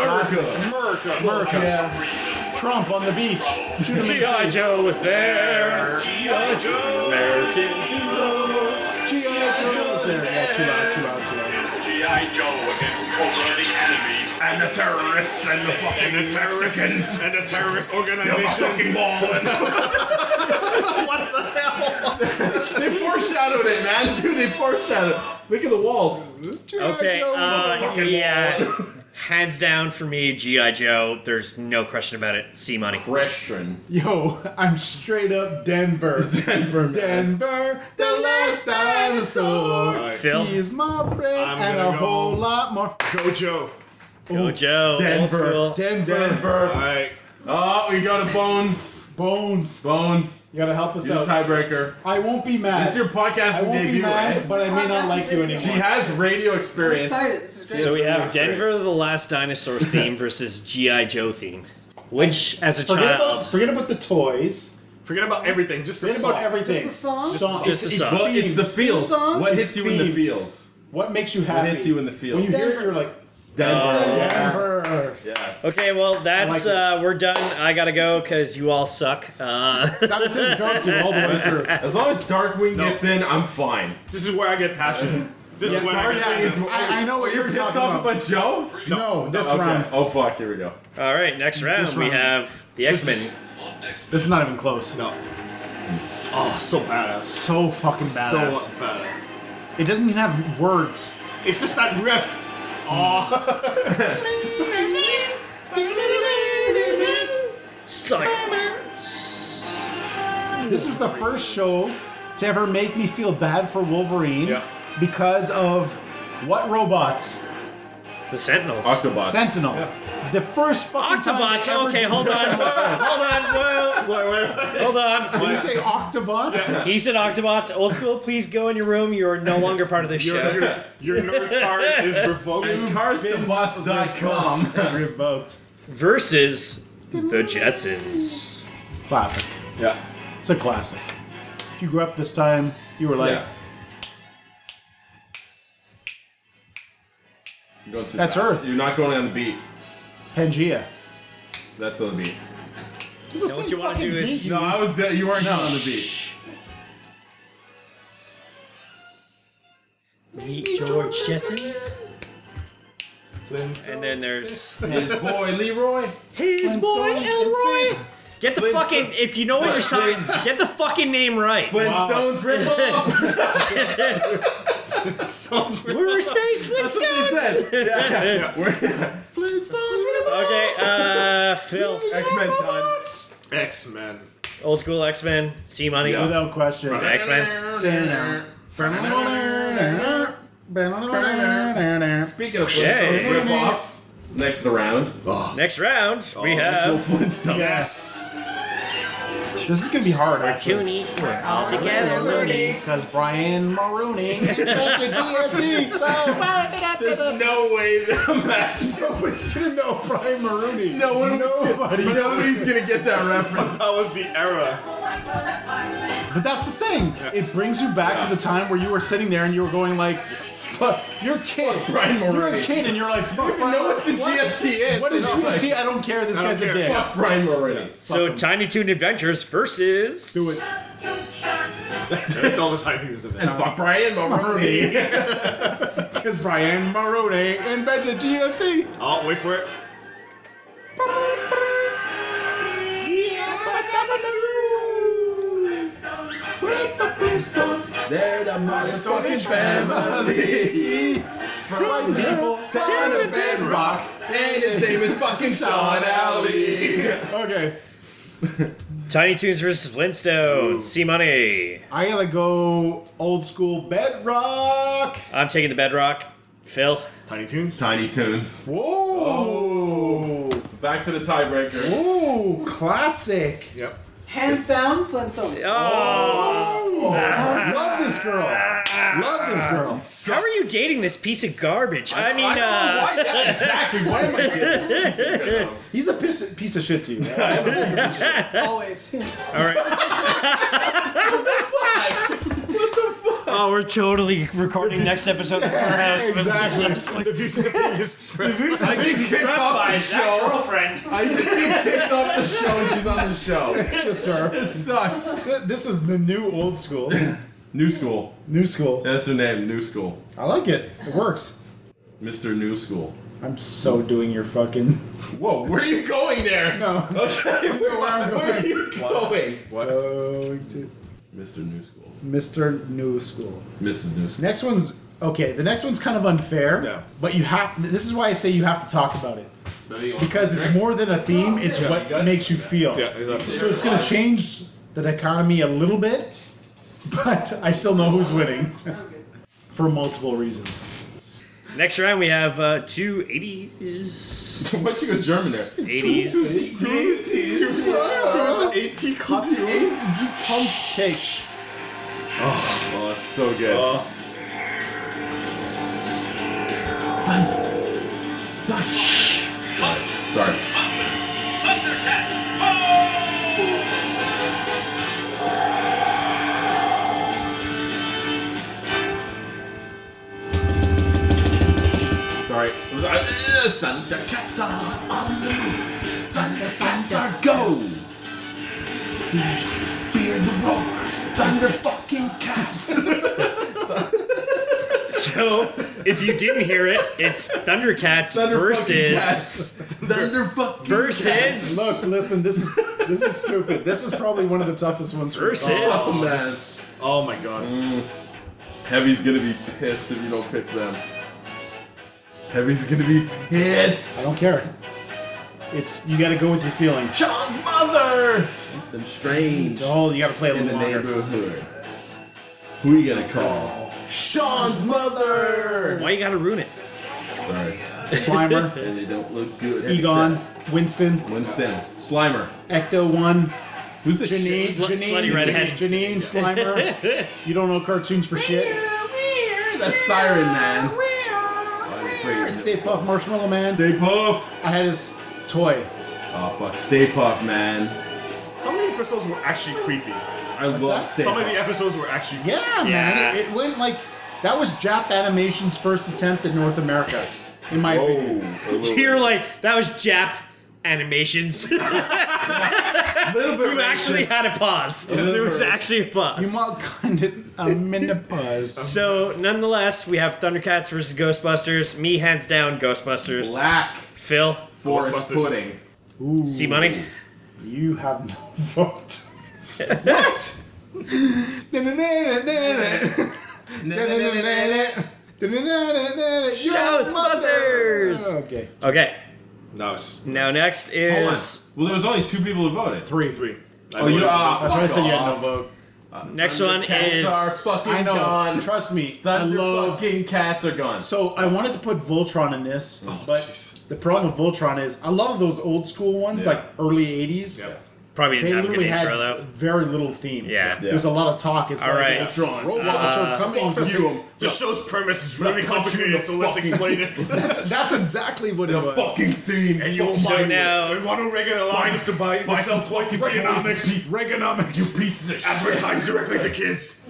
Speaker 8: America!
Speaker 19: America!
Speaker 8: America. Trump on the beach. Shoot him in the
Speaker 19: G.I.
Speaker 8: face.
Speaker 19: Joe was there! G.I. Joe! American
Speaker 8: G.I. Joe. There, yeah, too loud, too loud, too loud.
Speaker 10: G.I. Joe against Cobra the enemy. And the terrorists and the fucking and the terrorists and the terrorist organization. fucking wall.
Speaker 8: what the hell?
Speaker 2: they foreshadowed it, man. Dude, they foreshadowed. it. Look at the walls.
Speaker 9: Okay, uh, yeah. Hands down for me, G.I. Joe. There's no question about it. C money.
Speaker 2: Question.
Speaker 8: Yo, I'm straight up Denver. Denver, Denver, the last dinosaur.
Speaker 9: right. Phil?
Speaker 8: He is my friend
Speaker 19: I'm
Speaker 8: and
Speaker 19: gonna
Speaker 8: a
Speaker 19: go-
Speaker 8: whole lot more.
Speaker 19: Go Joe!
Speaker 9: Go Joe.
Speaker 2: Denver.
Speaker 9: Old school.
Speaker 8: Denver.
Speaker 2: Denver.
Speaker 19: Alright.
Speaker 2: Oh, we go to Bones.
Speaker 8: Bones.
Speaker 2: Bones,
Speaker 8: You gotta help us
Speaker 2: you're the
Speaker 8: out.
Speaker 2: tiebreaker.
Speaker 8: I won't be mad.
Speaker 2: This is your
Speaker 8: I
Speaker 2: podcasting
Speaker 8: won't be
Speaker 2: debut,
Speaker 8: mad,
Speaker 2: right?
Speaker 8: but I may not like you anymore.
Speaker 2: She has radio
Speaker 5: I'm
Speaker 2: experience.
Speaker 5: excited. This is great.
Speaker 9: So we have Denver the Last Dinosaur's theme versus G.I. Joe theme. Which, as a
Speaker 8: forget, about,
Speaker 9: child,
Speaker 8: forget about the toys.
Speaker 19: Forget about everything, just the
Speaker 8: Forget
Speaker 19: song.
Speaker 8: about everything.
Speaker 5: Just the song?
Speaker 8: Song.
Speaker 9: Just the
Speaker 8: It's-
Speaker 9: song.
Speaker 2: Well, it's the
Speaker 8: themes.
Speaker 2: feels.
Speaker 5: Song?
Speaker 2: What
Speaker 8: It's
Speaker 2: hits you in the
Speaker 8: themes.
Speaker 2: feels?
Speaker 8: What makes you
Speaker 2: What
Speaker 8: happy?
Speaker 2: hits you in the feels?
Speaker 8: When you hear it,
Speaker 5: Denver.
Speaker 8: you're like,
Speaker 2: Denver.
Speaker 8: Denver.
Speaker 2: Yes.
Speaker 9: Okay, well, that's
Speaker 8: I
Speaker 9: uh, we're done. I gotta go because you all suck. Uh,
Speaker 8: That was his go-to all the way through.
Speaker 2: As long as Darkwing gets in, I'm fine.
Speaker 19: This is where I get passionate. This
Speaker 8: Yeah,
Speaker 19: is where I
Speaker 8: Dark
Speaker 19: get
Speaker 8: Knight is-
Speaker 19: passionate.
Speaker 8: I, I know what you're
Speaker 2: Pissed
Speaker 8: talking
Speaker 2: off
Speaker 8: about.
Speaker 2: about Joe?
Speaker 8: No, this
Speaker 2: Okay.
Speaker 8: round.
Speaker 2: Oh fuck, here we go.
Speaker 9: all right, next round
Speaker 8: This
Speaker 9: we
Speaker 8: round.
Speaker 9: have the X Men.
Speaker 8: This is not even close.
Speaker 19: No. Oh, so badass.
Speaker 8: So fucking badass.
Speaker 19: So badass.
Speaker 8: it doesn't even have words.
Speaker 19: It's just that riff.
Speaker 9: Suck.
Speaker 8: This was the first show to ever make me feel bad for Wolverine
Speaker 19: Yeah.
Speaker 8: because of what robots?
Speaker 9: The Sentinels.
Speaker 2: Octobot.
Speaker 8: Sentinels. The first fucking time
Speaker 9: Octobots.
Speaker 8: they ever
Speaker 9: Okay,
Speaker 8: did
Speaker 9: hold
Speaker 8: this.
Speaker 9: on. Whoa, hold on. Whoa, whoa, whoa. Hold on.
Speaker 8: Did you say Octobots?
Speaker 9: He said Octobots. Old school. Please go in your room. You are no longer part of this show.
Speaker 19: Your, your nerd card is revoked.
Speaker 2: Carstobots.com.
Speaker 8: Revoked.
Speaker 9: Versus the Jetsons.
Speaker 8: Classic.
Speaker 19: Yeah.
Speaker 8: It's a classic. If you grew up this time, you were like,
Speaker 2: Yeah. You're going too
Speaker 8: That's
Speaker 2: fast.
Speaker 8: Earth.
Speaker 2: You're not going on the beat.
Speaker 8: Pangea.
Speaker 2: That's on the beat.
Speaker 8: This is
Speaker 9: Now what you wanna do is-
Speaker 2: No, I was dead. You are not on the beat.
Speaker 9: Meet George Jetson.
Speaker 8: Flintstones.
Speaker 9: And then there's
Speaker 2: His boy Leroy.
Speaker 9: his boy
Speaker 8: Flintstones.
Speaker 9: Elroy. Get the fucking if you know what you're saying. Get the fucking name right.
Speaker 2: Flintstones rip off.
Speaker 9: We're space Flintstones. Okay, uh, Phil.
Speaker 2: X Men time.
Speaker 19: X Men.
Speaker 9: Old school X Men. C money.
Speaker 8: Without question.
Speaker 9: X Men.
Speaker 2: Speaking of
Speaker 9: Okay.
Speaker 2: Flintstones rip offs, next round.
Speaker 9: Next round we
Speaker 2: Actual
Speaker 9: have.
Speaker 2: Flintstones.
Speaker 8: Yes. This is gonna be hard, actually.
Speaker 9: we're all together, loony.
Speaker 8: Because Brian Maroney invented GSD. So
Speaker 2: E. There's no way that a match. Nobody's gonna know.
Speaker 8: Brian Maroney.
Speaker 2: No one. Nobody. Nobody's gonna get that reference.
Speaker 19: That was the era.
Speaker 8: But that's the thing. It brings you back to the time where you were sitting there and you were going like, fuck, you're a kid.
Speaker 2: Brian
Speaker 8: You're a
Speaker 2: Mulroney.
Speaker 8: kid and you're like, fuck.
Speaker 2: You don't even know what the GST is.
Speaker 8: What is
Speaker 2: They're not like-
Speaker 8: GST? I don't care. This
Speaker 2: I don't
Speaker 8: guy's a
Speaker 2: care.
Speaker 8: dick.
Speaker 2: Fuck Brian Mulroney.
Speaker 9: So Tiny Toon Adventures versus. Do
Speaker 8: it.
Speaker 2: That's all the time he was in
Speaker 8: And
Speaker 2: fuck Brian Mulroney.
Speaker 8: Because Brian Maroney invented GST.
Speaker 4: Oh, wait for it.
Speaker 2: They're the motherfucking family.
Speaker 5: From
Speaker 2: people
Speaker 5: down
Speaker 2: to bedrock. And his name is fucking Sean Alley.
Speaker 8: okay.
Speaker 9: Tiny Toons versus Flintstones. See money.
Speaker 8: I gotta go old school bedrock.
Speaker 9: I'm taking the bedrock. Phil.
Speaker 4: Tiny Toons.
Speaker 2: Tiny Toons.
Speaker 8: Whoa.
Speaker 2: Oh. Back to the tiebreaker.
Speaker 8: Ooh, classic.
Speaker 2: Yep.
Speaker 20: Hands down, Flintstones.
Speaker 8: Oh, love this girl. Love this girl.
Speaker 9: How are you dating this piece of garbage? I, mean,
Speaker 8: I know,
Speaker 9: uh.
Speaker 8: why- yeah, exactly. Why am I dating this piece of
Speaker 9: dating
Speaker 8: He's a piece of, piece of shit to you.
Speaker 20: Always.
Speaker 9: All right. Oh, we're totally recording next episode of our house. with just-
Speaker 4: Exactly. The views and opinions expressed.
Speaker 9: The views and opinions expressed by that girlfriend.
Speaker 2: I just get kicked off the show and she's on the show.
Speaker 8: Yes, sir.
Speaker 2: This sucks.
Speaker 8: This is the new old school.
Speaker 2: New School.
Speaker 8: New School.
Speaker 2: That's her name, New School.
Speaker 8: I like it. It works.
Speaker 2: Mr. New School.
Speaker 8: I'm so doing your fucking.
Speaker 2: Whoa, where are you going there?
Speaker 8: No.
Speaker 2: Okay, where, where are you going?
Speaker 8: What? Going to
Speaker 2: Mr. New School.
Speaker 8: Mr. New School.
Speaker 2: Mrs. New School.
Speaker 8: Next one's okay. The next one's kind of unfair. No. But you have. This is why I say you have to talk about it because it's more than a theme. It's
Speaker 2: Yeah,
Speaker 8: what
Speaker 2: you got it.
Speaker 8: makes you feel.
Speaker 2: Yeah, exactly.
Speaker 8: So it's going to change the dichotomy a little bit, but I still know who's winning for multiple reasons.
Speaker 9: Next round, we have uh, two 80s.
Speaker 2: Why'd you go German there?
Speaker 9: 80s.
Speaker 2: Oh, oh, that's so good. Sorry. Sorry. It was- uh, Thundercats are on the move. Thundercats are go.
Speaker 5: Fear the roar. Thunder fucking cats.
Speaker 9: So, if you didn't hear it, it's Thundercats versus.
Speaker 8: Thunder fucking
Speaker 9: Versus- cats.
Speaker 8: Look, listen. This is this is stupid. This is probably one of the toughest ones. for
Speaker 9: Versus-
Speaker 8: Oh, man.
Speaker 2: Oh my god. Heavy's gonna be pissed if you don't pick them. Heavy's gonna be pissed.
Speaker 8: I don't care. It's you got to go with your feeling.
Speaker 2: Sean's mother. Something strange.
Speaker 8: Oh, you got to play a
Speaker 2: in
Speaker 8: little
Speaker 2: the
Speaker 8: longer.
Speaker 2: neighborhood. Who you gonna call? Sean's mother.
Speaker 9: Why you gotta ruin it?
Speaker 2: Sorry.
Speaker 8: Slimer.
Speaker 2: and they don't look good.
Speaker 8: Egon, Winston,
Speaker 2: Winston. Slimer.
Speaker 8: Ecto One.
Speaker 2: Who's the
Speaker 8: Janine?
Speaker 2: sl-
Speaker 8: Janine,
Speaker 2: slutty redhead?
Speaker 8: Janine Slimer. you don't know cartoons for shit.
Speaker 2: That's Siren Man.
Speaker 8: Stay Puff Marshmallow Man. Stay
Speaker 2: Puff.
Speaker 8: I had his toy.
Speaker 2: Oh fuck, Stay Puff, man.
Speaker 4: Some of the episodes were actually creepy. I
Speaker 2: What's love that? Stay
Speaker 4: Some of
Speaker 2: Puft.
Speaker 4: the episodes were actually
Speaker 8: Yeah, man. It, it went like that was Jap Animation's first attempt at North America, in my opinion.
Speaker 9: You're like, that was Jap animations. you actually had a pause.
Speaker 8: A little
Speaker 9: There was
Speaker 8: bit.
Speaker 9: actually a pause.
Speaker 8: You might kind of a minute pause.
Speaker 9: So, nonetheless, we have Thundercats versus Ghostbusters. Me, hands down, Ghostbusters.
Speaker 2: Black.
Speaker 9: Phil.
Speaker 2: Forest Ghostbusters. pudding.
Speaker 8: Ooh.
Speaker 9: See money?
Speaker 8: You have no vote.
Speaker 9: what?
Speaker 8: Showbusters! Okay.
Speaker 9: Okay.
Speaker 4: No.
Speaker 9: Now, next is.
Speaker 2: Well, there was only two people who voted.
Speaker 8: Three.
Speaker 4: Three.
Speaker 2: Oh, you
Speaker 4: Ah,
Speaker 2: are.
Speaker 8: That's why I said you had no vote.
Speaker 9: Next one is.
Speaker 2: Are fucking
Speaker 8: I know.
Speaker 2: gone.
Speaker 8: Trust me. I
Speaker 2: Thunder
Speaker 8: love.
Speaker 2: fucking cats are gone.
Speaker 8: So I wanted to put Voltron in this, but the problem with Voltron is a lot of those old school ones,
Speaker 9: Yeah.
Speaker 8: like early '80s.
Speaker 9: Probably
Speaker 8: They
Speaker 9: didn't have a good
Speaker 8: literally
Speaker 9: intro,
Speaker 8: had
Speaker 9: though.
Speaker 8: very little theme.
Speaker 9: Yeah. Yeah.
Speaker 8: There's a lot of talk. It's
Speaker 9: All
Speaker 8: like,
Speaker 9: right.
Speaker 8: Voltron, robots
Speaker 9: Uh,
Speaker 8: are coming to
Speaker 4: fuck
Speaker 8: take-
Speaker 4: you. This show's premise is really complicated, so let's explain it.
Speaker 8: that's, that's exactly what it was.
Speaker 4: fucking
Speaker 8: theme.
Speaker 4: And you won't
Speaker 8: So
Speaker 4: mind
Speaker 8: now-
Speaker 4: now, we want to regularize us to buy
Speaker 8: buy
Speaker 4: myself twice the
Speaker 8: Reaganomics.
Speaker 4: kids.
Speaker 8: Reaganomics.
Speaker 4: You pieces of Advertise directly to kids.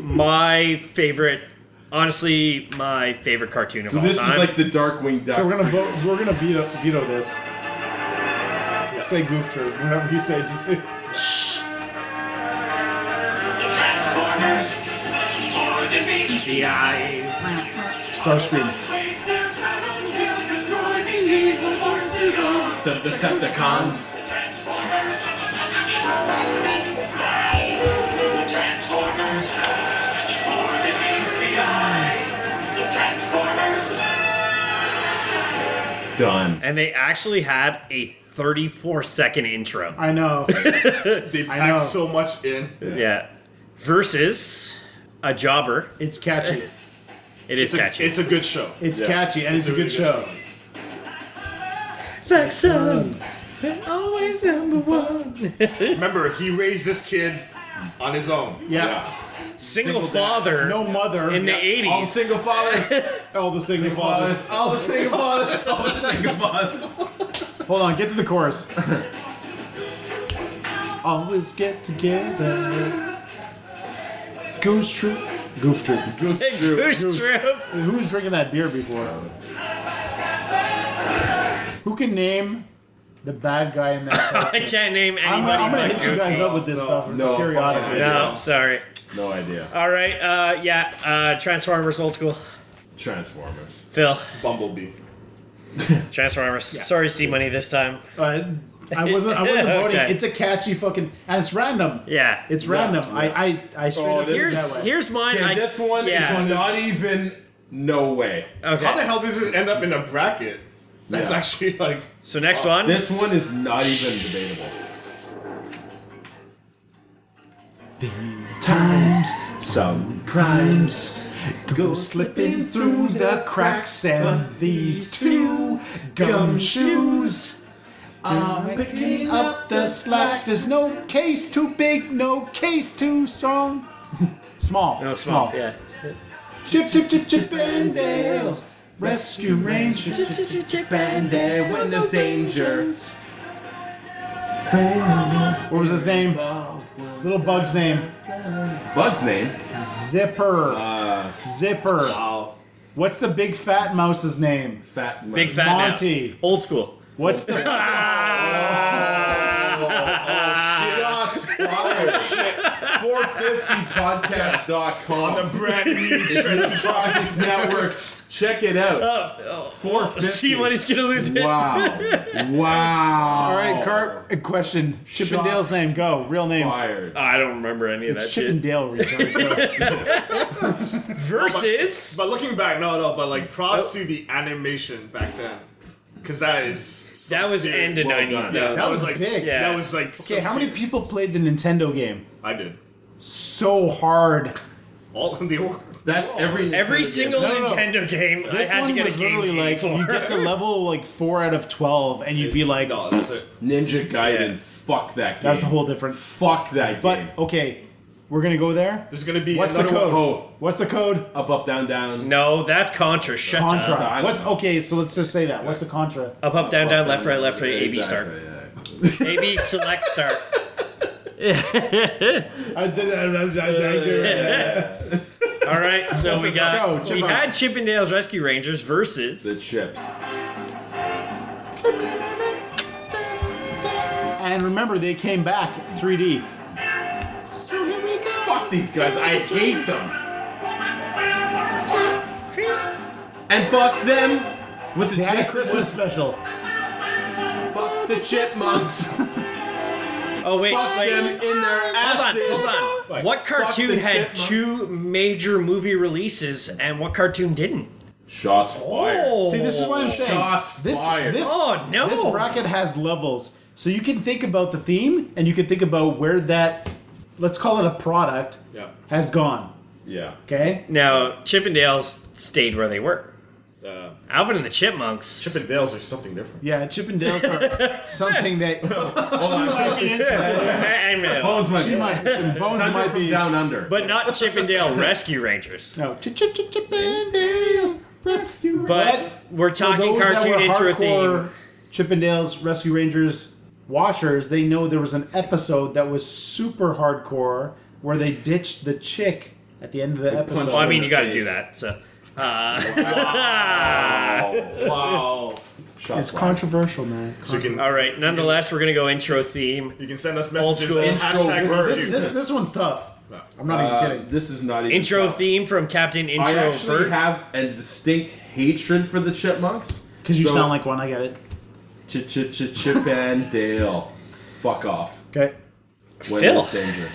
Speaker 9: My favorite honestly my favorite cartoon of
Speaker 2: So
Speaker 9: all
Speaker 2: this is
Speaker 9: time.
Speaker 2: like the Darkwing Duck.
Speaker 8: So we're gonna vote. We're gonna veto, veto this. Say goof troop. Whatever you say, just say.
Speaker 10: Transformers. Or the beach.
Speaker 8: The eyes. Starscream.
Speaker 10: Destroy the evil forces of
Speaker 2: The Decepticons.
Speaker 10: Transformers. Transformers. Or the beast, the eye. The Transformers.
Speaker 2: Done.
Speaker 9: And they actually had a 34 second intro.
Speaker 8: I know.
Speaker 9: they
Speaker 8: I packed know. so
Speaker 9: much in. Yeah. Versus a jobber.
Speaker 8: It's catchy.
Speaker 9: it is catchy.
Speaker 10: it's a good show.
Speaker 8: It's catchy and it's, a good show.
Speaker 19: Back son, and always number one.
Speaker 10: Remember, he raised this kid on his own.
Speaker 8: Yeah.
Speaker 9: Single,
Speaker 10: father.
Speaker 8: No mother.
Speaker 10: In the Yeah. 80s. All single
Speaker 2: fathers.
Speaker 8: all the single fathers.
Speaker 9: Oh.
Speaker 2: All the single fathers. All the single fathers.
Speaker 8: Hold on. Get to the chorus. Always get together. Goose troop. Goof troop.
Speaker 10: Goose Goose. troop.
Speaker 8: Who was drinking that beer before? Who can name the bad guy in that?
Speaker 9: I can't name anybody.
Speaker 8: I'm, I'm gonna
Speaker 9: but
Speaker 8: hit you guys
Speaker 9: Goofy.
Speaker 8: up with this stuff
Speaker 9: no,
Speaker 8: periodically.
Speaker 9: No, sorry.
Speaker 2: No idea.
Speaker 9: All right, uh, yeah, uh, Transformers, old school.
Speaker 2: Transformers.
Speaker 9: Phil.
Speaker 2: Bumblebee.
Speaker 9: Transformers. Sorry, C Money this time.
Speaker 8: Uh, I wasn't. I wasn't voting.
Speaker 9: Okay.
Speaker 8: It's a catchy fucking, and it's random.
Speaker 9: Yeah,
Speaker 8: it's
Speaker 2: Yeah,
Speaker 8: random.
Speaker 2: yeah.
Speaker 8: I, I, I straight up did it that way.
Speaker 2: Okay, this one is not even. No way.
Speaker 10: How the hell does this end up in a bracket? That's
Speaker 2: Yeah.
Speaker 10: actually like.
Speaker 9: So next
Speaker 2: one? This one is not even debatable.
Speaker 8: Times some primes go slipping through the cracks, and these two gumshoes are picking up the slack. There's no case too big, no case too strong. small. No, small.
Speaker 9: Yeah.
Speaker 8: Chip, chip, chip, chip, and dales. Rescue Rangers. Chip, chip, chip, chip, and dale. When there's danger. What was his name? Little Bug's name.
Speaker 2: Bug's name.
Speaker 8: Zipper. Zipper.
Speaker 2: Wow.
Speaker 8: What's the big fat mouse's name?
Speaker 2: Fat Mouse.
Speaker 9: Big fat
Speaker 8: Monty.
Speaker 9: Old school.
Speaker 8: What's the
Speaker 2: Shots fired. Oh, Shit. 450podcast.com. On the brand new Trending Topics Network. Check it out.
Speaker 9: See what he's gonna lose. it.
Speaker 2: Wow. Wow.
Speaker 8: All right, Cart. A question. Chippendale's name. Go. Real names.
Speaker 2: Fired.
Speaker 9: I don't remember any of
Speaker 8: It's
Speaker 9: that shit.
Speaker 8: Chippendale. retard.
Speaker 9: Versus.
Speaker 10: But, looking back, no, no, but like props to the animation back then. Because that is. some
Speaker 9: That was
Speaker 10: serious-
Speaker 9: end of
Speaker 10: well
Speaker 9: 90s
Speaker 10: done.
Speaker 9: though.
Speaker 10: That, was like.
Speaker 8: big.
Speaker 10: That was like.
Speaker 8: Okay, how many people played the Nintendo game?
Speaker 10: I did.
Speaker 8: So hard.
Speaker 10: All in the order.
Speaker 2: That's every
Speaker 9: Every single Nintendo game
Speaker 8: This
Speaker 9: I had
Speaker 8: one
Speaker 9: to get
Speaker 8: was
Speaker 9: a game
Speaker 8: literally like
Speaker 9: for.
Speaker 8: you get to level like four out of twelve, and you'd be like,
Speaker 10: no, that's it.
Speaker 2: Ninja Gaiden. Fuck that game.
Speaker 8: That's a whole different.
Speaker 2: Fuck that
Speaker 8: But
Speaker 2: game.
Speaker 8: okay, we're gonna go there.
Speaker 10: There's gonna be
Speaker 8: What's the
Speaker 2: another
Speaker 8: code?
Speaker 2: one. Oh.
Speaker 8: What's the code?
Speaker 2: Up, up, down, down.
Speaker 9: No, that's Contra. Shut
Speaker 8: Contra.
Speaker 9: up.
Speaker 8: What's okay? So let's just say that. What's the Contra?
Speaker 9: Up, up, down, down, left, right, left, right, AB start.
Speaker 2: Exactly,
Speaker 9: AB select start.
Speaker 8: I did
Speaker 9: All right, so
Speaker 8: That's
Speaker 9: we
Speaker 8: a-
Speaker 9: got
Speaker 8: go,
Speaker 9: we
Speaker 8: Chipmunks.
Speaker 9: had Chippendales Rescue Rangers versus the
Speaker 2: Chips.
Speaker 8: And remember, they came back 3D. So here we go.
Speaker 2: Fuck these guys. I hate them. And fuck them. Was it
Speaker 8: They had a
Speaker 2: Jason
Speaker 8: Christmas special.
Speaker 2: Fuck the chipmunks.
Speaker 9: Oh wait,
Speaker 2: Fuck
Speaker 9: wait.
Speaker 2: them in their asses.
Speaker 9: Hold on, hold on.
Speaker 2: Like,
Speaker 9: What
Speaker 2: fuck
Speaker 9: cartoon
Speaker 2: the
Speaker 9: had
Speaker 2: chipmunks.
Speaker 9: two major movie releases and what cartoon didn't?
Speaker 2: Shots fired.
Speaker 9: Oh.
Speaker 8: See, this is what I'm saying.
Speaker 2: Shots
Speaker 8: this,
Speaker 2: fired.
Speaker 8: this,
Speaker 9: Oh, no.
Speaker 8: this bracket has levels, so you can think about the theme, and you can think about where that, let's call it a product,
Speaker 10: Yeah.
Speaker 8: has gone.
Speaker 2: Yeah.
Speaker 8: Okay.
Speaker 9: Now Chippendales stayed where they were.
Speaker 10: Uh,
Speaker 9: Alvin and the Chipmunks.
Speaker 10: Chippendales are something different.
Speaker 8: Yeah, Chippendales are something that she might be interested
Speaker 9: I- I know.
Speaker 2: Bones
Speaker 8: in.
Speaker 2: might
Speaker 8: She
Speaker 2: be.
Speaker 8: might, Bones
Speaker 2: Thunder
Speaker 8: might
Speaker 2: from
Speaker 8: be.
Speaker 2: down under.
Speaker 9: But not Chippendale Rescue Rangers.
Speaker 8: No, Chippendale Rescue
Speaker 9: But we're talking cartoon intro theme.
Speaker 8: Chippendales Rescue Rangers watchers, they know there was an episode that was super hardcore where they ditched the chick at the end of the episode.
Speaker 9: Well, I mean, you got to do that. So. Uh, wow.
Speaker 8: Wow. it's controversial, man.
Speaker 9: All right. Nonetheless, we're gonna go intro theme. You
Speaker 10: can send us
Speaker 9: Old
Speaker 10: messages
Speaker 9: school.
Speaker 10: at hashtag
Speaker 8: This, this, this, this one's tough. I'm not
Speaker 4: Uh,
Speaker 8: even kidding.
Speaker 4: This is not even
Speaker 9: Intro
Speaker 4: tough.
Speaker 9: theme from Captain Introvert.
Speaker 4: I actually have a distinct hatred for the chipmunks.
Speaker 8: Because you
Speaker 4: So-
Speaker 8: sound like one, I get it.
Speaker 4: Chip, chip, chip, chip, and Dale. Fuck off.
Speaker 8: Okay.
Speaker 4: When
Speaker 8: Phil.
Speaker 4: there's danger.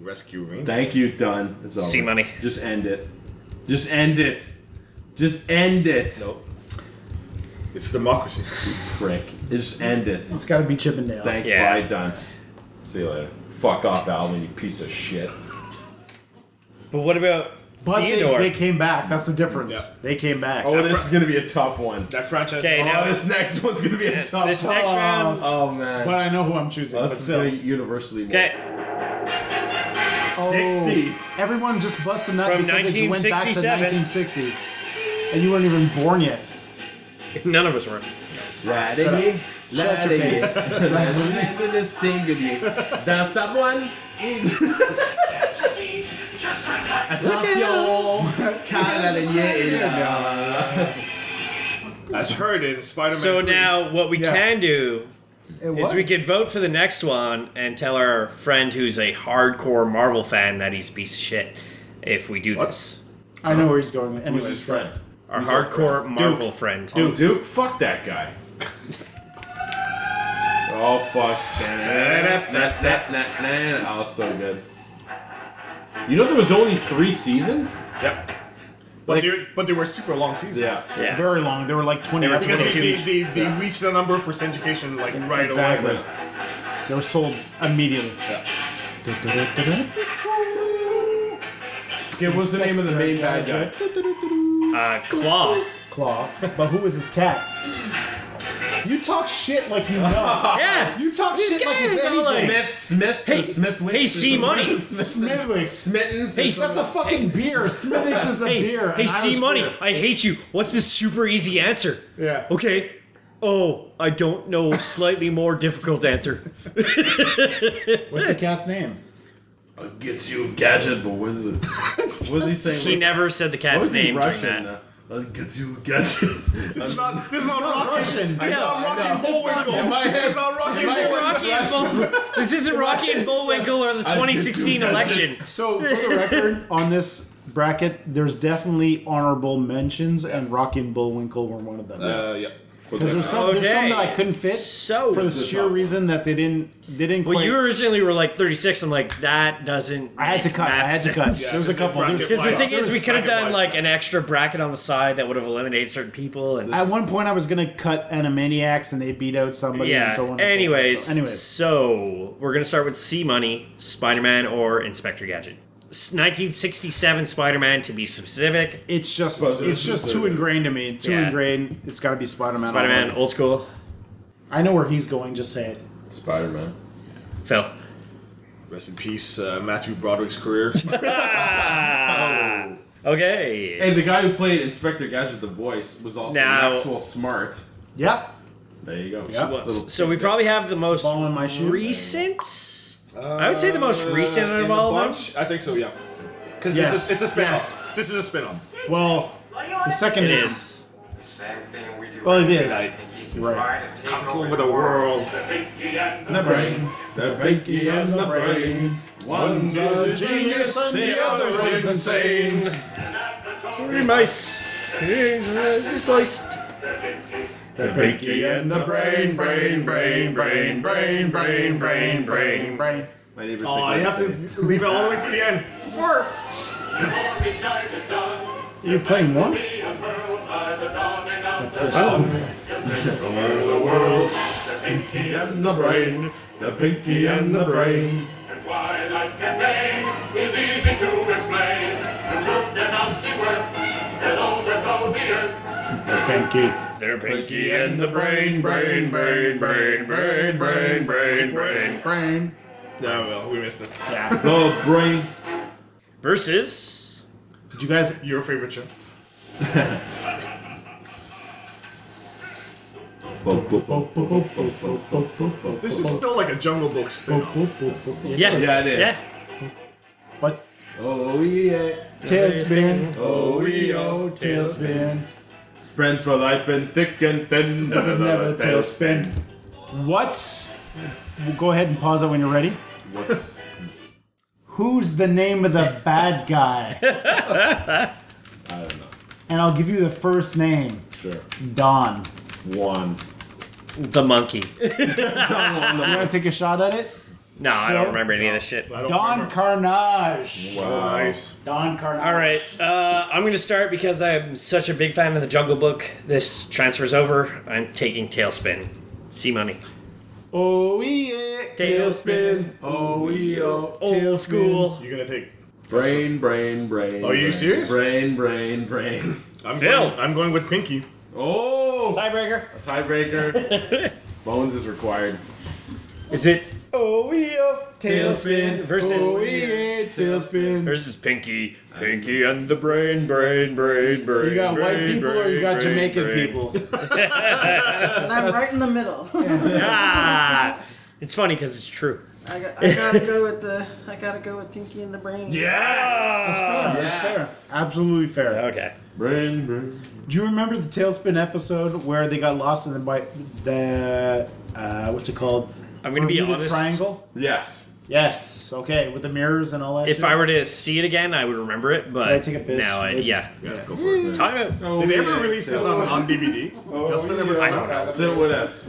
Speaker 10: Rescue Ranger.
Speaker 4: Thank you, done. It's over.
Speaker 10: See money.
Speaker 4: Just end it. Just end it. Just end it. Nope.
Speaker 10: It's democracy.
Speaker 4: Prick. Just end it.
Speaker 8: It's got to be Chippendale.
Speaker 4: Thanks, bye, done. See you later. Fuck off, Alvin, you piece of shit.
Speaker 9: But what about
Speaker 8: But they,
Speaker 4: Theodore?
Speaker 8: they came back. That's the difference. They came back.
Speaker 4: Oh, this is gonna be a tough one.
Speaker 10: That franchise.
Speaker 8: Okay,
Speaker 4: oh,
Speaker 8: now-
Speaker 4: this next one's gonna be a
Speaker 8: This-
Speaker 4: tough.
Speaker 8: this
Speaker 4: one.
Speaker 8: next round-
Speaker 4: Oh man.
Speaker 8: But I know who I'm choosing,
Speaker 4: Oh,
Speaker 8: but
Speaker 4: this is
Speaker 8: still.
Speaker 4: gonna universally. win.
Speaker 8: Oh,
Speaker 4: 60s.
Speaker 8: Everyone just busted nut
Speaker 9: From
Speaker 8: because they went back to
Speaker 9: 1967.
Speaker 8: 1960s. And you weren't even born yet.
Speaker 9: None of us were.
Speaker 4: Rattling,
Speaker 8: Shut up. Shut your face.
Speaker 4: singing, dans sa one. Attention, car la lignée est là.
Speaker 10: As heard in Spider-Man.
Speaker 9: So
Speaker 10: 3.
Speaker 9: now, what we can do is we
Speaker 10: works.
Speaker 9: could vote for the next one and tell our friend who's a hardcore Marvel fan that he's a piece of shit if we do this.
Speaker 8: I know where he's going. with- Anyways,
Speaker 9: his
Speaker 8: go.
Speaker 9: friend? Our hardcore Marvel friend.
Speaker 4: Duke. Oh, Duke, fuck that guy. oh, fuck. Oh, so good. You know there was only three seasons?
Speaker 10: Yep. But, they but they were super long seasons.
Speaker 4: Yeah.
Speaker 8: Very long. They were like 20
Speaker 10: Because they,
Speaker 8: episodes
Speaker 10: they,
Speaker 8: each.
Speaker 10: they, they reached the number for syndication like right
Speaker 8: exactly.
Speaker 10: away.
Speaker 8: They were sold immediately.
Speaker 4: Okay, what's the name of the main bad guy?
Speaker 9: Uh, Claw.
Speaker 8: Claw. But who is his cat? You talk shit like you know.
Speaker 9: yeah.
Speaker 8: You talk
Speaker 9: This
Speaker 8: shit like
Speaker 9: guy
Speaker 8: it's
Speaker 9: is all
Speaker 8: anything.
Speaker 9: like-
Speaker 4: Smith,
Speaker 9: Hey,
Speaker 4: Smith Wicks.
Speaker 9: hey, C Money.
Speaker 8: Smithwick.
Speaker 4: Smittens.
Speaker 9: Hey,
Speaker 8: that's a fucking beer. Smithwick's is a
Speaker 9: hey,
Speaker 8: beer.
Speaker 9: Hey,
Speaker 8: an
Speaker 9: C
Speaker 8: Irish
Speaker 9: Money,
Speaker 8: beer.
Speaker 9: I hate you. What's this super easy answer?
Speaker 8: Yeah.
Speaker 9: Okay. Oh, I don't know. Slightly more difficult answer.
Speaker 8: What's the cat's name?
Speaker 4: I'll get you gadget, but what is it? What is he saying?
Speaker 9: He never said the cat's
Speaker 4: What was he
Speaker 9: name during
Speaker 4: Russian?
Speaker 9: that.
Speaker 4: Uh, I'll get you gadget.
Speaker 10: This is not, this is not,
Speaker 8: not
Speaker 10: Rocky.
Speaker 8: Russian.
Speaker 10: This is
Speaker 8: Yeah,
Speaker 10: not
Speaker 8: I
Speaker 10: Rocky
Speaker 8: know.
Speaker 10: and Bullwinkle.
Speaker 8: In my head-
Speaker 10: This is not
Speaker 9: This
Speaker 10: Rocky
Speaker 9: isn't Rocky and Bull- this isn't Rocky and Bullwinkle or the 2016 election.
Speaker 8: So, for the record, on this bracket, there's definitely honorable mentions, and Rocky and Bullwinkle were one of them.
Speaker 4: Uh, yeah.
Speaker 8: Because there's some, there's some that I couldn't fit
Speaker 9: So-
Speaker 8: for the
Speaker 9: This is
Speaker 8: sheer reason that they didn't they didn't
Speaker 9: Well,
Speaker 8: quite.
Speaker 9: you originally were like 36. I'm like, that doesn't.
Speaker 8: I had to cut, I had to cut. There was a couple, there was-
Speaker 9: Because the thing
Speaker 8: there
Speaker 9: is,
Speaker 8: was
Speaker 9: we could have
Speaker 8: bracket
Speaker 9: done like an extra bracket on the side that would have eliminated certain people. And
Speaker 8: at one point, I was gonna cut Animaniacs, and they beat out somebody, and so on. and so forth.
Speaker 9: Anyways,
Speaker 8: So anyways,
Speaker 9: so we're gonna start with C Money, Spider Man, or Inspector Gadget. S- 1967 Spider Man, to be specific.
Speaker 8: It's just it's just too ingrained in me. Too
Speaker 9: Yeah.
Speaker 8: ingrained. It's got to be Spider Man.
Speaker 9: Spider Man, old school.
Speaker 8: I know where he's going. Just say it.
Speaker 4: Spider Man.
Speaker 9: Phil.
Speaker 10: Rest in peace, uh, Matthew Broderick's career.
Speaker 9: Okay.
Speaker 4: Hey, the guy who played Inspector Gadget, the voice, was also
Speaker 9: Now-
Speaker 4: Maxwell Smart.
Speaker 8: Yep.
Speaker 4: There you go.
Speaker 9: So,
Speaker 4: Little-
Speaker 9: what- so we probably have the most recent. I would say the most recent out of
Speaker 10: Uh, in a
Speaker 9: all of them.
Speaker 10: bunch? I think so, yeah. Because
Speaker 9: Yes.
Speaker 10: this is, it's a spin
Speaker 9: Yes.
Speaker 10: off. This is a spin off.
Speaker 8: Well, the second
Speaker 10: It
Speaker 8: isn't.
Speaker 9: is.
Speaker 21: Same thing we do.
Speaker 8: Well, it is.
Speaker 21: Right.
Speaker 8: Right.
Speaker 21: Take
Speaker 10: over the world.
Speaker 4: The brain, the pinky and the brain. One's a
Speaker 8: genius and
Speaker 4: the other's
Speaker 8: insane.
Speaker 9: Nice. Just sliced.
Speaker 4: The pinky and the brain, brain, brain, brain, brain, brain, brain, brain,
Speaker 8: brain.
Speaker 4: My neighbors think
Speaker 10: Oh, you have to leave it all the way to the end.
Speaker 8: You're playing one.
Speaker 4: the world, the pinky and the brain, the pinky and the brain.
Speaker 14: It's easy to explain. To move the Nazi work and overthrow the earth.
Speaker 8: Pinky.
Speaker 9: They're
Speaker 4: pinky and the brain, brain, brain, brain, brain, brain, brain, brain,
Speaker 8: brain.
Speaker 10: Yeah, well, we missed it.
Speaker 8: Yeah.
Speaker 4: The brain.
Speaker 9: Versus.
Speaker 8: Did you guys?
Speaker 10: Your favorite show. This is still like a Jungle Book spin off. Oh,
Speaker 8: Yeah.
Speaker 10: Yes. Yeah, it is.
Speaker 8: But
Speaker 1: Oh yeah,
Speaker 8: Tailspin.
Speaker 1: Oh we oh tailspin.
Speaker 2: Friends for life and thick and thin.
Speaker 8: Never, never tailspin. What's? We'll go ahead and pause it when you're ready.
Speaker 2: What's-
Speaker 8: Who's the name of the bad guy?
Speaker 2: I don't know.
Speaker 8: And I'll give you the first name.
Speaker 2: Sure.
Speaker 8: Don.
Speaker 2: One.
Speaker 9: The monkey.
Speaker 8: you want to take a shot at it?
Speaker 9: No, I don't remember any of this shit.
Speaker 8: Don Carnage.
Speaker 9: Wow. Nice.
Speaker 8: Don Carnage.
Speaker 9: All right, uh, I'm going to start because I'm such a big fan of the Jungle Book. This transfers over. I'm taking Tailspin. See money.
Speaker 8: Oh yeah,
Speaker 9: Tailspin.
Speaker 2: Oh yeah.
Speaker 9: Old school.
Speaker 22: You're gonna take
Speaker 2: Brain, brain, brain.
Speaker 10: Oh,
Speaker 22: Are you
Speaker 2: brain,
Speaker 22: serious?
Speaker 2: Brain, brain, brain.
Speaker 22: I'm Phil. going- I'm going with Pinky.
Speaker 2: Oh,
Speaker 9: tiebreaker.
Speaker 2: A tiebreaker. Bones is required.
Speaker 9: Is it? Oh yeah,
Speaker 8: Tailspin
Speaker 9: versus
Speaker 8: Oh yeah, tailspin.
Speaker 9: Versus Pinky, Pinky and the Brain, Brain, Brain, Brain.
Speaker 8: You got white
Speaker 9: brain,
Speaker 8: people or you
Speaker 9: brain,
Speaker 8: got
Speaker 9: brain,
Speaker 8: Jamaican
Speaker 9: brain.
Speaker 8: people?
Speaker 20: And I'm right in the middle.
Speaker 9: ah, it's funny because it's true.
Speaker 20: I, got, I gotta go with the. I gotta go with Pinky and the Brain.
Speaker 8: That's fair. That's fair. Absolutely fair.
Speaker 9: Okay.
Speaker 2: Brain, brain.
Speaker 8: Do you remember the Tailspin episode where they got lost in the by the uh, what's it called?
Speaker 9: I'm gonna be
Speaker 8: Bermuda
Speaker 9: honest.
Speaker 8: Triangle.
Speaker 2: Yes.
Speaker 8: Yes. Okay, with the mirrors and all that.
Speaker 9: If
Speaker 8: shit?
Speaker 9: I were to see it again, I would remember it. But
Speaker 8: Can I take a piss?
Speaker 9: now, I,
Speaker 8: Maybe?
Speaker 9: yeah.
Speaker 8: Yeah,
Speaker 22: go for it.
Speaker 9: Time out.
Speaker 8: Oh,
Speaker 22: Did they ever release this on, on DVD? Tailspin never.
Speaker 9: Oh, I don't know.
Speaker 2: Sit with us.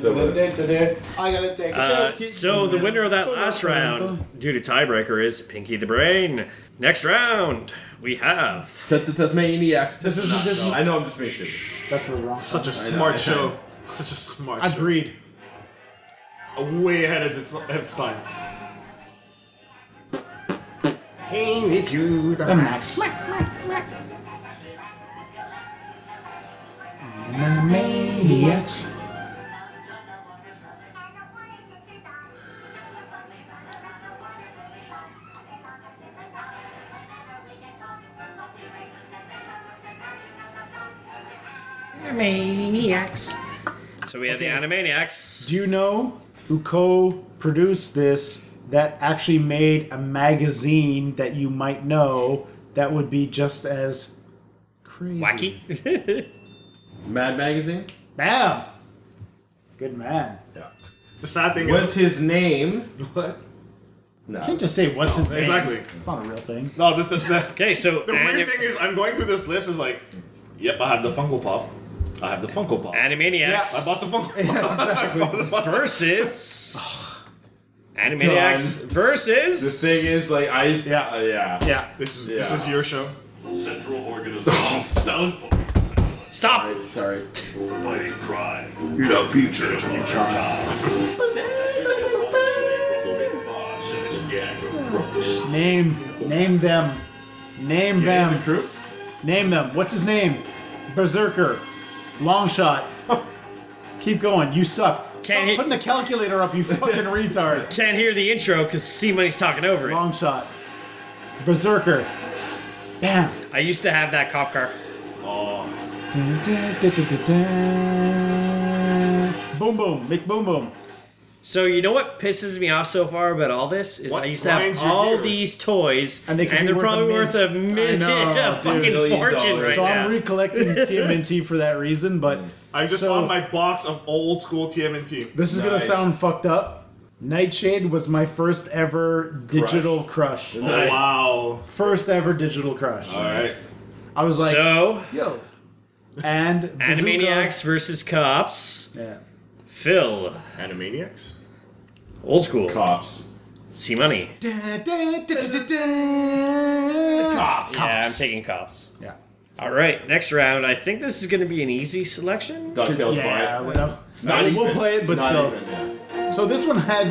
Speaker 8: Sit with us. I gotta take a
Speaker 9: Uh,
Speaker 8: piss.
Speaker 9: so the winner of that last round, due to tiebreaker, is Pinky the Brain. Next round, we have
Speaker 2: the Tasmaniacs.
Speaker 8: This is- this is-
Speaker 2: I know I'm just making
Speaker 8: That's the wrong.
Speaker 22: Such a
Speaker 2: I know,
Speaker 22: smart
Speaker 2: I
Speaker 22: show.
Speaker 2: know.
Speaker 22: Such a smart show.
Speaker 8: Agreed.
Speaker 22: Way ahead of its, of its time.
Speaker 8: Hey, you the max. Maniacs. Maniacs.
Speaker 9: So we have the Animaniacs.
Speaker 8: Do you know who co-produced this? That actually made a magazine that you might know that would be just as crazy.
Speaker 9: Wacky.
Speaker 2: Mad Magazine?
Speaker 8: Bam. Good man.
Speaker 2: Yeah.
Speaker 22: The sad thing
Speaker 2: What's
Speaker 22: is.
Speaker 2: his name?
Speaker 22: What?
Speaker 2: No.
Speaker 8: You can't just say what's
Speaker 22: No,
Speaker 8: his name.
Speaker 22: exactly.
Speaker 8: It's not a real thing.
Speaker 22: No, the, the,
Speaker 9: okay, so
Speaker 22: the weird thing is, I'm going through this list is like, yep, I have the Funko Pop, I have the Funko Pop,
Speaker 9: Animaniacs.
Speaker 22: I bought the Funko Pop.
Speaker 9: versus Animaniacs versus.
Speaker 2: The thing is, like, I. Yeah. yeah.
Speaker 8: Yeah.
Speaker 22: This is
Speaker 2: Yeah.
Speaker 22: your show.
Speaker 10: Central organization.
Speaker 9: Stop.
Speaker 2: Sorry.
Speaker 10: Fighting crime. In a future time.
Speaker 8: Name, name them, name them. Name them. What's his name? Berserker, long shot. Keep going. You suck. Stop
Speaker 9: he-
Speaker 8: putting the calculator up. You fucking retard.
Speaker 9: Can't hear the intro because C Money's talking over it.
Speaker 8: Long shot. Berserker. Bam.
Speaker 9: I used to have that cop car.
Speaker 8: Boom boom. Make boom boom.
Speaker 9: So you know what pisses me off so far about all this is
Speaker 8: What
Speaker 9: I used to have
Speaker 8: grinds your
Speaker 9: all
Speaker 8: gears?
Speaker 9: these toys,
Speaker 8: And they could be
Speaker 9: are
Speaker 8: worth a
Speaker 9: probably worth a
Speaker 8: mint.
Speaker 9: min-
Speaker 8: I know,
Speaker 9: yeah,
Speaker 8: dude.
Speaker 9: fucking
Speaker 8: Million
Speaker 9: fortune right
Speaker 8: so
Speaker 9: now.
Speaker 8: I'm recollecting TMNT for that reason, but
Speaker 22: I just
Speaker 8: so,
Speaker 22: found my box of old school TMNT.
Speaker 8: This is gonna sound fucked up. Nightshade was my first ever digital crush.
Speaker 22: Oh, Wow.
Speaker 8: First ever digital crush.
Speaker 22: All right.
Speaker 8: I was like,
Speaker 9: so
Speaker 8: yo. And Bazooka-
Speaker 9: Animaniacs versus Cops.
Speaker 8: Yeah.
Speaker 9: Phil.
Speaker 22: Animaniacs.
Speaker 9: Old school.
Speaker 2: Cops.
Speaker 9: See money.
Speaker 8: Da, da, da, da, da, da.
Speaker 9: Yeah, I'm taking cops.
Speaker 8: Yeah.
Speaker 9: All right, next round. I think this is going to be an easy selection.
Speaker 2: DuckTales
Speaker 8: Yeah,
Speaker 2: fine.
Speaker 8: whatever.
Speaker 2: Not
Speaker 8: We'll
Speaker 2: even.
Speaker 8: play it, but
Speaker 2: Not
Speaker 8: still.
Speaker 2: even, yeah.
Speaker 8: So this one had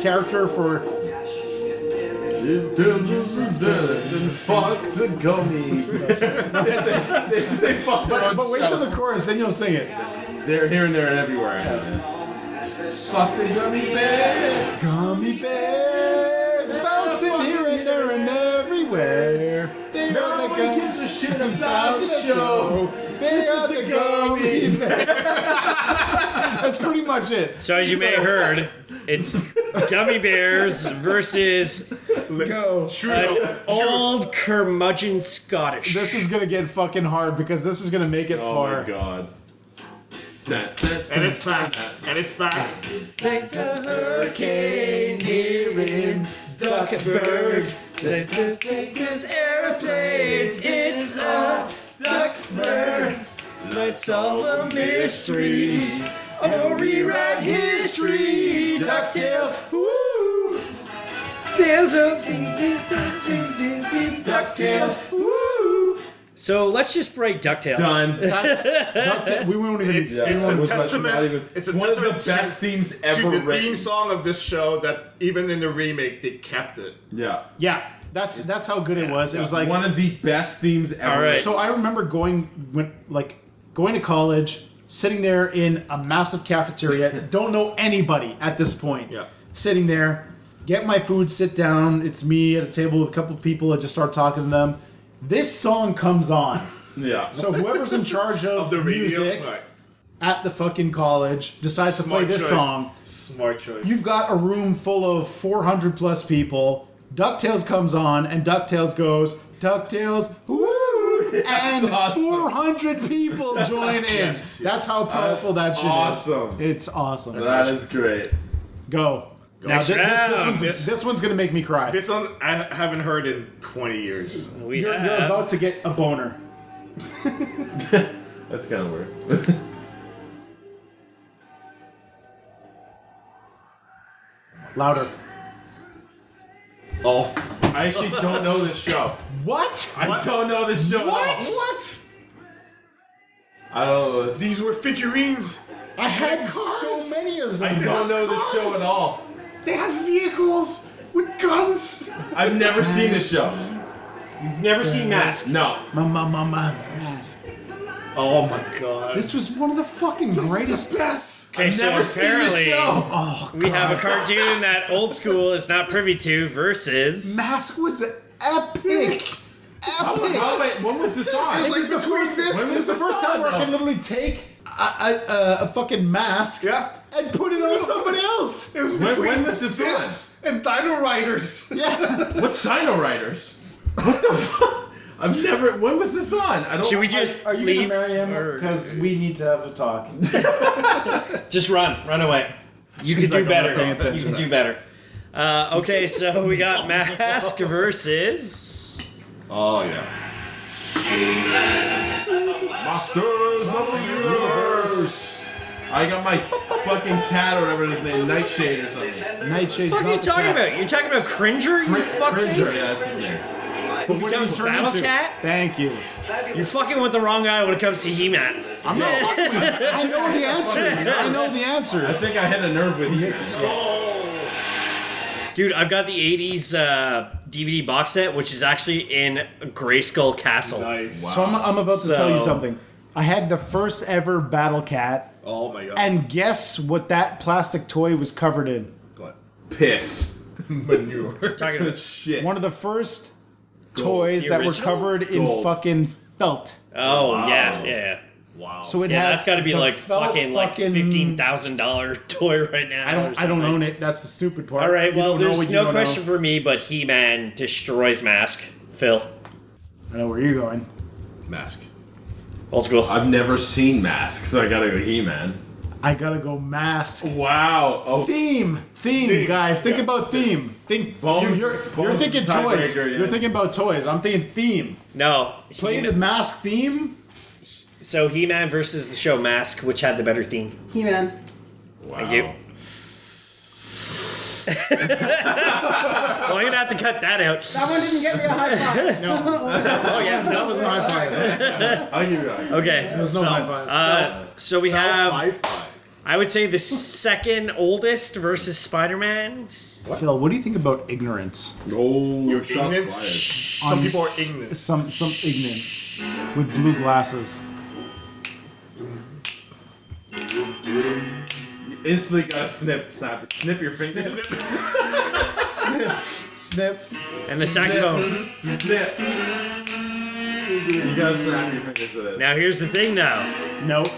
Speaker 8: character for
Speaker 2: And fuck the gummies. they, they, they fucked
Speaker 8: But, but wait till the chorus, then you'll sing it.
Speaker 2: They're here and there and everywhere.
Speaker 5: Fuck the gummy bear.
Speaker 8: Gummy bears bouncing here and there and everywhere. They are the
Speaker 5: one gives a shit about the
Speaker 8: They are the gummy bears. That's pretty much it.
Speaker 9: So as you may have heard, it's Gummy Bears versus
Speaker 8: Go.
Speaker 9: an old curmudgeon Scottish.
Speaker 8: This is gonna get fucking hard because this is gonna make it
Speaker 10: Oh
Speaker 8: far.
Speaker 10: my god. And it's back. And it's back.
Speaker 23: Like the hurricane here in Duckburg. This is places airplanes. It's a duckburg. Let's solve a mystery or rewrite history. Ducktales. Woo! Tales of Ducktales. Woo!
Speaker 9: So let's just break DuckTales.
Speaker 8: Done. That's- DuckTales- we won't even-
Speaker 10: It's,
Speaker 8: Yeah.
Speaker 10: it's
Speaker 8: It
Speaker 10: a
Speaker 8: was not-
Speaker 10: testament.
Speaker 8: not even-
Speaker 10: it's a
Speaker 8: one of the
Speaker 10: testament
Speaker 8: best
Speaker 10: to,
Speaker 8: themes
Speaker 10: to
Speaker 8: ever
Speaker 10: the
Speaker 8: written.
Speaker 10: theme song of this show that even in the remake they kept it.
Speaker 4: Yeah.
Speaker 8: Yeah, that's that's how good it was. It was like
Speaker 4: one of the best themes ever.
Speaker 8: So I remember going when like going to college, sitting there in a massive cafeteria, don't know anybody at this point. Yeah. Sitting there, get my food, sit down. It's me at a table with a couple of people. I just start talking to them. This song comes on.
Speaker 4: yeah.
Speaker 8: So whoever's in charge of,
Speaker 10: the radio,
Speaker 8: music
Speaker 10: right.
Speaker 8: at the fucking college decides to play this
Speaker 10: choice.
Speaker 8: song.
Speaker 10: Smart choice.
Speaker 8: You've got a room full of 400 plus people. Ducktales comes on, and Ducktales goes Ducktales, woo! and 400 people join in.
Speaker 23: Yes, yes.
Speaker 8: That's how powerful
Speaker 23: That's
Speaker 8: that shit
Speaker 23: awesome.
Speaker 8: is. It's awesome.
Speaker 10: That is
Speaker 4: great.
Speaker 8: Go.
Speaker 10: Go.
Speaker 8: Now,
Speaker 10: Next
Speaker 8: thi- this, this,
Speaker 10: round.
Speaker 8: one's,
Speaker 10: This-
Speaker 8: this one's gonna make me cry.
Speaker 10: This one I haven't heard in 20 years.
Speaker 9: We
Speaker 8: You're, you're about to get a boner.
Speaker 4: That's kind of weird.
Speaker 8: Louder.
Speaker 10: Oh.
Speaker 4: I actually don't know this show.
Speaker 8: What?
Speaker 4: I don't know this show.
Speaker 8: What? What?
Speaker 4: I don't know this.
Speaker 10: These were figurines.
Speaker 8: I had so many of them.
Speaker 4: I don't know this show at all.
Speaker 8: They had vehicles with guns.
Speaker 4: I've never seen this show.
Speaker 9: You've never seen Mask?
Speaker 4: No.
Speaker 8: Mama, mama, mask.
Speaker 10: Oh my god.
Speaker 8: This was one of the fucking
Speaker 10: This is the
Speaker 8: greatest.
Speaker 10: best.
Speaker 9: Okay, so apparently
Speaker 8: Oh,
Speaker 9: we have a
Speaker 8: God.
Speaker 9: cartoon that old school is not privy to versus.
Speaker 8: Mask was epic. Epic.
Speaker 4: How- wait, when was this on?
Speaker 8: It was,
Speaker 4: It was
Speaker 8: like
Speaker 4: between
Speaker 8: between
Speaker 4: this-
Speaker 8: this.
Speaker 4: when
Speaker 8: It
Speaker 4: was
Speaker 8: was the
Speaker 4: this
Speaker 8: first
Speaker 4: on,
Speaker 8: time where I
Speaker 4: though?
Speaker 8: can literally take a, a, a, a fucking mask and put it on somebody else.
Speaker 10: It was
Speaker 4: When-
Speaker 10: between
Speaker 4: when was this
Speaker 10: and Dino Riders.
Speaker 8: Yeah.
Speaker 4: What's Dino Riders? What the fuck? I've never. When was this on? I don't.
Speaker 9: Should we
Speaker 4: I-
Speaker 9: just
Speaker 8: Are you
Speaker 9: leave?
Speaker 8: gonna marry him?
Speaker 9: or-
Speaker 8: Because we need to have a talk.
Speaker 9: Just run, run away. You
Speaker 8: She's
Speaker 9: can do
Speaker 8: like, I'm not
Speaker 9: better.
Speaker 8: paying
Speaker 9: You
Speaker 8: attention.
Speaker 9: can do better. Uh, okay, so we got Mask versus.
Speaker 10: Oh yeah.
Speaker 4: Masters of the Universe. I got my fucking cat or whatever his name, Nightshade or something.
Speaker 8: Nightshade's
Speaker 9: What the fuck are you talking about? You're talking about Cringer? You fucking.
Speaker 4: Cringer, yeah, that's his name.
Speaker 9: When it comes to Battle Cat?
Speaker 8: Thank you.
Speaker 9: You're fucking with the wrong guy when it comes to He-Man.
Speaker 8: I'm not fucking with you. I know the answers. I know the answers.
Speaker 4: I think I hit a nerve with you.
Speaker 9: Dude, I've got the 80s uh, DVD box set, which is actually in Grayskull Castle. Nice.
Speaker 8: So I'm, I'm about to tell you something. I had the first ever Battle Cat,
Speaker 10: Oh my god.
Speaker 8: and guess what that plastic toy was covered in?
Speaker 10: What?
Speaker 4: Piss.
Speaker 10: Manure.
Speaker 9: Talking about
Speaker 4: shit.
Speaker 8: One of the first
Speaker 4: Gold.
Speaker 8: toys
Speaker 9: The
Speaker 8: that were
Speaker 9: original?
Speaker 8: covered in
Speaker 9: Gold.
Speaker 8: fucking felt.
Speaker 9: Oh,
Speaker 8: Wow.
Speaker 9: yeah, yeah.
Speaker 10: Wow.
Speaker 8: So it
Speaker 9: yeah,
Speaker 8: had
Speaker 9: that's got to be
Speaker 8: the
Speaker 9: like
Speaker 8: felt
Speaker 9: fucking like
Speaker 8: fucking-
Speaker 9: fifteen thousand dollar toy right now.
Speaker 8: I
Speaker 9: or
Speaker 8: don't. I don't
Speaker 9: something.
Speaker 8: own it. That's the stupid part.
Speaker 9: All right,
Speaker 8: You
Speaker 9: well,
Speaker 8: don't know
Speaker 9: there's
Speaker 8: what you
Speaker 9: no
Speaker 8: don't
Speaker 9: question
Speaker 8: know.
Speaker 9: for me, but He-Man destroys Mask. Phil,
Speaker 8: I know where you're going.
Speaker 10: Mask.
Speaker 9: old school.
Speaker 4: I've never seen Mask, so I gotta go He-Man.
Speaker 8: I gotta go. Mask.
Speaker 4: Wow. Oh.
Speaker 8: Theme, theme,
Speaker 4: Theme.
Speaker 8: guys. Think about theme. Think.
Speaker 4: Bones-
Speaker 8: you're, you're, you're
Speaker 4: Bones
Speaker 8: thinking
Speaker 4: is the
Speaker 8: toys.
Speaker 4: tiebreaker, yeah.
Speaker 8: You're thinking about toys. I'm thinking theme.
Speaker 9: No,
Speaker 8: Play the mask theme.
Speaker 9: so He-Man versus the show Mask, which had the better theme.
Speaker 14: He-Man.
Speaker 9: Thank you. well, I'm gonna have to cut that out.
Speaker 14: That one didn't get me a high five.
Speaker 8: Oh yeah, that was not high five.
Speaker 4: I'll give you that.
Speaker 9: Okay.
Speaker 8: There was no
Speaker 9: so,
Speaker 8: high five.
Speaker 9: Uh, so we have. I would say the second oldest versus Spider-Man.
Speaker 8: Phil, what do you think about ignorance?
Speaker 4: Oh,
Speaker 8: your
Speaker 10: ignorant. Some people are ignorant.
Speaker 8: Some some ignorant with blue glasses.
Speaker 4: You instantly gotta snip, snap, snip your fingers.
Speaker 8: snip, snip,
Speaker 9: And the saxophone.
Speaker 4: snip. You gotta snap your fingers to this.
Speaker 9: Now here's the thing, though.
Speaker 8: Nope.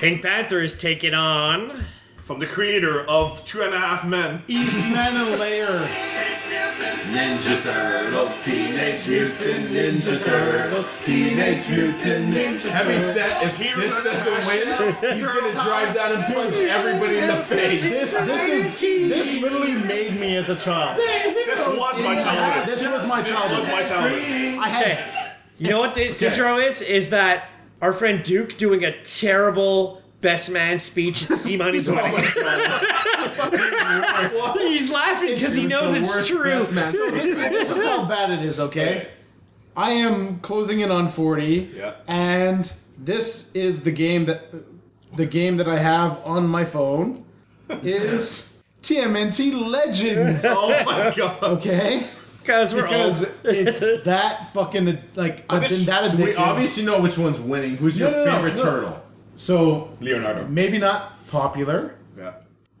Speaker 9: Pink Panther is taking on
Speaker 10: from the creator of Two and a Half Men.
Speaker 8: Eastman and Lair.
Speaker 24: Ninja Turtles, Teenage Mutant Ninja Turtles, Teenage Mutant Ninja Turtles.
Speaker 25: Have you said if
Speaker 24: Heroes
Speaker 25: this
Speaker 24: of the
Speaker 25: doesn't win, he's gonna drive down and punch
Speaker 24: everybody in the face?
Speaker 8: This, this is this literally made me as a child.
Speaker 10: This was my childhood.
Speaker 8: This was my
Speaker 10: This
Speaker 8: childhood.
Speaker 10: was my childhood.
Speaker 8: I had
Speaker 9: Okay. You know what the intro is? Is that our friend Duke doing a terrible best man speech at C Money's wedding? He's laughing because he knows
Speaker 8: the
Speaker 9: it's
Speaker 8: worst
Speaker 9: true.
Speaker 8: best man. So this, this is how bad it is, okay? I am closing in on 40, and this is the game that the game that I have on my phone is TMNT Legends.
Speaker 10: Oh my god.
Speaker 8: Okay?
Speaker 9: Because
Speaker 2: we're
Speaker 8: because
Speaker 2: old.
Speaker 8: it's that fucking like I've been that addicted.
Speaker 2: We obviously know which one's winning. Who's
Speaker 8: No,
Speaker 2: your
Speaker 8: no, no,
Speaker 2: favorite
Speaker 8: no.
Speaker 2: turtle?
Speaker 8: So
Speaker 10: Leonardo.
Speaker 8: Maybe not popular.
Speaker 10: Yeah.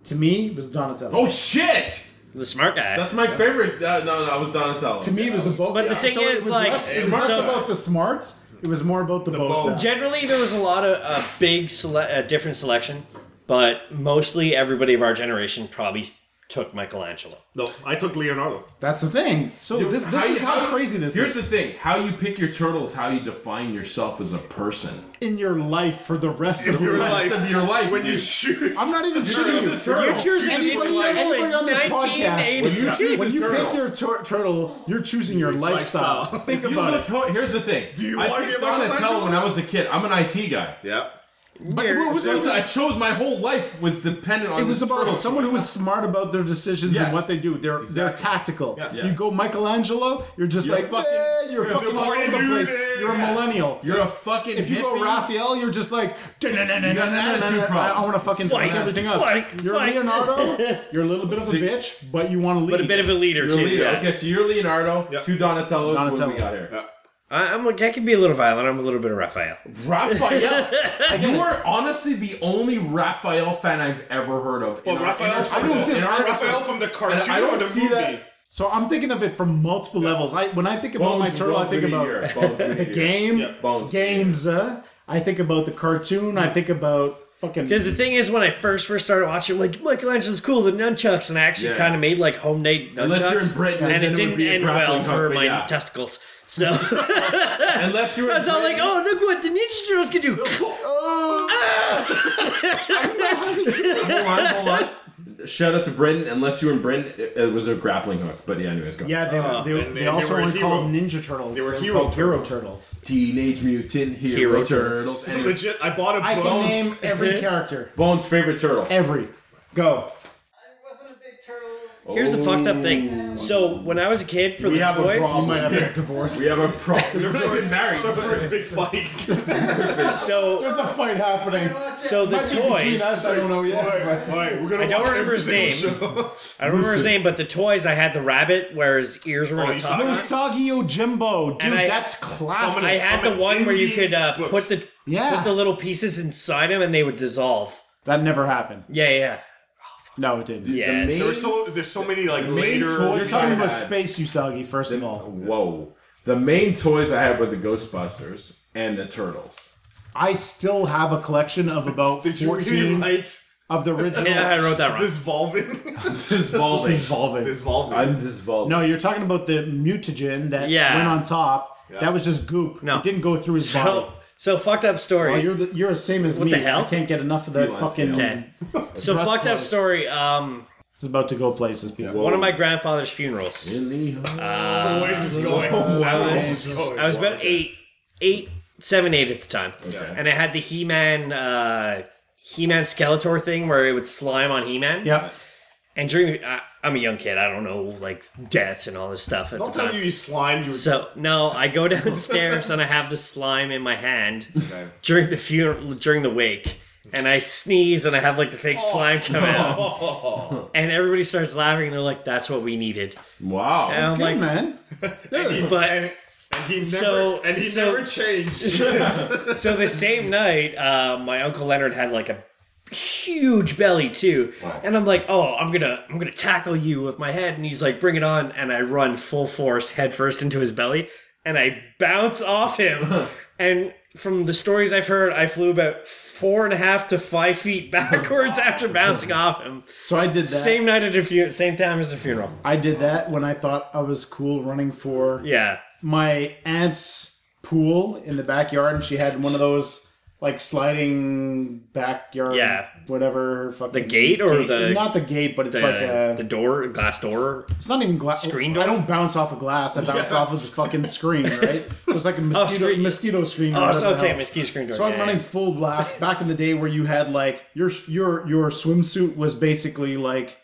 Speaker 8: To me, it was Donatello.
Speaker 2: Oh shit!
Speaker 9: The smart guy.
Speaker 2: That's my favorite. Uh, no, no, I was Donatello.
Speaker 8: To me, it was the bow.
Speaker 9: But the
Speaker 8: yeah,
Speaker 9: thing
Speaker 8: so it
Speaker 9: is,
Speaker 8: was
Speaker 9: like,
Speaker 8: less, it
Speaker 9: it
Speaker 8: was
Speaker 9: was
Speaker 8: less
Speaker 9: so-
Speaker 8: about the smarts. It was more about the, bow. staff.
Speaker 9: Generally, there was a lot of uh, big, sele- uh, different selection, but mostly everybody of our generation probably took Michelangelo.
Speaker 10: No, I took Leonardo.
Speaker 8: That's the thing. So
Speaker 2: You-
Speaker 8: this this
Speaker 2: you-
Speaker 8: is how, crazy this
Speaker 2: here's
Speaker 8: is
Speaker 2: the thing: how you pick your turtle is how you define yourself as a person.
Speaker 8: in your life for the rest
Speaker 2: In
Speaker 8: of
Speaker 2: your
Speaker 8: your life.
Speaker 2: life. Of your life. When you choose-
Speaker 8: I'm not even
Speaker 2: You're
Speaker 8: shooting
Speaker 2: the
Speaker 8: you.
Speaker 2: turtle. You're choosing
Speaker 8: anybody,
Speaker 2: your life.
Speaker 8: anybody on this
Speaker 2: 1980.
Speaker 8: podcast. When you,
Speaker 2: When you choose
Speaker 8: when
Speaker 2: a
Speaker 8: you pick
Speaker 2: turtle.
Speaker 8: your tur- turtle, you're choosing your lifestyle. Think
Speaker 2: If you
Speaker 8: about
Speaker 2: look-
Speaker 8: it.
Speaker 2: ho- Here's the thing. Do
Speaker 8: you
Speaker 2: I
Speaker 8: wanna
Speaker 2: picked
Speaker 8: be a Michelangelo?
Speaker 2: Donatello when I was a kid. I'm an IT guy.
Speaker 10: Yeah.
Speaker 8: But what was
Speaker 2: There's-
Speaker 8: it?
Speaker 2: I chose my whole life was dependent on.
Speaker 8: It was
Speaker 2: this
Speaker 8: about
Speaker 2: turtle.
Speaker 8: someone who was smart about their decisions
Speaker 2: Yes.
Speaker 8: and what they do. They're they're tactical.
Speaker 2: Yeah.
Speaker 8: You go Michelangelo, you're just
Speaker 2: You're
Speaker 8: like
Speaker 2: fucking-
Speaker 8: "Eh, you're,
Speaker 2: you're
Speaker 8: fucking
Speaker 2: the
Speaker 8: all over
Speaker 2: party
Speaker 8: the place.
Speaker 2: dude,
Speaker 8: You're a
Speaker 2: yeah.
Speaker 8: millennial.
Speaker 2: You're a fucking
Speaker 8: If you go
Speaker 2: hippie.
Speaker 8: Raphael, you're just like
Speaker 2: You got an
Speaker 8: "Da-na-na-na-na-na-na-na-na."
Speaker 2: attitude
Speaker 8: I,
Speaker 2: problem.
Speaker 8: want to fucking
Speaker 2: Fight,
Speaker 8: fuck everything up.
Speaker 2: fight,
Speaker 8: you're
Speaker 2: fight.
Speaker 8: Leonardo. You're a little bit of a bitch, but you want to lead.
Speaker 9: But a bit of a leader,
Speaker 2: You're
Speaker 9: too.
Speaker 2: leader.
Speaker 9: yeah.
Speaker 2: Okay, so you're Leonardo. Two Donatellos. Donatello. we got here.
Speaker 9: I, I'm like, I can be a little violent. I'm a little bit of Raphael.
Speaker 2: Raphael, you are honestly the only Raphael fan I've ever heard of.
Speaker 10: Well, Raphael from
Speaker 8: I don't
Speaker 10: the-
Speaker 8: dis-
Speaker 10: Raphael from the cartoon
Speaker 2: And I don't
Speaker 10: or the
Speaker 2: see
Speaker 10: movie.
Speaker 2: that-
Speaker 8: So I'm thinking of it from multiple levels. I when I think about
Speaker 2: Bones-
Speaker 8: my turtle, I
Speaker 2: bones
Speaker 8: think
Speaker 2: we need
Speaker 8: about
Speaker 2: here. Bones we need
Speaker 8: the
Speaker 2: here.
Speaker 8: game,
Speaker 2: Yeah, bones
Speaker 8: games. Uh, I think about the cartoon. I think about fucking.
Speaker 9: Because the thing is, when I first first started watching, like Michelangelo's cool, the nunchucks, and I actually
Speaker 2: Yeah.
Speaker 9: kind of made like homemade nunchucks.
Speaker 2: Unless you're in Britain,
Speaker 9: and
Speaker 2: then
Speaker 9: it
Speaker 2: it would
Speaker 9: didn't
Speaker 2: be a
Speaker 9: end
Speaker 2: grappling
Speaker 9: well for
Speaker 2: hook, but
Speaker 9: my
Speaker 2: yeah.
Speaker 9: testicles. So
Speaker 2: unless you're,
Speaker 9: I was all like, oh, look what the Ninja Turtles can do.
Speaker 2: hold on, hold on. Shout out to Britain. Unless you were in Britain, it, it was a grappling hook. But yeah, anyways, go.
Speaker 8: Yeah, they,
Speaker 2: Uh,
Speaker 8: they, they, also were called Ninja Turtles.
Speaker 2: They were
Speaker 8: hero,
Speaker 2: hero
Speaker 8: called hero Turtles.
Speaker 2: Teenage Mutant Hero,
Speaker 8: Hero
Speaker 2: Turtles.
Speaker 8: Turtles.
Speaker 2: Anyways,
Speaker 10: Legit, I bought a
Speaker 8: I can
Speaker 2: Bones.
Speaker 8: name every character.
Speaker 2: Bones' favorite turtle.
Speaker 8: Every. Go.
Speaker 9: Here's the fucked up thing. So when I was a kid, for
Speaker 2: We
Speaker 9: the
Speaker 2: have a
Speaker 9: toys,
Speaker 2: problem. We might have to get
Speaker 8: divorced.
Speaker 2: We have a problem.
Speaker 9: The first- the first
Speaker 10: big fight.
Speaker 9: so
Speaker 8: there's a fight happening.
Speaker 9: So the
Speaker 8: Might be between
Speaker 9: toys-
Speaker 8: us, I don't know yet. but-
Speaker 9: I don't remember his name. I don't remember his name, but the toys I had the rabbit where his ears
Speaker 8: Oh,
Speaker 9: were on the top.
Speaker 8: Usagi Ojimbo, dude,
Speaker 9: And I-
Speaker 8: that's classic.
Speaker 9: I had the one where you could uh, put the
Speaker 8: Yeah.
Speaker 9: put the little pieces inside him and they would dissolve.
Speaker 8: That never happened.
Speaker 9: Yeah, yeah.
Speaker 8: No, it didn't.
Speaker 9: Yeah. Yes.
Speaker 10: There were so there's so many like
Speaker 2: The main
Speaker 10: later.
Speaker 2: toy
Speaker 8: You're talking
Speaker 2: I
Speaker 8: about
Speaker 2: had-
Speaker 8: Space Usagi, first of all.
Speaker 2: Whoa. The main toys I had were the Ghostbusters and the Turtles.
Speaker 8: I still have a collection of about
Speaker 10: you read
Speaker 8: 14 of the original.
Speaker 10: Dissolving.
Speaker 2: Dissolving.
Speaker 8: Dissolving.
Speaker 10: Dissolving.
Speaker 2: I'm dissolving.
Speaker 8: No, you're talking about the mutagen that
Speaker 9: Yeah.
Speaker 8: went on top.
Speaker 9: Yeah.
Speaker 8: That was just goop.
Speaker 9: No.
Speaker 8: It didn't go through his body.
Speaker 9: So, so fucked up story.
Speaker 8: Well, Oh, you're the, you're the same as
Speaker 9: What
Speaker 8: me.
Speaker 9: the hell?
Speaker 8: I can't get enough of that fucking.
Speaker 9: Okay. So
Speaker 8: breast
Speaker 9: fucked up
Speaker 8: clothes.
Speaker 9: story. Um,
Speaker 8: It's about to go places, people.
Speaker 9: one of my grandfather's funerals. Uh,
Speaker 8: The voice is going.
Speaker 9: I
Speaker 8: It's
Speaker 9: was
Speaker 8: going.
Speaker 9: I was about eight, eight, seven, eight at the time,
Speaker 8: Okay.
Speaker 9: and I had the He-Man, uh, He-Man Skeletor thing where it would slime on He-Man.
Speaker 8: Yeah.
Speaker 9: And during, I, I'm a young kid. I don't know like death and all this stuff. At
Speaker 10: Don't
Speaker 9: the
Speaker 10: tell
Speaker 9: time.
Speaker 10: you you slime. You
Speaker 9: So no, I go downstairs and I have the slime in my hand
Speaker 10: Okay.
Speaker 9: during the funeral during the wake, and I sneeze and I have like the
Speaker 10: Oh.
Speaker 9: fake slime come out, and everybody starts laughing and they're like, "That's what we needed."
Speaker 2: Wow,
Speaker 9: and
Speaker 8: Oh, That's
Speaker 9: I'm
Speaker 8: good,
Speaker 9: like,
Speaker 8: man.
Speaker 9: But
Speaker 10: and he never
Speaker 9: so
Speaker 10: and he
Speaker 9: so-
Speaker 10: never changed.
Speaker 9: so the same night, uh, my uncle Leonard had like a huge belly too, and I'm like, "Oh, I'm gonna I'm gonna tackle you with my head," and he's like, "Bring it on!" And I run full force headfirst into his belly, and I bounce off him, and from the stories I've heard, I flew about four and a half to five feet backwards after bouncing off him.
Speaker 8: So I did that.
Speaker 9: Same night at a funeral, same time as the funeral.
Speaker 8: I did that when I thought I was cool running for
Speaker 9: Yeah.
Speaker 8: my aunt's pool in the backyard, and she had one of those like sliding backyard,
Speaker 9: Yeah.
Speaker 8: whatever. Fucking the
Speaker 9: gate or the-
Speaker 8: not the gate, but it's
Speaker 9: the,
Speaker 8: like a
Speaker 9: the door, glass door.
Speaker 8: It's not even glass. Screen door. I don't bounce off a glass. I bounce
Speaker 9: Yeah. Oh,
Speaker 8: off of the fucking screen, right? So it's like a mosquito
Speaker 9: screen.
Speaker 8: mosquito screen. or
Speaker 9: Oh, so-
Speaker 8: whatever the
Speaker 9: okay,
Speaker 8: hell.
Speaker 9: mosquito screen door,
Speaker 8: So I'm
Speaker 9: yeah,
Speaker 8: running
Speaker 9: yeah.
Speaker 8: full blast. Back in the day, where you had like your your your swimsuit was basically like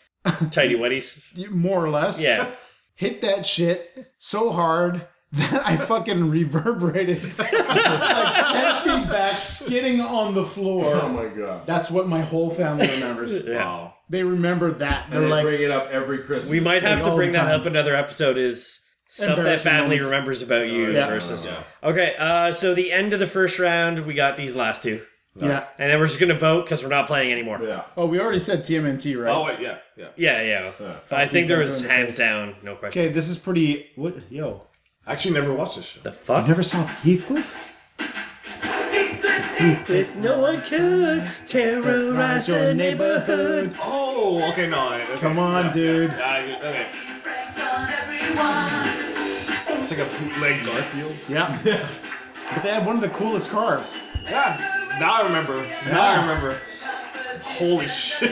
Speaker 9: tidy whities,
Speaker 8: more or less.
Speaker 9: Yeah.
Speaker 8: Hit that shit so hard that I fucking reverberated like ten feet back, skidding on the floor.
Speaker 26: Oh my god.
Speaker 8: That's what my whole family remembers.
Speaker 9: Yeah.
Speaker 26: Wow.
Speaker 8: They remember that.
Speaker 26: And
Speaker 8: They're
Speaker 26: they
Speaker 8: like,
Speaker 26: bring it up every Christmas.
Speaker 9: We might have
Speaker 8: Like
Speaker 9: to
Speaker 8: all
Speaker 9: bring
Speaker 8: the
Speaker 9: that
Speaker 8: time.
Speaker 9: up another episode is stuff that
Speaker 8: Embarrassing
Speaker 9: family
Speaker 8: moments.
Speaker 9: remembers about you
Speaker 8: Yeah.
Speaker 9: versus
Speaker 8: Yeah.
Speaker 9: Okay, uh, so the end of the first round, we got these last two.
Speaker 8: Yeah.
Speaker 9: And then we're just gonna vote because we're not playing anymore. Yeah.
Speaker 8: oh, we already said TMNT, right?
Speaker 9: Oh, wait,
Speaker 10: yeah, yeah.
Speaker 9: Yeah, yeah. So I think there was hands down, no question.
Speaker 8: Okay, this is pretty. What? Yo.
Speaker 10: I actually never watched this show.
Speaker 9: The fuck?
Speaker 8: You never saw Heathcliff?
Speaker 9: If no one could terrorize
Speaker 8: the neighborhood.
Speaker 10: Oh, okay, no. I- okay.
Speaker 8: Come on,
Speaker 10: Yeah,
Speaker 8: dude.
Speaker 10: yeah, I- okay. It's like a bootleg Garfield.
Speaker 8: Yeah. but they had one of the coolest cars. Ah.
Speaker 10: Yeah. Now I remember. Now I
Speaker 8: Yeah.
Speaker 10: remember. Holy shit.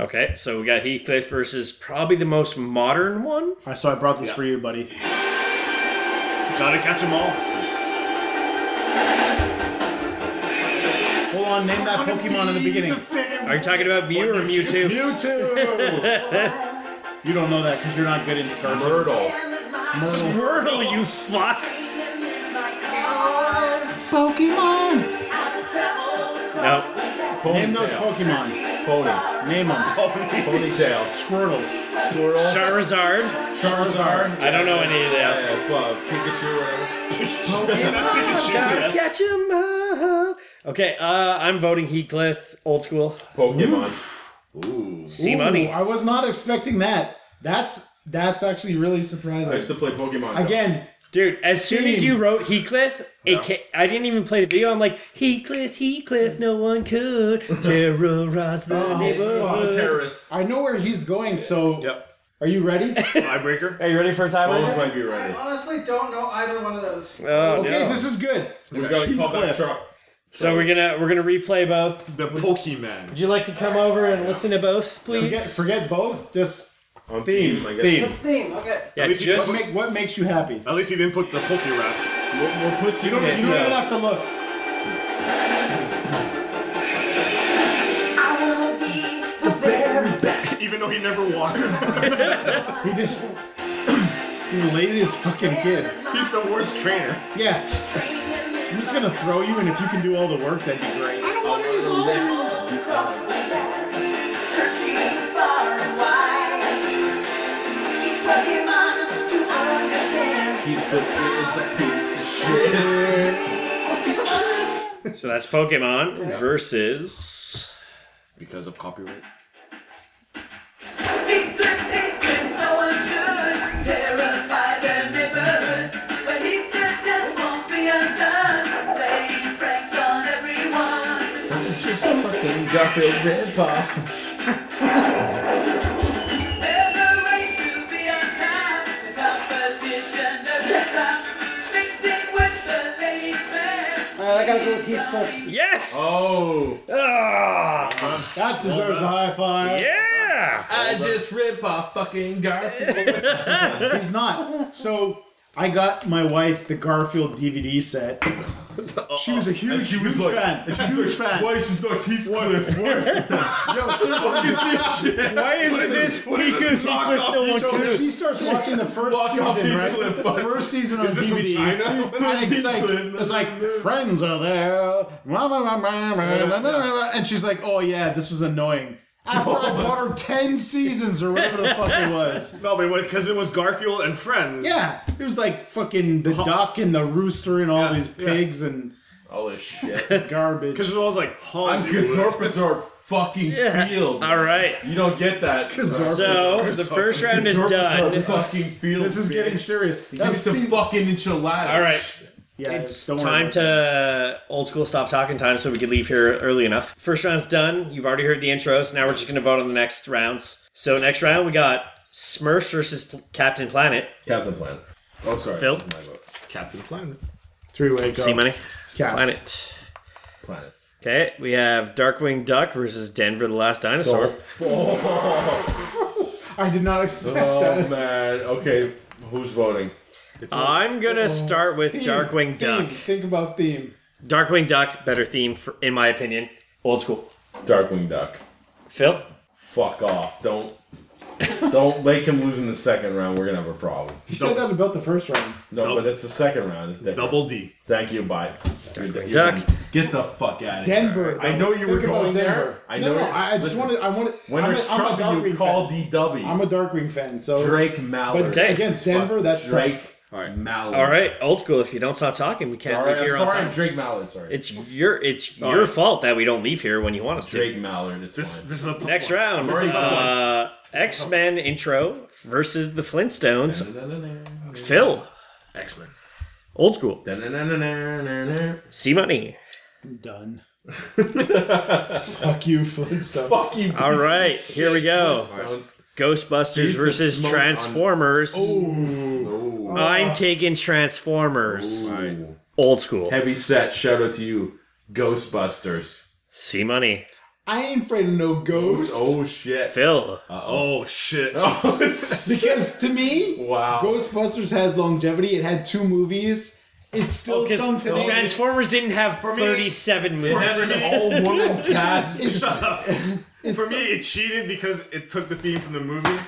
Speaker 9: Okay, so we got Heathcliff versus probably the most modern one.
Speaker 8: I so I brought this for you, buddy.
Speaker 10: Gotta catch them all.
Speaker 8: Hold on, name that Pokemon in the beginning.
Speaker 9: Are you talking about Mew or Mewtwo?
Speaker 8: Mewtwo! you don't know that because you're not good into cards.
Speaker 26: Myrtle.
Speaker 9: Squirtle, you fuck!
Speaker 8: Pokemon!
Speaker 9: No.
Speaker 8: Name those Pokemon. Pony. Name them.
Speaker 26: Ponytail.
Speaker 8: Squirtle.
Speaker 26: Squirtle.
Speaker 9: Charizard.
Speaker 26: Charizard.
Speaker 9: I don't know any of
Speaker 26: Yeah,
Speaker 9: that.
Speaker 26: yeah, well, Pikachu or whatever.
Speaker 9: Gotta catch 'em all. Okay, uh, I'm voting Heathcliff, old school.
Speaker 26: Pokemon.
Speaker 10: Ooh.
Speaker 9: See
Speaker 8: Ooh,
Speaker 9: money.
Speaker 8: I was not expecting that. That's that's actually really surprising.
Speaker 26: I used to play Pokemon.
Speaker 8: Again,
Speaker 9: Dude, as soon as
Speaker 8: Team.
Speaker 9: you wrote Heathcliff, it ca- I didn't even play the video. I'm like, Heathcliff, Heathcliff, no one could terrorize the
Speaker 8: Oh,
Speaker 9: neighborhood.
Speaker 8: fuck. I know where he's going, so.
Speaker 10: Yep.
Speaker 8: Are you ready?
Speaker 10: Tiebreaker.
Speaker 9: Are you ready for a time?
Speaker 26: Bones might be ready.
Speaker 14: Honestly, don't know either one of those.
Speaker 8: okay, this is good.
Speaker 26: We gotta call back
Speaker 8: Heathcliff.
Speaker 26: truck.
Speaker 9: So we're gonna we're gonna replay both.
Speaker 10: The Pokemon.
Speaker 9: Would you like to come over and listen to both, please?
Speaker 8: Forget, forget both. Just
Speaker 26: On
Speaker 8: theme.
Speaker 26: theme, I guess.
Speaker 8: Theme.
Speaker 14: What's theme? Okay.
Speaker 9: Yeah,
Speaker 10: At least you
Speaker 9: just-
Speaker 8: What, make, what makes you happy?
Speaker 10: At least he didn't put the Poke Rap.
Speaker 26: We'll, we'll put
Speaker 8: You don't, you don't even have to look.
Speaker 10: Even though he never walked.
Speaker 8: He just. He's the laziest fucking kid.
Speaker 10: He's the worst trainer.
Speaker 8: Yeah. I'm just gonna throw you, and if you can do all the work, that'd be great.
Speaker 9: So that's Pokemon versus.
Speaker 10: Because of copyright.
Speaker 4: Garfield rip off.
Speaker 14: Alright, I gotta go with Heathcliff.
Speaker 9: Yes!
Speaker 26: Oh.
Speaker 9: Ah!
Speaker 8: That deserves a high five.
Speaker 9: Yeah!
Speaker 4: I just rip off fucking Garfield.
Speaker 8: He's not. So I got my wife the Garfield DVD set. She was a
Speaker 26: And
Speaker 8: huge,
Speaker 26: she was
Speaker 8: huge
Speaker 26: like,
Speaker 8: fan.
Speaker 26: and she
Speaker 8: Huge
Speaker 26: was like,
Speaker 8: fan.
Speaker 26: Why is this not Heathcliff?
Speaker 8: Yo, seriously.
Speaker 26: this shit?
Speaker 9: Why is
Speaker 10: What is
Speaker 9: this?
Speaker 10: this? What is
Speaker 9: Because
Speaker 10: this? Knock
Speaker 9: Heathcliff
Speaker 10: off
Speaker 9: no
Speaker 10: these
Speaker 9: one
Speaker 10: shows?
Speaker 8: So
Speaker 9: could.
Speaker 8: she starts watching the first
Speaker 26: Walk off
Speaker 8: season, right?
Speaker 26: Heathcliff.
Speaker 8: The first season on
Speaker 10: Is this from
Speaker 8: DVD.
Speaker 10: China?
Speaker 8: And it's like, it's like friends are there, rah, rah, rah, rah, rah, rah, rah, rah," and she's like, "Oh yeah, this was annoying." After I bought her ten seasons or whatever the fuck it was.
Speaker 10: No, but because it was Garfield and Friends.
Speaker 8: Yeah, it was like fucking the duck and the rooster and all these pigs and
Speaker 26: All this shit.
Speaker 8: garbage.
Speaker 10: Because it was like
Speaker 26: I'm
Speaker 10: Hollywood.
Speaker 26: Kazorpazorp
Speaker 4: fucking field.
Speaker 9: All right.
Speaker 4: You don't get that.
Speaker 9: So the first round is
Speaker 4: Zorba's on
Speaker 9: done.
Speaker 4: the fucking field.
Speaker 8: this is getting
Speaker 4: bitch.
Speaker 8: serious.
Speaker 4: Give me
Speaker 8: That's
Speaker 4: some
Speaker 8: season-
Speaker 4: fucking enchiladas.
Speaker 9: All right.
Speaker 8: Yeah,
Speaker 9: it's
Speaker 8: don't worry
Speaker 9: time
Speaker 8: about
Speaker 9: to old school stop talking time so we could leave here early enough. First round's done. You've already heard the intros. Now we're just going to vote on the next rounds. So next round we got Smurfs versus Pl- Captain Planet.
Speaker 4: Captain Planet. Oh, sorry.
Speaker 9: Phil.
Speaker 4: That's my vote.
Speaker 9: Captain Planet.
Speaker 8: Three way go.
Speaker 9: See money.
Speaker 8: Caps.
Speaker 9: Planet.
Speaker 4: Planets.
Speaker 9: Okay, we have Darkwing Duck versus Denver the Last Dinosaur.
Speaker 8: I did not expect
Speaker 4: Oh
Speaker 8: that.
Speaker 4: man. Okay. Who's voting?
Speaker 9: I'm gonna
Speaker 4: Oh.
Speaker 9: start with
Speaker 8: Theme,
Speaker 9: Darkwing
Speaker 8: theme,
Speaker 9: Duck.
Speaker 8: Think about theme.
Speaker 9: Darkwing Duck, better theme for, in my opinion. Old school.
Speaker 4: Darkwing Duck.
Speaker 9: Phil.
Speaker 4: Fuck off. Don't. Don't make him lose in the second round. We're gonna have a problem.
Speaker 8: You said that about the first round.
Speaker 4: No, but it's the second round. It's different.
Speaker 10: Double D.
Speaker 4: Thank you. Bye. Darkwing
Speaker 9: Duck.
Speaker 4: Get the fuck out of here.
Speaker 8: Denver.
Speaker 4: I know you
Speaker 8: Think
Speaker 4: were
Speaker 8: about
Speaker 4: going
Speaker 8: Denver.
Speaker 4: there. I
Speaker 8: No,
Speaker 4: know.
Speaker 8: no,
Speaker 4: you-
Speaker 8: I I just
Speaker 4: Listen,
Speaker 8: wanted. I wanted.
Speaker 4: When
Speaker 8: I'm,
Speaker 4: there's
Speaker 8: a, I'm a
Speaker 4: trouble,
Speaker 8: Darkwing
Speaker 4: you call
Speaker 8: fan.
Speaker 4: DW.
Speaker 8: I'm a Darkwing fan. So
Speaker 4: Drake Mallard.
Speaker 8: But against Denver, that's tough.
Speaker 4: Drake Mallard.
Speaker 9: All right, old school. If you don't stop talking, we can't
Speaker 4: All right,
Speaker 9: leave here
Speaker 4: I'm
Speaker 9: on
Speaker 4: sorry,
Speaker 9: time.
Speaker 4: I'm Drake Mallard. Sorry.
Speaker 9: It's your it's
Speaker 4: All
Speaker 9: your
Speaker 4: right.
Speaker 9: fault that we don't leave here when you want us
Speaker 4: Oh, Drake
Speaker 9: to.
Speaker 4: Mallard. It's
Speaker 10: This
Speaker 4: fine.
Speaker 10: this is a tough
Speaker 9: Next
Speaker 10: one.
Speaker 9: round,
Speaker 10: This is a tough one.
Speaker 9: uh, X Men intro versus the Flintstones.
Speaker 4: Da-da-da-da.
Speaker 9: Phil,
Speaker 10: X Men.
Speaker 9: old school.
Speaker 4: Da-na-na-na-na-na-na.
Speaker 9: See money.
Speaker 8: Done. Fuck you, Flintstones.
Speaker 4: Fuck you.
Speaker 9: All right, here we go.
Speaker 4: Flintstones.
Speaker 9: Ghostbusters
Speaker 4: Here's the
Speaker 9: versus
Speaker 4: smoke on-
Speaker 9: Transformers.
Speaker 4: Ooh.
Speaker 9: I'm taking Transformers.
Speaker 4: Ooh.
Speaker 9: Old school.
Speaker 4: Heavy set. Shout out to you, Ghostbusters.
Speaker 9: See money.
Speaker 8: I ain't afraid of no ghosts.
Speaker 4: Oh shit.
Speaker 9: Phil.
Speaker 10: Oh shit.
Speaker 4: Oh shit.
Speaker 8: Because to me,
Speaker 4: Wow.
Speaker 8: Ghostbusters has longevity. It had two movies. It's still
Speaker 9: Because
Speaker 8: some today.
Speaker 9: Transformers didn't have
Speaker 10: me-
Speaker 9: 37
Speaker 10: For
Speaker 9: minutes.
Speaker 10: me-
Speaker 4: All woman cast.
Speaker 8: It's-
Speaker 10: For me, it cheated because it took the theme from the movie.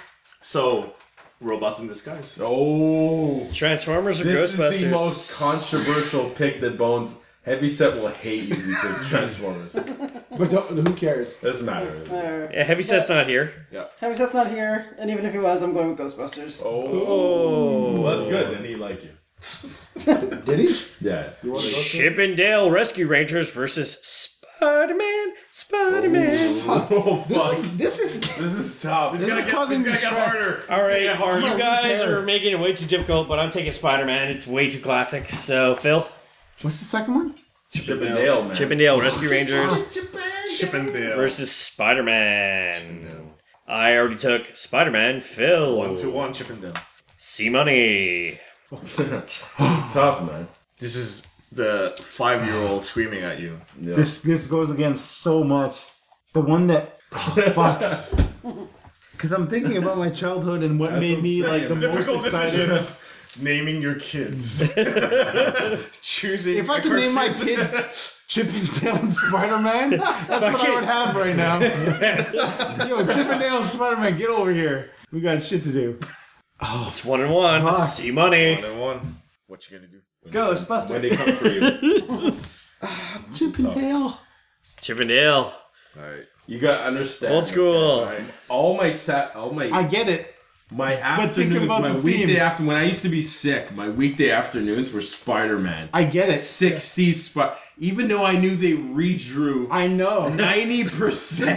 Speaker 10: So, robots in disguise.
Speaker 4: Oh.
Speaker 9: Transformers or
Speaker 4: This
Speaker 9: Ghostbusters?
Speaker 4: is the most controversial pick that Bones Heavyset will hate you because Transformers.
Speaker 8: but don't, who cares?
Speaker 4: Doesn't matter.
Speaker 14: Alright.
Speaker 9: yeah, Heavyset's not here.
Speaker 14: Heavy set's not here, and even if he was, I'm going with Ghostbusters.
Speaker 4: Oh, that's good. Then he like you.
Speaker 8: Did he?
Speaker 4: Yeah.
Speaker 9: Chippendale Rescue Rangers versus Spider Man. Spider Man.
Speaker 4: Oh
Speaker 8: This
Speaker 4: fuck.
Speaker 8: is this is
Speaker 4: This is tough.
Speaker 8: this is causing me
Speaker 10: It's gonna get
Speaker 8: stress.
Speaker 10: harder.
Speaker 9: All right,
Speaker 10: get hard.
Speaker 9: you
Speaker 8: I'm gonna lose
Speaker 9: guys
Speaker 8: hair.
Speaker 9: are making it way too difficult, but I'm taking Spider Man. It's way too classic. So Phil,
Speaker 8: What's the second one?
Speaker 4: Chip and Dale, man.
Speaker 9: Chippendale Rescue Rangers
Speaker 10: Chippendale.
Speaker 9: versus Spider Man. I already took Spider Man. Phil,
Speaker 10: One to one, Chippendale.
Speaker 9: See money.
Speaker 4: It's tough, man.
Speaker 10: This is the five year old screaming at you.
Speaker 4: Yeah.
Speaker 27: This this goes against so much. The one that oh, fuck.
Speaker 8: Because I'm thinking about my childhood and what made
Speaker 4: what
Speaker 8: me
Speaker 4: I'm
Speaker 8: like the
Speaker 4: saying.
Speaker 8: most
Speaker 10: Difficult
Speaker 8: excited.
Speaker 10: decisions. Naming your kids. Choosing.
Speaker 8: If I
Speaker 10: a
Speaker 8: could name my
Speaker 10: cartoon.
Speaker 8: kid Chip and Dale and Spider Man, that's what I would have right now. Yo, Chip and Dale and Spider Man, get over here. We got shit to do.
Speaker 9: It's one and one.
Speaker 8: Fuck.
Speaker 9: See money.
Speaker 10: One and one. What you gonna do?
Speaker 4: When
Speaker 9: Ghostbuster.
Speaker 4: they come for you,
Speaker 8: Chip and Dale.
Speaker 9: Chippendale.
Speaker 10: Alright.
Speaker 4: you gotta understand.
Speaker 9: Old school.
Speaker 4: All my sat, all my
Speaker 8: I get it.
Speaker 4: my
Speaker 8: think
Speaker 4: afternoons,
Speaker 8: about
Speaker 4: my
Speaker 8: the
Speaker 4: weekday
Speaker 8: theme.
Speaker 4: after when I used to be sick, my weekday afternoons were Spider Man.
Speaker 8: I get it.
Speaker 4: 60s spot. Even though I knew they redrew
Speaker 8: I know.
Speaker 4: 90%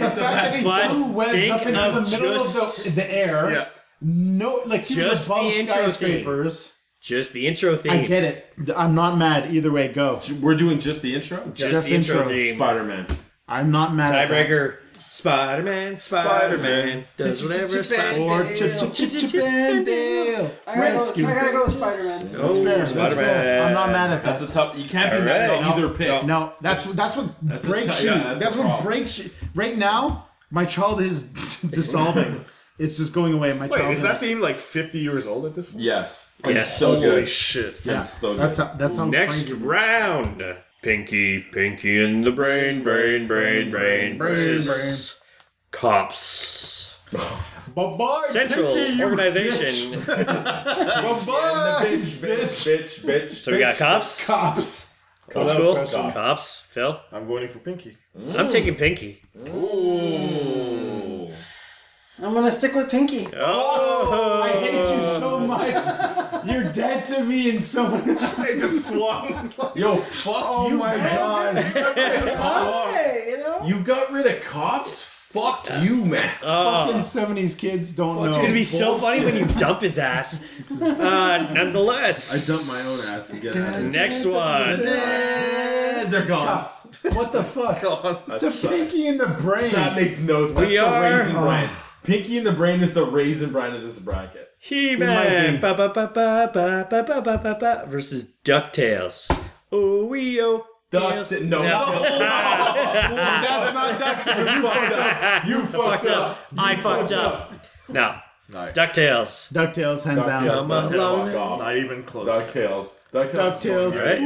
Speaker 8: The
Speaker 4: of
Speaker 8: fact that
Speaker 4: that.
Speaker 8: he
Speaker 9: But
Speaker 8: threw webs
Speaker 9: think
Speaker 8: up into the
Speaker 9: of
Speaker 8: middle of
Speaker 9: just-
Speaker 8: the, the air.
Speaker 10: Yeah.
Speaker 8: No, like he
Speaker 9: Just
Speaker 8: was above
Speaker 9: the intro theme.
Speaker 8: skyscrapers.
Speaker 9: Just the intro theme.
Speaker 8: I get it. I'm not mad either way. Go.
Speaker 4: We're doing just the intro?
Speaker 9: Just,
Speaker 8: Just
Speaker 9: the intro
Speaker 8: intro.
Speaker 9: theme.
Speaker 4: Spider Man.
Speaker 8: I'm not mad. at that.
Speaker 9: Tiebreaker. Spider Man, Spider Man, does whatever Spider Man.
Speaker 8: Or Chip, Chip, Chip, Chip, and Dale.
Speaker 14: I gotta,
Speaker 8: Rescue.
Speaker 14: go, I gotta go with Spider Man.
Speaker 8: That's fair. That's
Speaker 9: Spider-Man.
Speaker 8: fair. I'm not mad at
Speaker 4: That's
Speaker 8: that.
Speaker 4: a tough. You can't be
Speaker 9: All
Speaker 4: mad
Speaker 9: right.
Speaker 4: at either pick.
Speaker 8: No, that's that's what
Speaker 4: That's a
Speaker 8: breaks
Speaker 4: t-
Speaker 8: you.
Speaker 4: yeah, that's
Speaker 8: that's
Speaker 4: the
Speaker 8: what
Speaker 4: problem.
Speaker 8: breaks you. Right now, my childhood is dissolving. it's just going away. My
Speaker 10: Wait,
Speaker 8: childhood.
Speaker 10: is that theme like 50 years old at this point?
Speaker 4: Yes. And
Speaker 9: Yes.
Speaker 4: So
Speaker 10: Holy
Speaker 4: good.
Speaker 10: shit.
Speaker 8: Yeah,
Speaker 4: It's so
Speaker 8: that's
Speaker 4: good.
Speaker 8: how, that's how
Speaker 9: Next
Speaker 8: crazy-
Speaker 9: round. Pinky, Pinky in the brain, brain, brain, brain, versus cops.
Speaker 8: Bye-bye,
Speaker 9: Central
Speaker 8: Pinky, you
Speaker 9: organization.
Speaker 8: bitch. Bye-bye, bitch.
Speaker 4: Bitch, bitch.
Speaker 9: So we got cops.
Speaker 8: Cops.
Speaker 9: Old school.
Speaker 8: Cops.
Speaker 9: Cops. Phil.
Speaker 10: I'm voting for Pinky.
Speaker 9: I'm taking Pinky.
Speaker 14: I'm gonna stick with Pinky.
Speaker 9: Oh.
Speaker 8: I hate you so much. You're dead to me and so much.
Speaker 10: I just swung.
Speaker 4: Yo, fuck
Speaker 8: Oh
Speaker 4: you,
Speaker 8: my
Speaker 4: man.
Speaker 8: god.
Speaker 14: Hey, you know?
Speaker 4: You got rid of cops? Fuck you, man.
Speaker 8: Fucking 70s kids don't know.
Speaker 9: it's gonna be so
Speaker 8: Bullshit.
Speaker 9: funny when you dump his ass. Uh, nonetheless, I dumped my own ass to
Speaker 4: get out of here.
Speaker 9: Next one.
Speaker 4: They're gone.
Speaker 8: What the fuck?
Speaker 4: That's
Speaker 8: to
Speaker 4: fine.
Speaker 8: Pinky in the Brain.
Speaker 4: That makes no sense.
Speaker 8: We
Speaker 4: That's
Speaker 8: are-
Speaker 4: the raisin brand.
Speaker 9: Ah.
Speaker 4: Pinky and the Brain is the raisin brand of this bracket.
Speaker 9: He-Man ba ba ba ba ba ba ba ba ba ba versus DuckTales. Oh we oh
Speaker 4: Duck no.
Speaker 8: Ah. That's not
Speaker 4: You fucked up. You fucked up.
Speaker 9: I
Speaker 4: You
Speaker 9: fucked up. No. DuckTales.
Speaker 8: DuckTales, hands down.
Speaker 9: Come along.
Speaker 10: Not even close.
Speaker 4: DuckTales.
Speaker 8: DuckTales.
Speaker 9: Right?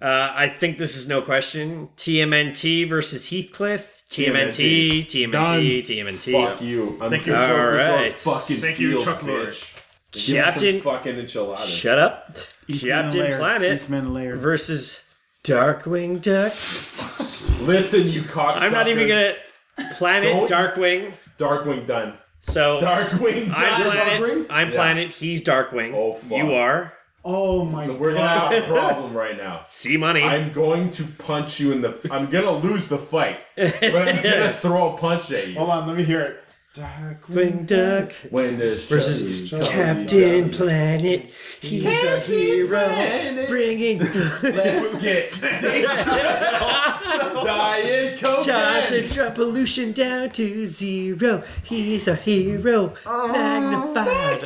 Speaker 9: Uh, I think this is no question. TMNT versus Heathcliff. TMNT, TMNT, TMNT.
Speaker 4: Fuck you. I'm
Speaker 9: Thank
Speaker 4: Thank
Speaker 9: you.
Speaker 4: you.
Speaker 9: All right.
Speaker 4: Fucking field, bitch. Give me some
Speaker 9: Captain-
Speaker 4: fucking enchiladas.
Speaker 9: Shut up.
Speaker 4: Eastman
Speaker 9: Captain
Speaker 4: Lair.
Speaker 9: Planet
Speaker 8: Eastman Lair.
Speaker 9: versus Darkwing Duck.
Speaker 4: Listen, you cocksuckers.
Speaker 9: I'm not even gonna Planet
Speaker 4: Don't-
Speaker 9: Darkwing.
Speaker 4: Darkwing done.
Speaker 9: So
Speaker 4: Darkwing
Speaker 9: I'm
Speaker 4: done.
Speaker 9: Planet.
Speaker 4: Darkwing?
Speaker 9: I'm
Speaker 4: Yeah.
Speaker 9: Planet. He's Darkwing. Oh fuck. You are.
Speaker 8: Oh my god.
Speaker 4: We're gonna have a problem right now.
Speaker 9: See money.
Speaker 4: I'm going to punch you in the. I'm gonna lose the fight, but I'm gonna throw a punch at you.
Speaker 8: Hold on, let me hear it. Darkwing
Speaker 9: Duck.
Speaker 4: When there's
Speaker 9: Versus
Speaker 4: Chubby,
Speaker 9: Captain Planet. He's a
Speaker 4: Captain
Speaker 9: hero.
Speaker 4: Planet.
Speaker 9: Bringing.
Speaker 4: Let's get Diet Coke.
Speaker 9: Time to drop pollution down to zero. He's a hero. Magnified.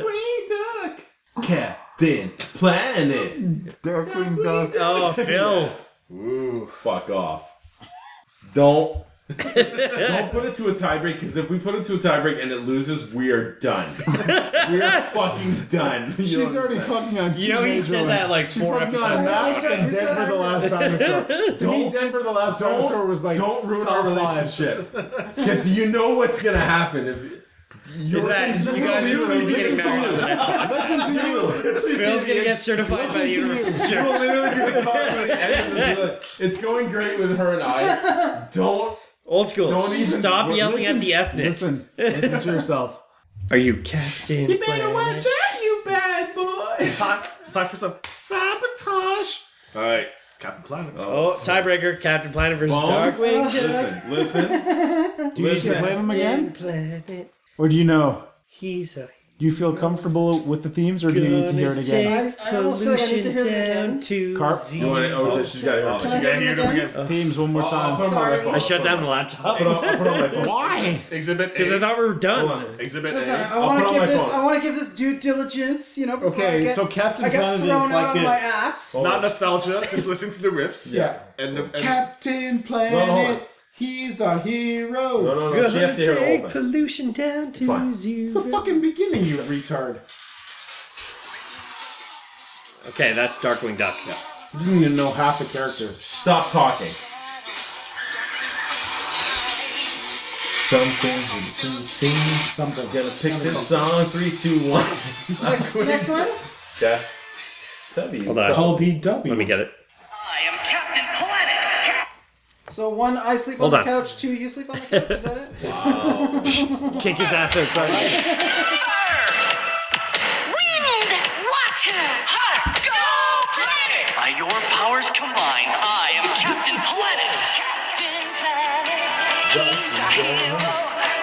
Speaker 4: Duck. Captain Planet.
Speaker 8: Darkwing Duck.
Speaker 9: Oh, Phil.
Speaker 4: Ooh, fuck off. Don't. Don't put it to a tiebreak because if we put it to a tiebreak and it loses, we are done. We're fucking done. You
Speaker 8: She's
Speaker 4: know what I'm
Speaker 8: already
Speaker 4: saying?
Speaker 8: fucking on
Speaker 9: You
Speaker 8: two
Speaker 9: know he
Speaker 8: major
Speaker 9: said
Speaker 8: ones.
Speaker 9: that, like,
Speaker 8: She
Speaker 9: four
Speaker 8: fucking
Speaker 9: episodes
Speaker 8: on
Speaker 9: ago.
Speaker 8: Max and Denver the last dinosaur. To me,
Speaker 4: Don't-
Speaker 8: Denver the last
Speaker 4: don't-
Speaker 8: dinosaur was like
Speaker 4: don't ruin
Speaker 8: top five.
Speaker 4: our relationship because you know what's gonna happen if you're
Speaker 9: Is that- you guys are totally getting back on the next one.
Speaker 8: Listen to you.
Speaker 9: Phil's gonna get certified by the University
Speaker 4: You will literally be caught by the end of this with a- It's going great with her and I. Don't
Speaker 9: Old school.
Speaker 4: Don't even-
Speaker 9: Stop
Speaker 4: Listen-
Speaker 9: yelling at the ethnic.
Speaker 8: Listen, listen to yourself.
Speaker 9: Are you Captain? Planet?
Speaker 8: out, eh, you bad
Speaker 10: It's
Speaker 8: boy.
Speaker 10: time, it's time for some
Speaker 8: Sabotage.
Speaker 10: All right, Captain Planet.
Speaker 9: Oh, tiebreaker. Captain Planet versus
Speaker 10: Bones?
Speaker 9: Darkwing Duck.
Speaker 4: listen, listen.
Speaker 8: Do you need to
Speaker 9: Listen.
Speaker 8: play them again?
Speaker 9: Planet.
Speaker 8: Or do you know?
Speaker 9: He's a
Speaker 8: Do you feel comfortable with the themes or do you need to hear it again?
Speaker 11: I- I almost feel like I need to hear them again.
Speaker 9: to
Speaker 8: Carp?
Speaker 4: You want it? Oh, she's got it.
Speaker 10: Oh,
Speaker 4: I'll
Speaker 10: you gotta hear them again.
Speaker 8: Themes one more time.
Speaker 2: Oh,
Speaker 4: put it on my phone.
Speaker 9: I shut down the laptop
Speaker 4: I'll put it on- I'll put it on my
Speaker 11: Oh,
Speaker 4: phone.
Speaker 8: Why?
Speaker 10: Exhibit
Speaker 9: because I
Speaker 10: A.
Speaker 9: thought we were done.
Speaker 4: Hold on.
Speaker 10: Exhibit
Speaker 11: Listen,
Speaker 10: A.
Speaker 11: I
Speaker 4: I'll
Speaker 11: want
Speaker 4: put
Speaker 11: to
Speaker 4: on
Speaker 11: give
Speaker 4: my
Speaker 11: this.
Speaker 4: phone.
Speaker 11: I want to give this due diligence. You know. before I
Speaker 8: Okay,
Speaker 11: get,
Speaker 8: so Captain
Speaker 11: I got
Speaker 8: Planet is
Speaker 11: thrown
Speaker 8: like
Speaker 11: out
Speaker 8: this.
Speaker 11: on my ass.
Speaker 4: Hold
Speaker 10: Not
Speaker 4: on.
Speaker 10: nostalgia. Just listen to the riffs.
Speaker 8: Yeah.
Speaker 10: And, and
Speaker 8: Captain
Speaker 4: No, no, hold
Speaker 8: Planet,
Speaker 4: on.
Speaker 8: he's our hero.
Speaker 4: No, no, no. She has to hear the whole thing.
Speaker 9: pollution down to
Speaker 4: fine.
Speaker 8: It's the fucking beginning, you retard.
Speaker 9: Okay, that's Darkwing Duck.
Speaker 8: He doesn't even know half the characters.
Speaker 4: Stop talking. Something we sing. Something. Gotta pick this song. Three, two, one.
Speaker 11: Next, next one.
Speaker 4: Yeah. W.
Speaker 9: Hold on.
Speaker 8: Called E EW.
Speaker 9: Let me get it.
Speaker 14: I am Captain Planet.
Speaker 11: So one, I sleep
Speaker 9: Hold
Speaker 11: on
Speaker 9: on.
Speaker 11: the couch. Two, you sleep on the couch. Is that it?
Speaker 9: Kick his ass outside.
Speaker 14: Wind, water, heart, go planet.
Speaker 6: By your powers combined, I am Captain Planet.
Speaker 14: Captain Planet, he's our hero.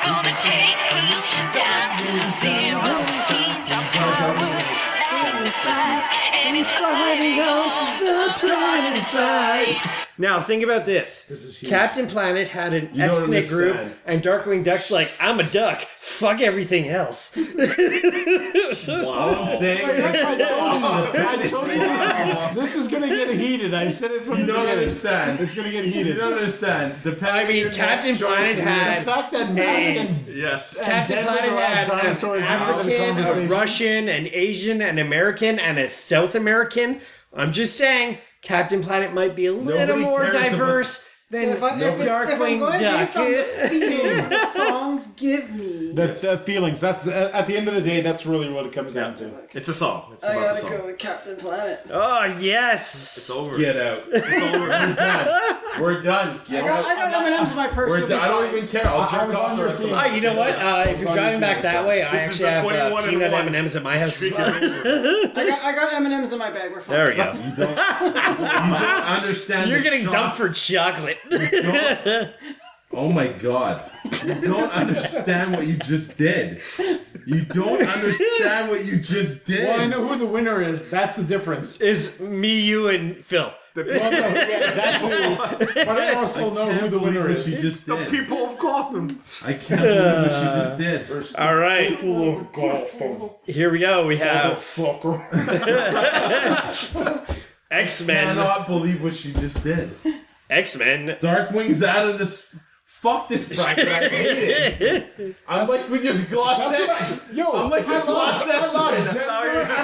Speaker 14: Gonna take pollution down to zero. He's our powers magnified, and he's fighting on the planet side.
Speaker 9: Now think about this.
Speaker 8: This is huge.
Speaker 9: Captain Planet had an
Speaker 4: You don't
Speaker 9: ethnic group,
Speaker 4: understand.
Speaker 9: and Darkwing Duck's like, "I'm a duck. Fuck everything else."
Speaker 4: All I'm saying,
Speaker 8: I told you. I told you this, this is gonna get heated. I said it from
Speaker 4: you
Speaker 8: the
Speaker 4: don't
Speaker 8: beginning.
Speaker 4: understand.
Speaker 8: It's gonna get
Speaker 4: You
Speaker 8: heated.
Speaker 4: don't understand. Depending
Speaker 9: I
Speaker 4: on
Speaker 9: mean,
Speaker 4: your
Speaker 9: Captain
Speaker 4: next choice,
Speaker 9: Planet
Speaker 4: you
Speaker 8: The
Speaker 9: had
Speaker 8: fact that Mask and
Speaker 10: yes.
Speaker 9: Captain
Speaker 8: Denver
Speaker 9: Planet
Speaker 8: the last
Speaker 9: had
Speaker 8: dinosaur
Speaker 9: an
Speaker 8: is out of the
Speaker 9: African, a
Speaker 8: conversation.
Speaker 9: Russian, an Asian, an American, and a South American. I'm just saying, Captain Planet might be a little
Speaker 4: Nobody
Speaker 9: more
Speaker 4: cares about-
Speaker 9: diverse than
Speaker 11: If, I, if, it's, if I'm
Speaker 9: Darkwing
Speaker 11: going based on the
Speaker 9: Duck.
Speaker 11: feelings the songs give me,
Speaker 8: that uh, feelings. That's the, at the end of the day. That's really what it comes down to.
Speaker 10: It's a song. It's
Speaker 11: I
Speaker 10: about the
Speaker 11: gotta
Speaker 10: song.
Speaker 11: go with Captain Planet.
Speaker 9: Oh yes.
Speaker 10: It's over.
Speaker 4: Get out.
Speaker 10: It's over.
Speaker 4: We're done. We're done.
Speaker 11: I
Speaker 4: Get out.
Speaker 11: got, I got M&M's in my purse.
Speaker 4: We're
Speaker 11: you'll
Speaker 4: done.
Speaker 11: be
Speaker 4: I don't
Speaker 11: fine.
Speaker 4: even care. I'll
Speaker 8: I- I
Speaker 4: jerk
Speaker 8: was
Speaker 4: off
Speaker 8: on
Speaker 4: the
Speaker 8: your
Speaker 4: rest of
Speaker 8: team.
Speaker 9: Oh,
Speaker 4: my
Speaker 9: you know what? Uh, if you're
Speaker 8: Sorry,
Speaker 9: driving back
Speaker 8: Tim.
Speaker 9: that way, I
Speaker 10: This is
Speaker 9: actually
Speaker 10: the
Speaker 9: have
Speaker 10: 21
Speaker 9: uh,
Speaker 10: and
Speaker 9: peanut
Speaker 10: one.
Speaker 9: M&Ms at my house. as
Speaker 10: Streak
Speaker 9: well.
Speaker 10: is over.
Speaker 11: I got, I got M&M's in my bag. We're fine.
Speaker 9: There we go.
Speaker 4: I understand.
Speaker 9: You're
Speaker 4: the
Speaker 9: getting
Speaker 4: shots.
Speaker 9: dumped for chocolate. it.
Speaker 2: Oh my god. You don't understand what you just did. You don't understand what you just did.
Speaker 8: Well, I know who the winner is. That's the difference.
Speaker 9: Is me, you, and Phil.
Speaker 8: The well, no, yeah, that too. But I also know who the winner is.
Speaker 2: She just
Speaker 10: The
Speaker 2: did.
Speaker 10: people of Gotham.
Speaker 2: I can't believe what she just did.
Speaker 9: All right. Here we go. We have X
Speaker 2: I
Speaker 4: uh,
Speaker 9: Men.
Speaker 2: cannot believe what she just did.
Speaker 9: X Men.
Speaker 2: Darkwing's out of this. Fuck this bracket. I hate it. I'm like with your
Speaker 8: That's
Speaker 2: gloss
Speaker 8: what I- yo,
Speaker 2: I'm like
Speaker 8: I
Speaker 2: with
Speaker 8: lost, I
Speaker 2: gloss
Speaker 8: lost Denver and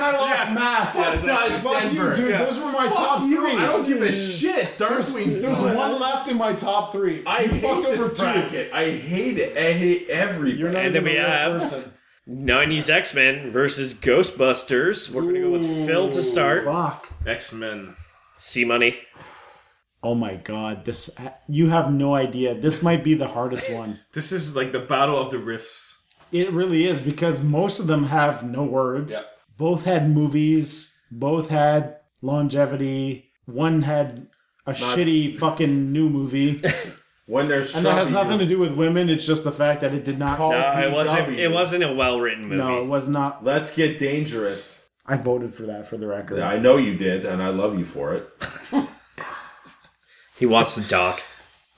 Speaker 8: I lost
Speaker 2: Yeah.
Speaker 8: Mass.
Speaker 2: Fuck
Speaker 8: Fuck
Speaker 2: guys, Denver.
Speaker 8: you, dude.
Speaker 2: Yeah.
Speaker 8: Those were my
Speaker 2: Fuck
Speaker 8: top
Speaker 2: you,
Speaker 8: three.
Speaker 2: I don't give a shit. Darkwing's
Speaker 8: There's, there's
Speaker 2: gone.
Speaker 8: one left in my top three.
Speaker 2: I
Speaker 8: you
Speaker 2: hate
Speaker 8: fucked
Speaker 2: this
Speaker 8: over
Speaker 2: bracket.
Speaker 8: two.
Speaker 2: I hate it. I hate every. You're
Speaker 9: And then we have 90s X Men versus Ghostbusters. We're going to go with Phil to start.
Speaker 10: X Men.
Speaker 9: C Money.
Speaker 8: Oh my god, this uh, you have no idea. This might be the hardest one.
Speaker 10: This is like the battle of the riffs.
Speaker 8: It really is because most of them have no words.
Speaker 10: Yeah.
Speaker 8: Both had movies. Both had longevity. One had a
Speaker 2: Not-
Speaker 8: shitty fucking new movie,
Speaker 2: When there's
Speaker 8: and that has nothing to do with women. It's just the fact that it did not.
Speaker 9: No, it wasn't. It wasn't a well-written movie.
Speaker 8: No, it was not.
Speaker 2: Let's get dangerous.
Speaker 8: I voted for that for the record.
Speaker 2: I know you did, and I love you for it.
Speaker 9: He wants to talk.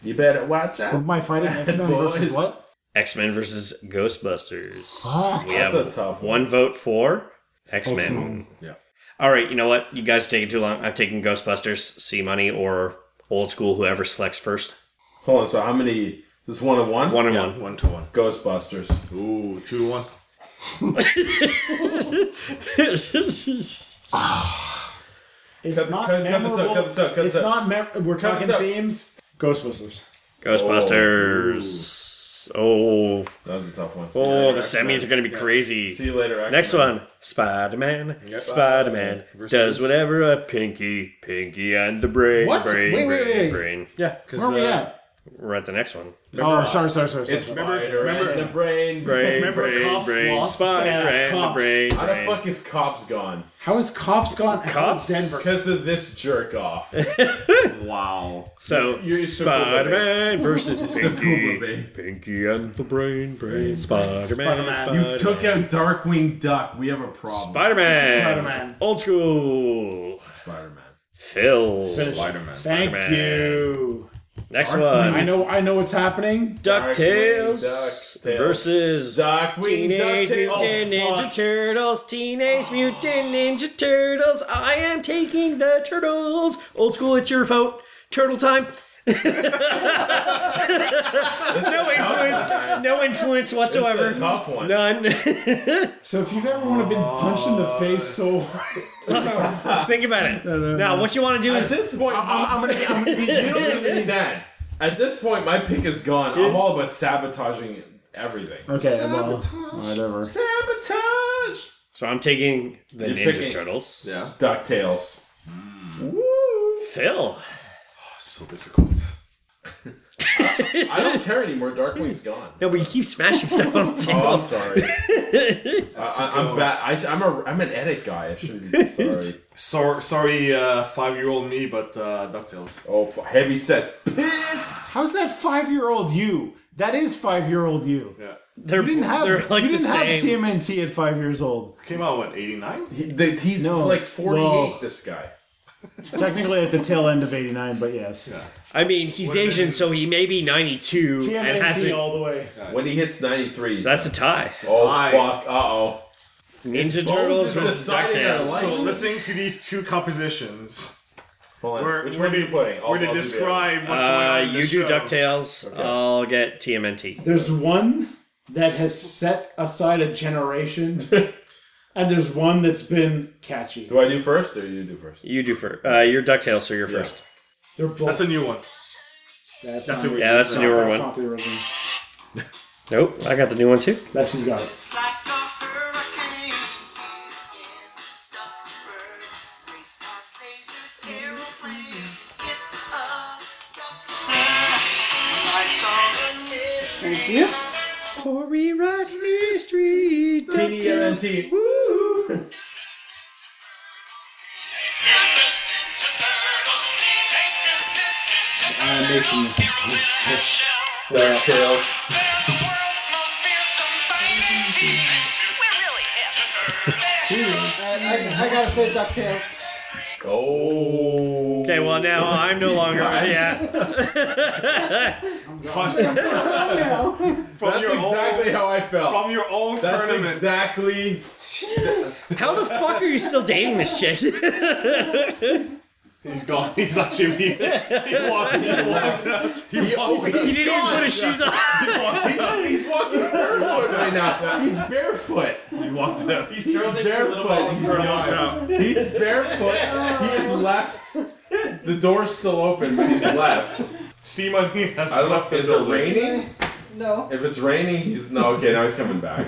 Speaker 2: You better watch out.
Speaker 8: Am I fighting X-Men versus
Speaker 2: Boys.
Speaker 8: what?
Speaker 9: X Men versus Ghostbusters.
Speaker 8: Fuck.
Speaker 2: Oh,
Speaker 9: We
Speaker 2: That's
Speaker 9: have
Speaker 2: a tough
Speaker 9: one vote for X Men.
Speaker 8: X-Men.
Speaker 2: Yeah.
Speaker 9: All right, you know what? You guys are taking too long. I'm taking Ghostbusters, C Money, or Old School, whoever selects first.
Speaker 2: Hold on. So how many? This is one on one.
Speaker 9: One and one.
Speaker 10: One to one.
Speaker 2: Ghostbusters.
Speaker 10: Ooh, two to one.
Speaker 8: It's
Speaker 2: Cut-
Speaker 8: not
Speaker 2: cut- cut this out,
Speaker 8: memorable.
Speaker 2: cut this out, cut
Speaker 8: it's
Speaker 2: this
Speaker 8: not.
Speaker 2: out.
Speaker 8: Mem- we're
Speaker 2: Cut this
Speaker 8: talking
Speaker 2: out.
Speaker 8: themes. Ghostbusters.
Speaker 9: Ghostbusters. Oh.
Speaker 2: That was a tough one.
Speaker 9: Oh, the semis are going to be crazy.
Speaker 2: See you later. X-Men.
Speaker 9: Next one, Spider Man.
Speaker 2: Yep.
Speaker 9: Spider Man
Speaker 2: Versus-
Speaker 9: does whatever a pinky, pinky, and the brain,
Speaker 8: What?
Speaker 9: brain,
Speaker 8: Wait,
Speaker 9: brain,
Speaker 8: wait, wait.
Speaker 9: brain.
Speaker 10: Yeah,
Speaker 8: Where are we at?
Speaker 9: We're at the next one.
Speaker 8: Oh, sorry, sorry, sorry, sorry.
Speaker 2: It's
Speaker 8: sorry.
Speaker 2: remember, remember the brain,
Speaker 9: Brain,
Speaker 10: Remember
Speaker 9: brain,
Speaker 10: Cops
Speaker 9: brain,
Speaker 10: lost?
Speaker 9: Spider
Speaker 8: Yeah,
Speaker 9: Man,
Speaker 8: Cops.
Speaker 9: brain,
Speaker 2: How the
Speaker 9: brain.
Speaker 2: fuck is cops gone?
Speaker 8: How is cops gone?
Speaker 9: Cops?
Speaker 8: Denver.
Speaker 2: Because of this jerk off.
Speaker 10: Wow.
Speaker 9: So
Speaker 2: You're- you're so
Speaker 9: Spider Man versus
Speaker 2: Cobra
Speaker 9: Pinky,
Speaker 2: Bay.
Speaker 9: Pinky and the Brain, Brain, Spider
Speaker 2: You
Speaker 9: Man,
Speaker 2: took out Darkwing Duck. We have a problem.
Speaker 9: Spider Man,
Speaker 8: Spider-Man.
Speaker 9: old school,
Speaker 2: Spider-Man.
Speaker 9: Phil.
Speaker 2: Spider-Man.
Speaker 8: Thank
Speaker 9: Spider-Man.
Speaker 8: you.
Speaker 9: Next
Speaker 2: Darkwing
Speaker 8: I
Speaker 9: one,
Speaker 8: know. I know what's happening.
Speaker 9: Ducktales
Speaker 2: Darkwing Ducktales.
Speaker 9: versus
Speaker 2: Darkwing
Speaker 9: Teenage
Speaker 2: Ducktales.
Speaker 9: Mutant
Speaker 2: Oh,
Speaker 9: Ninja
Speaker 2: fuck.
Speaker 9: Turtles. Teenage Mutant Ninja Turtles. I am taking the turtles. Old school, it's your vote. Turtle time. no influence. No influence whatsoever.
Speaker 2: It's a tough one.
Speaker 9: None.
Speaker 8: So if you've ever want to been punched in the face so hard,
Speaker 9: Think about it.
Speaker 8: no,
Speaker 9: Now, what you want to do
Speaker 2: At
Speaker 9: is
Speaker 2: this point, I'm, I'm gonna, I'm gonna be, you don't even understand. At this point, my pick is gone. I'm all about sabotaging everything.
Speaker 8: okay, well, whatever.
Speaker 2: Sabotage.
Speaker 9: so. I'm taking the
Speaker 2: You're
Speaker 9: Ninja
Speaker 2: picking-
Speaker 9: Turtles.
Speaker 2: Yeah. Ducktales.
Speaker 9: Phil.
Speaker 10: So difficult.
Speaker 2: I don't care anymore. Darkwing's gone.
Speaker 9: No, but you keep smashing stuff on the
Speaker 2: Oh, I'm
Speaker 9: table.
Speaker 2: sorry. I, I, I'm bad. I, I'm a I'm an edit guy. I shouldn't be sorry.
Speaker 10: Sor- sorry, uh, five-year-old me, but uh, Ducktales.
Speaker 2: Oh, f- heavy sets.
Speaker 8: How's that five-year-old you? That is five-year-old you.
Speaker 10: Yeah,
Speaker 9: They're,
Speaker 8: You didn't have.
Speaker 9: they're like
Speaker 8: you
Speaker 9: the
Speaker 8: didn't have
Speaker 9: same.
Speaker 8: TMNT at five years old.
Speaker 10: came out what '89.
Speaker 2: He, the, he's
Speaker 8: No,
Speaker 2: like 48.
Speaker 8: well-
Speaker 2: this guy.
Speaker 8: Technically at the tail end of '89, but yes.
Speaker 9: I mean, he's Asian, so he may be 92 and has
Speaker 8: TMNT
Speaker 9: a,
Speaker 8: all the way.
Speaker 2: When he hits 93.
Speaker 9: so that's a tie.
Speaker 2: oh
Speaker 10: Hi.
Speaker 2: fuck. Uh oh. Bones
Speaker 9: Ninja Turtles
Speaker 2: is
Speaker 9: versus
Speaker 2: deciding our
Speaker 9: DuckTales.
Speaker 2: life.
Speaker 10: So listening to these two compositions,
Speaker 2: Hold on.
Speaker 10: we're
Speaker 2: Which
Speaker 10: we're
Speaker 2: one are you putting? I'll-
Speaker 10: We're
Speaker 2: I'll do the
Speaker 10: to
Speaker 2: other one.
Speaker 10: describe what's going
Speaker 9: Uh,
Speaker 10: on. in
Speaker 9: you
Speaker 10: this
Speaker 9: do
Speaker 10: show.
Speaker 9: DuckTales. I'll get TMNT.
Speaker 8: There's one that has set aside a generation, and there's one that's been catchy.
Speaker 2: Do I do first or you do first?
Speaker 9: You do first. Uh, you're DuckTales, so you're first.
Speaker 8: They're both.
Speaker 10: That's a new one.
Speaker 8: that's
Speaker 10: That's
Speaker 8: not-
Speaker 10: a weird.
Speaker 9: Yeah, that's a newer
Speaker 8: that's
Speaker 9: one.
Speaker 8: not the original.
Speaker 9: Nope, I got the new one too.
Speaker 8: That's she's got it. Thank you.
Speaker 9: Corey Rod History.
Speaker 2: TMNT.
Speaker 9: Woo!
Speaker 2: I
Speaker 28: recommendations. Well,
Speaker 14: I, I gotta say DuckTales.
Speaker 9: Oh. Okay, well, now I'm no longer. Yeah.
Speaker 2: From That's
Speaker 10: your own-
Speaker 2: exactly how I felt.
Speaker 10: from your own
Speaker 2: That's
Speaker 10: tournament.
Speaker 2: Exactly.
Speaker 9: How the fuck are you still dating this chick?
Speaker 10: He's gone. He's actually leaving. He walked. He walked out. He walked.
Speaker 9: He
Speaker 10: out.
Speaker 9: didn't even put his shoes on.
Speaker 10: He walked.
Speaker 2: He's- he's walking barefoot right now. He's barefoot.
Speaker 10: He walked out.
Speaker 2: He's barefoot. He's gone. He's barefoot. He is left. The door's still open, but he's left.
Speaker 10: See my has
Speaker 2: I left. Is it raining?
Speaker 14: No.
Speaker 2: If it's raining, he's no okay. Now he's coming back.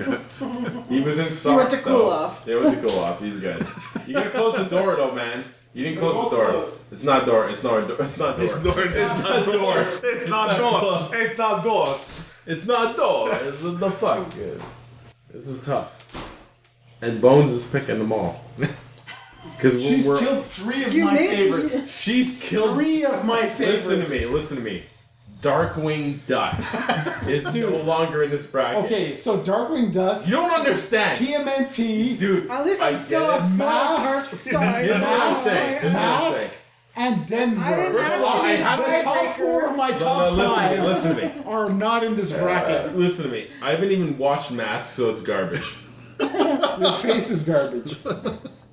Speaker 2: he was in socks.
Speaker 14: went to cool
Speaker 2: though.
Speaker 14: off.
Speaker 2: Yeah, went to cool off. He's good. You gotta close the door though, man. You didn't close the door. It's not door. It's not door. It's not door. It's,
Speaker 10: door. It's not door. It's not door.
Speaker 2: It's not door. It's not door. It's what the fuck. dude. This is tough. And Bones is picking them all. Because
Speaker 8: She's
Speaker 2: we're,
Speaker 8: killed three of
Speaker 2: You
Speaker 8: my
Speaker 2: made-
Speaker 8: favorites.
Speaker 2: She's killed
Speaker 8: three of my favorites.
Speaker 2: Listen to me. Listen to me. Darkwing Duck is no longer in this bracket.
Speaker 8: Okay, so Darkwing Duck.
Speaker 2: You don't understand.
Speaker 8: TMNT.
Speaker 2: Dude, At least I'm I still get a it.
Speaker 8: mask.
Speaker 2: full
Speaker 14: perp star.
Speaker 8: Mask,
Speaker 2: Here's what I'm saying. Here's what I'm saying.
Speaker 8: Mask, and Denver.
Speaker 14: I didn't
Speaker 2: First of all, I haven't-
Speaker 8: the top four of my
Speaker 2: No,
Speaker 8: top
Speaker 2: no, listen to
Speaker 8: five
Speaker 2: me, listen to me.
Speaker 8: are not in this bracket.
Speaker 2: Uh, listen to me. I haven't even watched Mask, so it's garbage.
Speaker 8: Your face is garbage.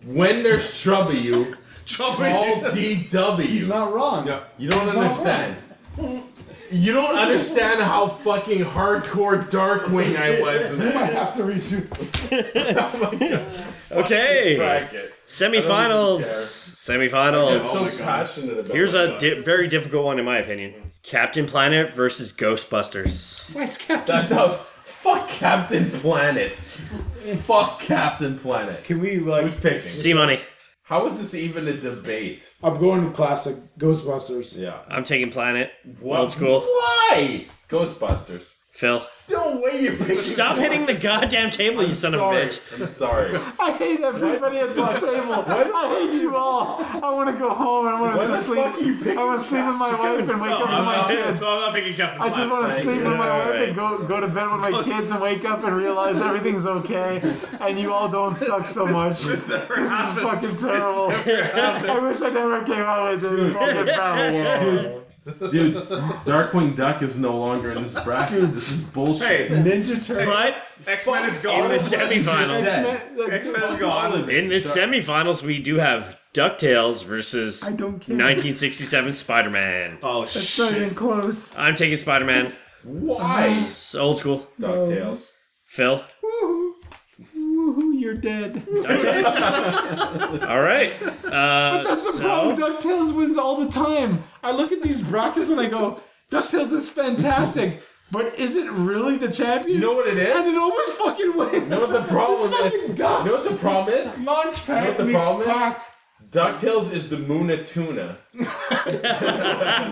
Speaker 2: When there's trouble, you
Speaker 8: Trouble
Speaker 2: call
Speaker 8: you.
Speaker 2: DW.
Speaker 8: He's not wrong.
Speaker 2: You don't
Speaker 8: He's not
Speaker 2: understand. You don't understand how fucking hardcore Darkwing I was. In
Speaker 8: We might
Speaker 2: that.
Speaker 8: have to redo this.
Speaker 9: Okay.
Speaker 2: bracket.
Speaker 9: Semifinals.
Speaker 2: I
Speaker 9: Semifinals.
Speaker 2: get so passionate about
Speaker 9: Here's a
Speaker 2: that.
Speaker 9: di- very difficult one, in my opinion. Captain Planet versus Ghostbusters.
Speaker 8: Why is Captain?
Speaker 2: That, no, fuck Captain Planet. fuck Captain Planet.
Speaker 8: Can we like?
Speaker 2: Who's picking? See
Speaker 9: money.
Speaker 2: How is this even a debate?
Speaker 8: I'm going with classic Ghostbusters.
Speaker 2: Yeah.
Speaker 9: I'm taking Planet.
Speaker 2: What?
Speaker 9: Old school.
Speaker 2: Why? Ghostbusters.
Speaker 9: Phil.
Speaker 2: No way you picked.
Speaker 9: Stop hitting the goddamn table, you son
Speaker 2: sorry.
Speaker 9: of a bitch.
Speaker 2: I'm sorry.
Speaker 8: I hate everybody at this table. I hate you all. I want to go home. I want
Speaker 2: Why
Speaker 8: to just
Speaker 2: the
Speaker 8: sleep.
Speaker 2: fuck you
Speaker 8: I want to sleep with my wife and wake up with my kids.
Speaker 10: No, I'm not picking Captain
Speaker 8: I just
Speaker 10: Planet.
Speaker 8: want to sleep with my wife and go go to bed with my kids and wake up and realize everything's okay and you all don't suck so much. This, is fucking terrible. I wish I never came out with this fucking problem.
Speaker 2: Dude, Darkwing Duck is no longer in this bracket. This is bullshit.
Speaker 8: Ninja Turtles.
Speaker 10: X Men is gone.
Speaker 9: In the semifinals.
Speaker 10: X Men is gone.
Speaker 9: In the semifinals, we do have DuckTales versus
Speaker 8: I don't care.
Speaker 9: 1967 Spider Man.
Speaker 10: Oh,
Speaker 8: That's not even close.
Speaker 9: I'm taking Spider Man.
Speaker 2: Why?
Speaker 9: Old school.
Speaker 2: DuckTales.
Speaker 9: Phil.
Speaker 8: Woohoo. Woohoo, you're dead.
Speaker 9: All right. Uh,
Speaker 8: That's the
Speaker 9: so-
Speaker 8: problem. DuckTales wins all the time. I look at these brackets and I go, DuckTales is fantastic, but is it really the champion? You
Speaker 2: know what it is?
Speaker 8: And it always fucking wins.
Speaker 2: You know what the problem
Speaker 8: It
Speaker 2: is?
Speaker 8: fucking ducks.
Speaker 2: You know what the problem is?
Speaker 8: Launchpad.
Speaker 2: You know what the
Speaker 8: we
Speaker 2: problem is?
Speaker 8: pack.
Speaker 2: DuckTales is the moon of tuna.
Speaker 9: Ah.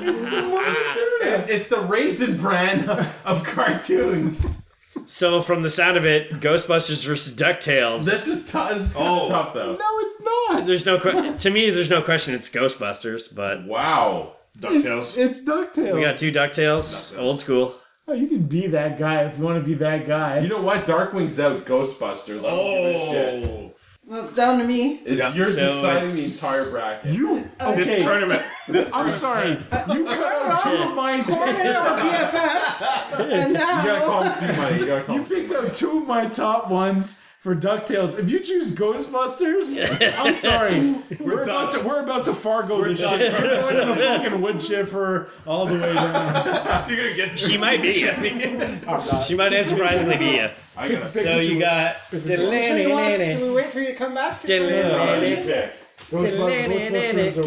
Speaker 2: And it's the raisin brand of cartoons.
Speaker 9: So, from the sound of it, Ghostbusters versus DuckTales.
Speaker 2: This is, tou- this is kinda
Speaker 9: Oh.
Speaker 2: tough though.
Speaker 8: No, it's not.
Speaker 9: There's no que- to me. There's no question. It's Ghostbusters, but
Speaker 2: wow,
Speaker 8: It's, it's DuckTales.
Speaker 9: We got two Ducktales, old school.
Speaker 8: oh, you can be that guy if you want to be that guy.
Speaker 2: You know what? Darkwing's out. Ghostbusters. I don't give a shit.
Speaker 8: Oh.
Speaker 14: So it's down to me.
Speaker 2: It's,
Speaker 9: Yeah,
Speaker 2: you're
Speaker 9: so
Speaker 2: deciding the
Speaker 9: it's-
Speaker 2: entire bracket.
Speaker 8: You Oh, okay?
Speaker 10: This tournament. This
Speaker 8: I'm sorry. You cut out two of my
Speaker 14: Corner or BFFs, and
Speaker 2: You gotta
Speaker 14: now
Speaker 2: call him C money. You gotta call
Speaker 8: You
Speaker 2: him C
Speaker 8: picked out two of my top ones for Ducktales. If you choose Ghostbusters, I'm sorry, we're, about to we're about to Fargo this shit. We're going to fucking wood chipper all the way down.
Speaker 10: You're gonna get.
Speaker 9: She might be you.
Speaker 8: I'm not.
Speaker 9: She might unsurprisingly be you.
Speaker 2: I gotta
Speaker 8: Pick- pick
Speaker 9: So
Speaker 8: what
Speaker 9: you
Speaker 8: want.
Speaker 9: got.
Speaker 14: So you want, do we wait for you to come back?
Speaker 2: money. pick.
Speaker 8: Ghostbusters, Ghostbusters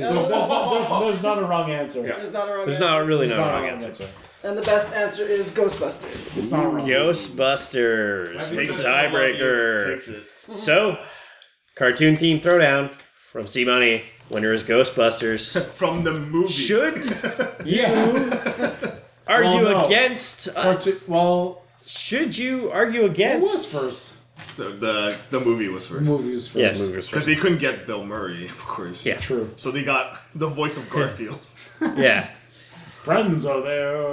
Speaker 8: are-
Speaker 9: Ghostbusters.
Speaker 8: There's, not, there's, there's not a wrong answer.
Speaker 14: There's not a wrong
Speaker 9: There's
Speaker 14: answer.
Speaker 9: not really no
Speaker 8: There's not a
Speaker 9: wrong
Speaker 8: wrong
Speaker 9: answer.
Speaker 8: answer.
Speaker 14: And the best answer is Ghostbusters.
Speaker 8: It's not a wrong answer.
Speaker 9: Ghostbusters big
Speaker 10: Takes
Speaker 9: tiebreaker.
Speaker 10: it.
Speaker 9: So, cartoon theme throwdown from C Money. Winner is Ghostbusters.
Speaker 10: From the movie.
Speaker 9: Should
Speaker 8: Yeah.
Speaker 9: are
Speaker 8: Well,
Speaker 9: you
Speaker 8: no.
Speaker 9: against? uh,
Speaker 8: Fortu- well,
Speaker 9: should you argue
Speaker 8: who was
Speaker 9: against?
Speaker 8: first?
Speaker 10: The, the the movie was first.
Speaker 8: Movies first.
Speaker 9: Yes, movers
Speaker 10: Because they couldn't get Bill Murray, of course.
Speaker 9: Yeah.
Speaker 8: True.
Speaker 10: So they got the voice of Garfield.
Speaker 9: Yeah.
Speaker 19: Friends are there.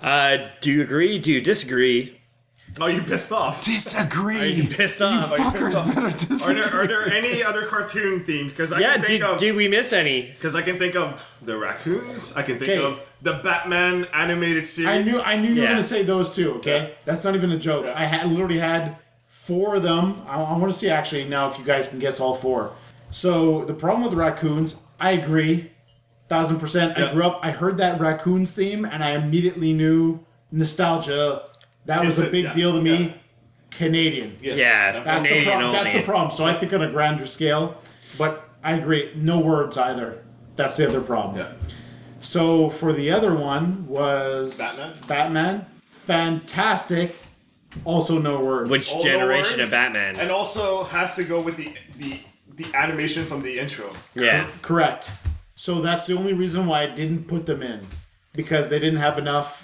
Speaker 9: Uh, do you agree? Do you disagree?
Speaker 22: Oh, you pissed off.
Speaker 19: Disagree.
Speaker 22: Are you
Speaker 19: pissed off?
Speaker 22: Are you
Speaker 19: fuckers
Speaker 22: pissed off?
Speaker 19: better
Speaker 22: Are there, are there any other cartoon themes? Because I
Speaker 19: Yeah,
Speaker 22: can think
Speaker 19: did-
Speaker 22: of.
Speaker 19: did we miss any?
Speaker 22: Because I can think of the raccoons. I can think
Speaker 8: Okay.
Speaker 22: of the Batman animated series.
Speaker 8: I knew I knew you were gonna say those two. Okay, that's not even a joke. I had literally had four of them. I, I want to see actually now if you guys can guess all four. So the problem with the raccoons, I agree, thousand percent. I grew up. I heard that raccoons theme, and I immediately knew nostalgia. That was
Speaker 22: Yes,
Speaker 8: a big
Speaker 22: yeah,
Speaker 8: deal to me. Canadian.
Speaker 22: Yes. Yeah,
Speaker 8: that's
Speaker 22: Canadian
Speaker 8: the problem. That's the
Speaker 22: only.
Speaker 8: problem. So I think on a grander scale, but I agree. No words either. That's the other problem. So for the other one was
Speaker 22: Batman?
Speaker 8: Batman, fantastic. Also no words.
Speaker 22: All the words, And also has to go with the the the animation from the intro.
Speaker 8: Cor- correct. So that's the only reason why I didn't put them in because they didn't have enough.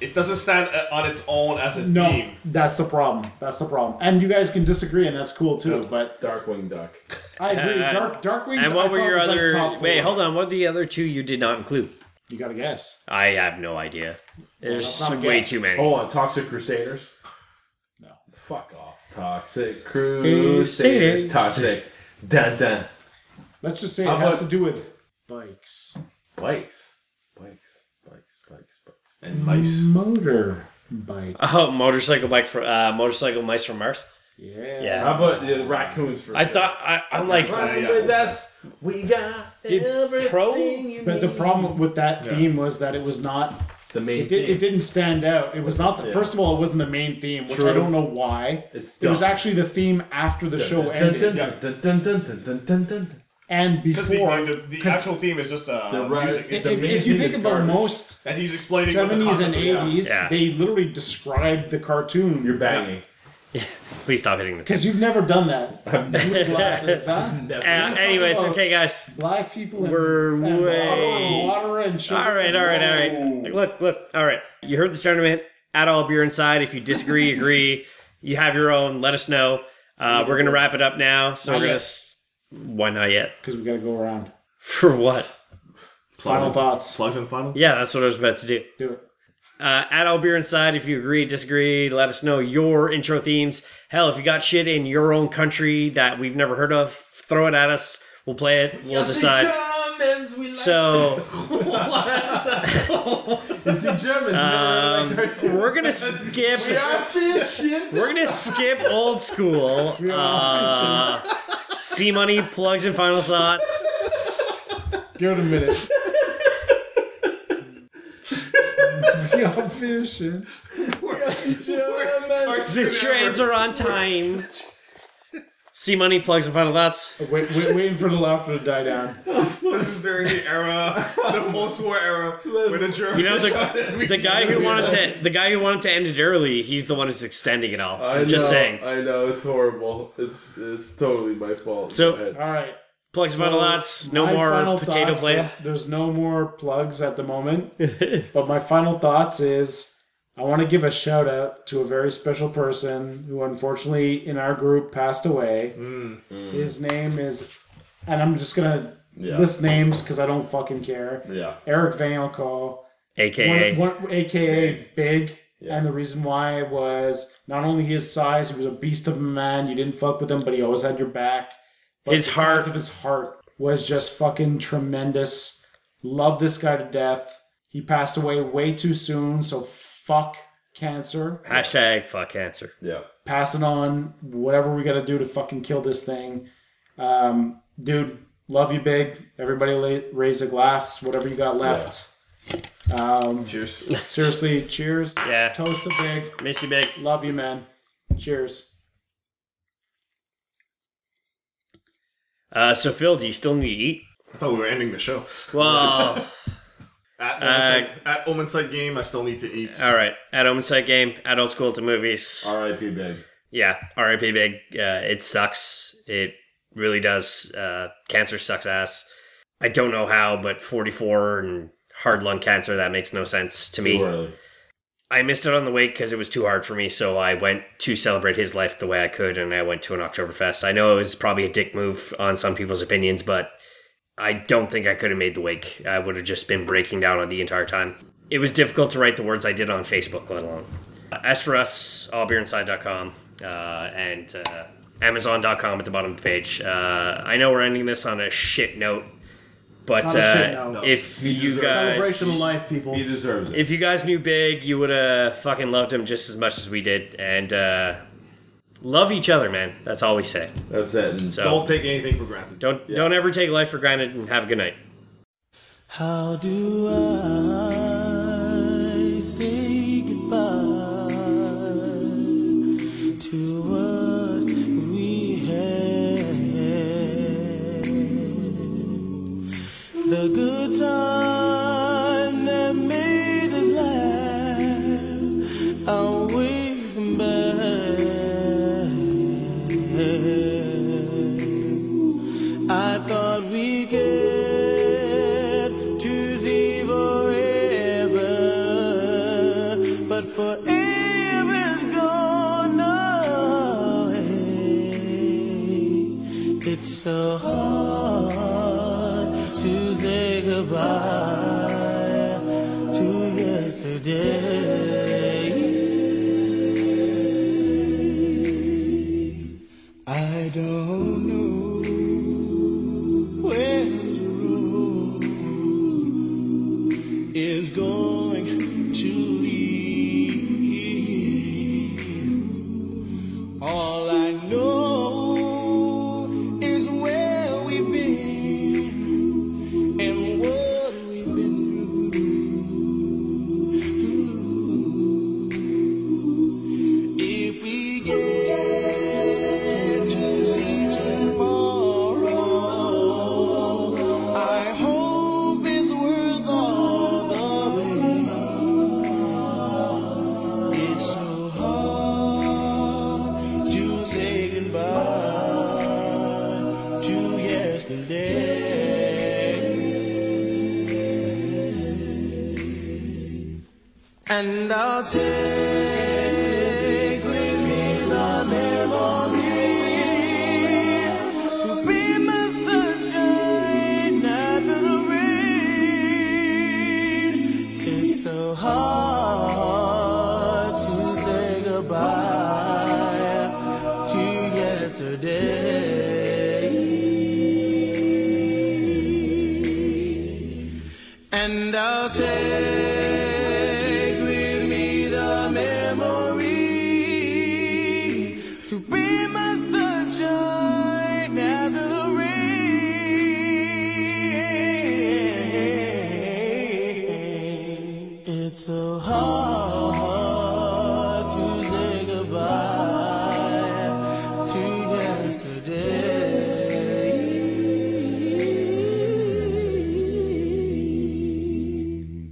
Speaker 22: It doesn't stand uh, on its own as a
Speaker 8: No,
Speaker 22: theme.
Speaker 8: that's the problem. That's the problem. And you guys can disagree, and that's cool too. But
Speaker 2: Darkwing Duck.
Speaker 8: I agree. Dark Darkwing.
Speaker 9: Uh, And what
Speaker 8: I
Speaker 9: were
Speaker 8: thought
Speaker 9: your
Speaker 8: was, like,
Speaker 9: other?
Speaker 8: top four.
Speaker 9: wait, hold on. What are the other two you did not include?
Speaker 8: You gotta guess.
Speaker 9: I have no idea. There's
Speaker 2: Well, that's not a
Speaker 9: way
Speaker 2: guess.
Speaker 9: too many.
Speaker 8: Oh.
Speaker 2: Hold on, Toxic Crusaders. No, fuck off. Toxic Crusaders.
Speaker 8: Crusaders.
Speaker 2: Toxic. Dun dun.
Speaker 8: Let's just say it
Speaker 2: How
Speaker 8: has
Speaker 2: about-
Speaker 8: to do with bikes.
Speaker 2: Bikes, bikes, bikes, bikes, bikes,
Speaker 22: and
Speaker 8: Motor bike.
Speaker 9: Oh, motorcycle bike for uh, motorcycle mice from Mars.
Speaker 8: Yeah.
Speaker 9: Yeah.
Speaker 2: How about the raccoons for?
Speaker 9: I thought I, I'm like.
Speaker 2: that's we got everything you
Speaker 8: But the problem with that theme was that it was not
Speaker 2: the main.
Speaker 8: It, did,
Speaker 2: theme.
Speaker 8: it didn't stand out. It was not the
Speaker 2: Yeah.
Speaker 8: first of all. It wasn't the main theme, which
Speaker 2: True.
Speaker 8: I don't know why.
Speaker 2: It's
Speaker 8: it was
Speaker 2: dumb.
Speaker 8: actually the theme after the
Speaker 2: Dun,
Speaker 8: show
Speaker 2: dun,
Speaker 8: ended
Speaker 2: dun, dun, dun, dun, dun, dun, dun, dun.
Speaker 8: and
Speaker 22: Because the,
Speaker 8: before.
Speaker 22: the, the
Speaker 8: 'cause
Speaker 22: actual theme is just uh,
Speaker 2: The right-
Speaker 22: music.
Speaker 2: it's
Speaker 22: It's
Speaker 2: the
Speaker 22: the
Speaker 2: main
Speaker 8: if you
Speaker 2: thing
Speaker 8: think
Speaker 2: is
Speaker 8: about
Speaker 2: garbage.
Speaker 8: most
Speaker 22: and he's explaining what the
Speaker 8: seventies and
Speaker 22: concept is. Yeah.
Speaker 8: eighties,
Speaker 9: Yeah.
Speaker 8: they literally described the cartoon. You're
Speaker 2: banging.
Speaker 9: Please stop hitting the.
Speaker 8: Because you've never done that. Blue glasses, huh?
Speaker 9: Uh,
Speaker 8: We're gonna talk
Speaker 9: anyways,
Speaker 8: about
Speaker 9: okay, guys.
Speaker 8: Black people. And,
Speaker 9: We're
Speaker 8: and
Speaker 9: way.
Speaker 8: Water, water and sugar.
Speaker 9: All right, all right, all right. Look, look, all right. You heard the tournament. Add all beer inside. If you disagree, agree. You have your own. Let us know. Uh, we're gonna wrap it up now. So
Speaker 8: Not
Speaker 9: we're gonna.
Speaker 8: yet.
Speaker 9: s- Why not yet?
Speaker 8: Because we gotta go around.
Speaker 9: For what?
Speaker 8: Final thoughts.
Speaker 22: Plugs and final.
Speaker 9: Yeah, that's what I was about to do.
Speaker 8: Do it.
Speaker 9: Uh, add all beer inside. If you agree, disagree, let us know your intro themes. Hell, if you got shit in your own country that we've never heard of, throw it at us. We'll play it. We'll decide. So.
Speaker 2: It's the Germans.
Speaker 8: Uh,
Speaker 9: Um, we're gonna skip. We're gonna skip old school. Uh, C money plugs and final thoughts.
Speaker 8: Give it a minute. Be efficient.
Speaker 9: The trains are on time. C money plugs and final thoughts.
Speaker 8: Wait, wait, waiting for the laughter to die down.
Speaker 22: This is during the era, the post-war era, when the Germans.
Speaker 9: You know the, the guy who wanted to the guy who wanted to end it early. He's the one who's extending it all.
Speaker 2: I
Speaker 9: I'm just
Speaker 2: know,
Speaker 9: saying.
Speaker 2: I know it's horrible. It's it's totally my fault.
Speaker 9: So-
Speaker 2: Go ahead.
Speaker 8: All right.
Speaker 9: Plugs and
Speaker 8: So,
Speaker 9: final thoughts. No
Speaker 8: my
Speaker 9: more
Speaker 8: final
Speaker 9: potato
Speaker 8: thoughts,
Speaker 9: play.
Speaker 8: there- There's no more plugs at the moment. but my final thoughts is I want to give a shout out to a very special person who unfortunately in our group passed away.
Speaker 9: Mm.
Speaker 8: His name is, and I'm just gonna
Speaker 2: Yeah.
Speaker 8: list names because I don't fucking care.
Speaker 2: Yeah.
Speaker 8: Eric Van Alcol.
Speaker 9: AKA.
Speaker 8: one, one, aka Big. And the reason why was not only his size, he was a beast of a man. You didn't fuck with him, but he always had your back. But
Speaker 9: His
Speaker 8: the
Speaker 9: heart-
Speaker 8: size of his heart was just fucking tremendous. Love this guy to death. He passed away way too soon, so fuck cancer.
Speaker 9: Hashtag fuck cancer.
Speaker 2: Yeah.
Speaker 8: Pass it on. Whatever we gotta do to fucking kill this thing. Um, dude, love you, big. Everybody la- raise a glass, whatever you got left. Um,
Speaker 22: Cheers.
Speaker 8: Seriously, cheers.
Speaker 9: Yeah.
Speaker 8: Toast to Big.
Speaker 9: Miss you, Big.
Speaker 8: Love you, man. Cheers.
Speaker 9: Uh, so Phil, do you still need to eat?
Speaker 22: I thought we were ending the show.
Speaker 9: Well,
Speaker 22: At,
Speaker 9: Uh,
Speaker 22: Omenside- at Omenside game, I still need to eat.
Speaker 9: all right. At Homicide Game, at Old School to Movies.
Speaker 2: R.I.P. Big.
Speaker 9: Yeah, R.I.P. Big. Uh, it sucks. It really does. Uh, cancer sucks ass. I don't know how, but 44 and hard lung cancer, that makes no sense to me.
Speaker 2: Too early.
Speaker 6: I missed it on the way because it was too hard for me. So I went to celebrate his life the way I could, and I went to an Oktoberfest. I know it was probably a dick move on some people's opinions, but I don't think I could have made the wake. I would have just been breaking down on the entire time. It was difficult to write the words I did on Facebook, let alone. Uh, As for us, allbeerinside.com uh, and uh, Amazon.com at the bottom of the page. Uh, I know we're ending this on a shit note, but
Speaker 8: Not a
Speaker 6: uh,
Speaker 8: shit note.
Speaker 6: if
Speaker 8: He
Speaker 6: you
Speaker 8: deserves-
Speaker 6: guys
Speaker 8: Celebration of life, people. He
Speaker 2: deserves
Speaker 6: if you guys knew Big, you would have fucking loved him just as much as we did. And uh, love each other, man. That's all we say.
Speaker 2: That's it.
Speaker 6: So
Speaker 10: Don't take anything for granted.
Speaker 6: don't don't ever take life for granted. And have a good night.
Speaker 14: How do I say goodbye to what we had? The good time that made us laugh, I'll wave them back. I thought we get to thee forever, but forever is gone away. It's so hard to say goodbye to yesterday. I don't know where the road is going to lead. All I know is where we've been and what we've been through. If we get to see tomorrow, I hope it's worth all the wait. It's so hard to say goodbye to yesterday. And I'll take with me the memories to be my sunshine after the rain. It's so hard to say goodbye to yesterday. And I'll take with me the memory to be my sunshine after the rain. It's so hard to say goodbye to yesterday.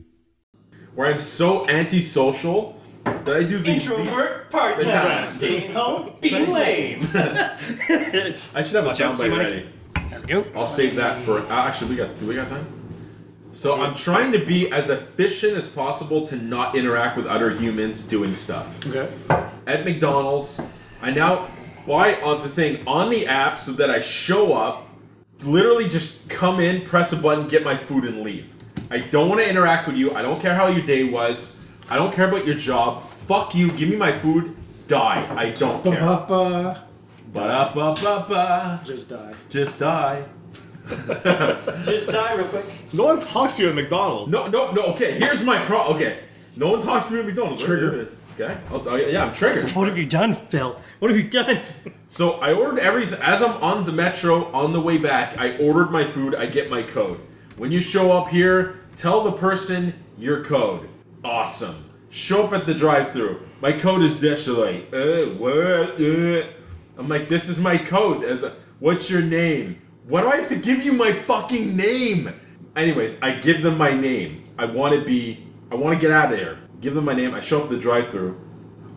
Speaker 2: Where I'm so antisocial that I do the
Speaker 9: Introvert, part-time, staying home, being lame.
Speaker 2: I should have a
Speaker 9: Watch out, see
Speaker 2: soundbite
Speaker 9: money.
Speaker 2: ready. There we go. I'll save that for. Uh, actually, we got. Do we got time? So I'm trying to be as efficient as possible to not interact with other humans doing stuff.
Speaker 8: Okay.
Speaker 2: At McDonald's, I now buy on the thing on the app so that I show up, literally just come in, press a button, get my food, and leave. I don't want to interact with you. I don't care how your day was. I don't care about your job. Fuck you. Give me my food. Die. I don't care.
Speaker 8: Ba-ba-ba.
Speaker 2: Ba-da-ba-ba-ba.
Speaker 8: Just die.
Speaker 2: Just die.
Speaker 9: Just die real quick.
Speaker 2: No one talks to you at McDonald's. No, no, no. Okay, here's my pro. Okay, no one talks to me at McDonald's. Trigger. Okay. I'll- oh, yeah, I'm triggered.
Speaker 9: What have you done, Phil? What have you done?
Speaker 2: So I ordered everything. As I'm on the metro on the way back, I ordered my food. I get my code. When you show up here, tell the person your code. Awesome. Show up at the drive-through. My code is this. They're like, uh, what? Uh. I'm like, this is my code. As a, what's your name? Why do I have to give you my fucking name? Anyways, I give them my name. I want to be. I want to get out of there. Give them my name. I show up at the drive-through.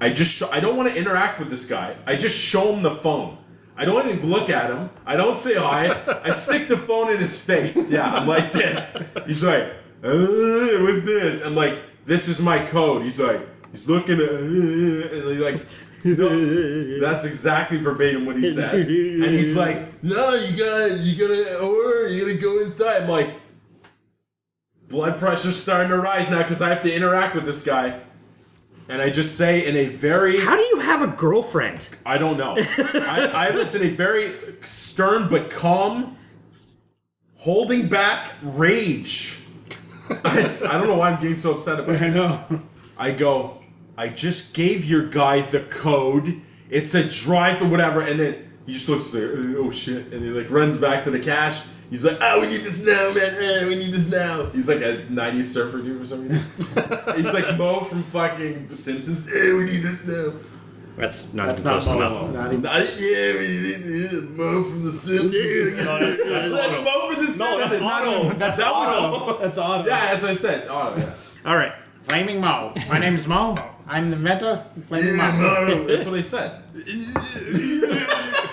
Speaker 2: I just sh- I don't want to interact with this guy. I just show him the phone. I don't even look at him. I don't say hi. I stick the phone in his face. Yeah, I'm like this. He's like, "Uh, with this. I'm like, this is my code. He's like, he's looking at, and he's like, no, that's exactly verbatim what he says. And he's like, no, you gotta, you gotta order, you gotta go inside. I'm like, blood pressure's starting to rise now because I have to interact with this guy. And I just say in a very. How
Speaker 9: do you have a girlfriend?
Speaker 2: I don't know. I, I have this in a very stern but calm, holding back rage. I, s- I don't know why I'm getting so upset about it. I know. I go, I just gave your guy the code. It's a drive to whatever. And then he just looks there, "Uh, oh shit. And he like runs back to the cash. He's like, oh, we need this now, man. Eh, we need this now. He's like a 90s surfer dude or something. He's like Mo from fucking The Simpsons. Eh, we need this now.
Speaker 9: That's not
Speaker 2: That's
Speaker 9: even
Speaker 2: not
Speaker 9: close
Speaker 2: Momo.
Speaker 9: enough.
Speaker 2: Not even- Not- yeah, we need this. Mo from The Simpsons.
Speaker 9: No, that's- that's Otto.
Speaker 2: Mo from The Simpsons.
Speaker 9: No, that's
Speaker 2: not
Speaker 9: Otto.
Speaker 2: him.
Speaker 9: That's
Speaker 8: Otto. That's Otto.
Speaker 2: Yeah, that's what I said. Otto, yeah.
Speaker 9: All right.
Speaker 8: Flaming Mo. My name's Mo. I'm the meta. Flaming
Speaker 2: Yeah,
Speaker 8: Mo.
Speaker 2: Mo. That's what I said.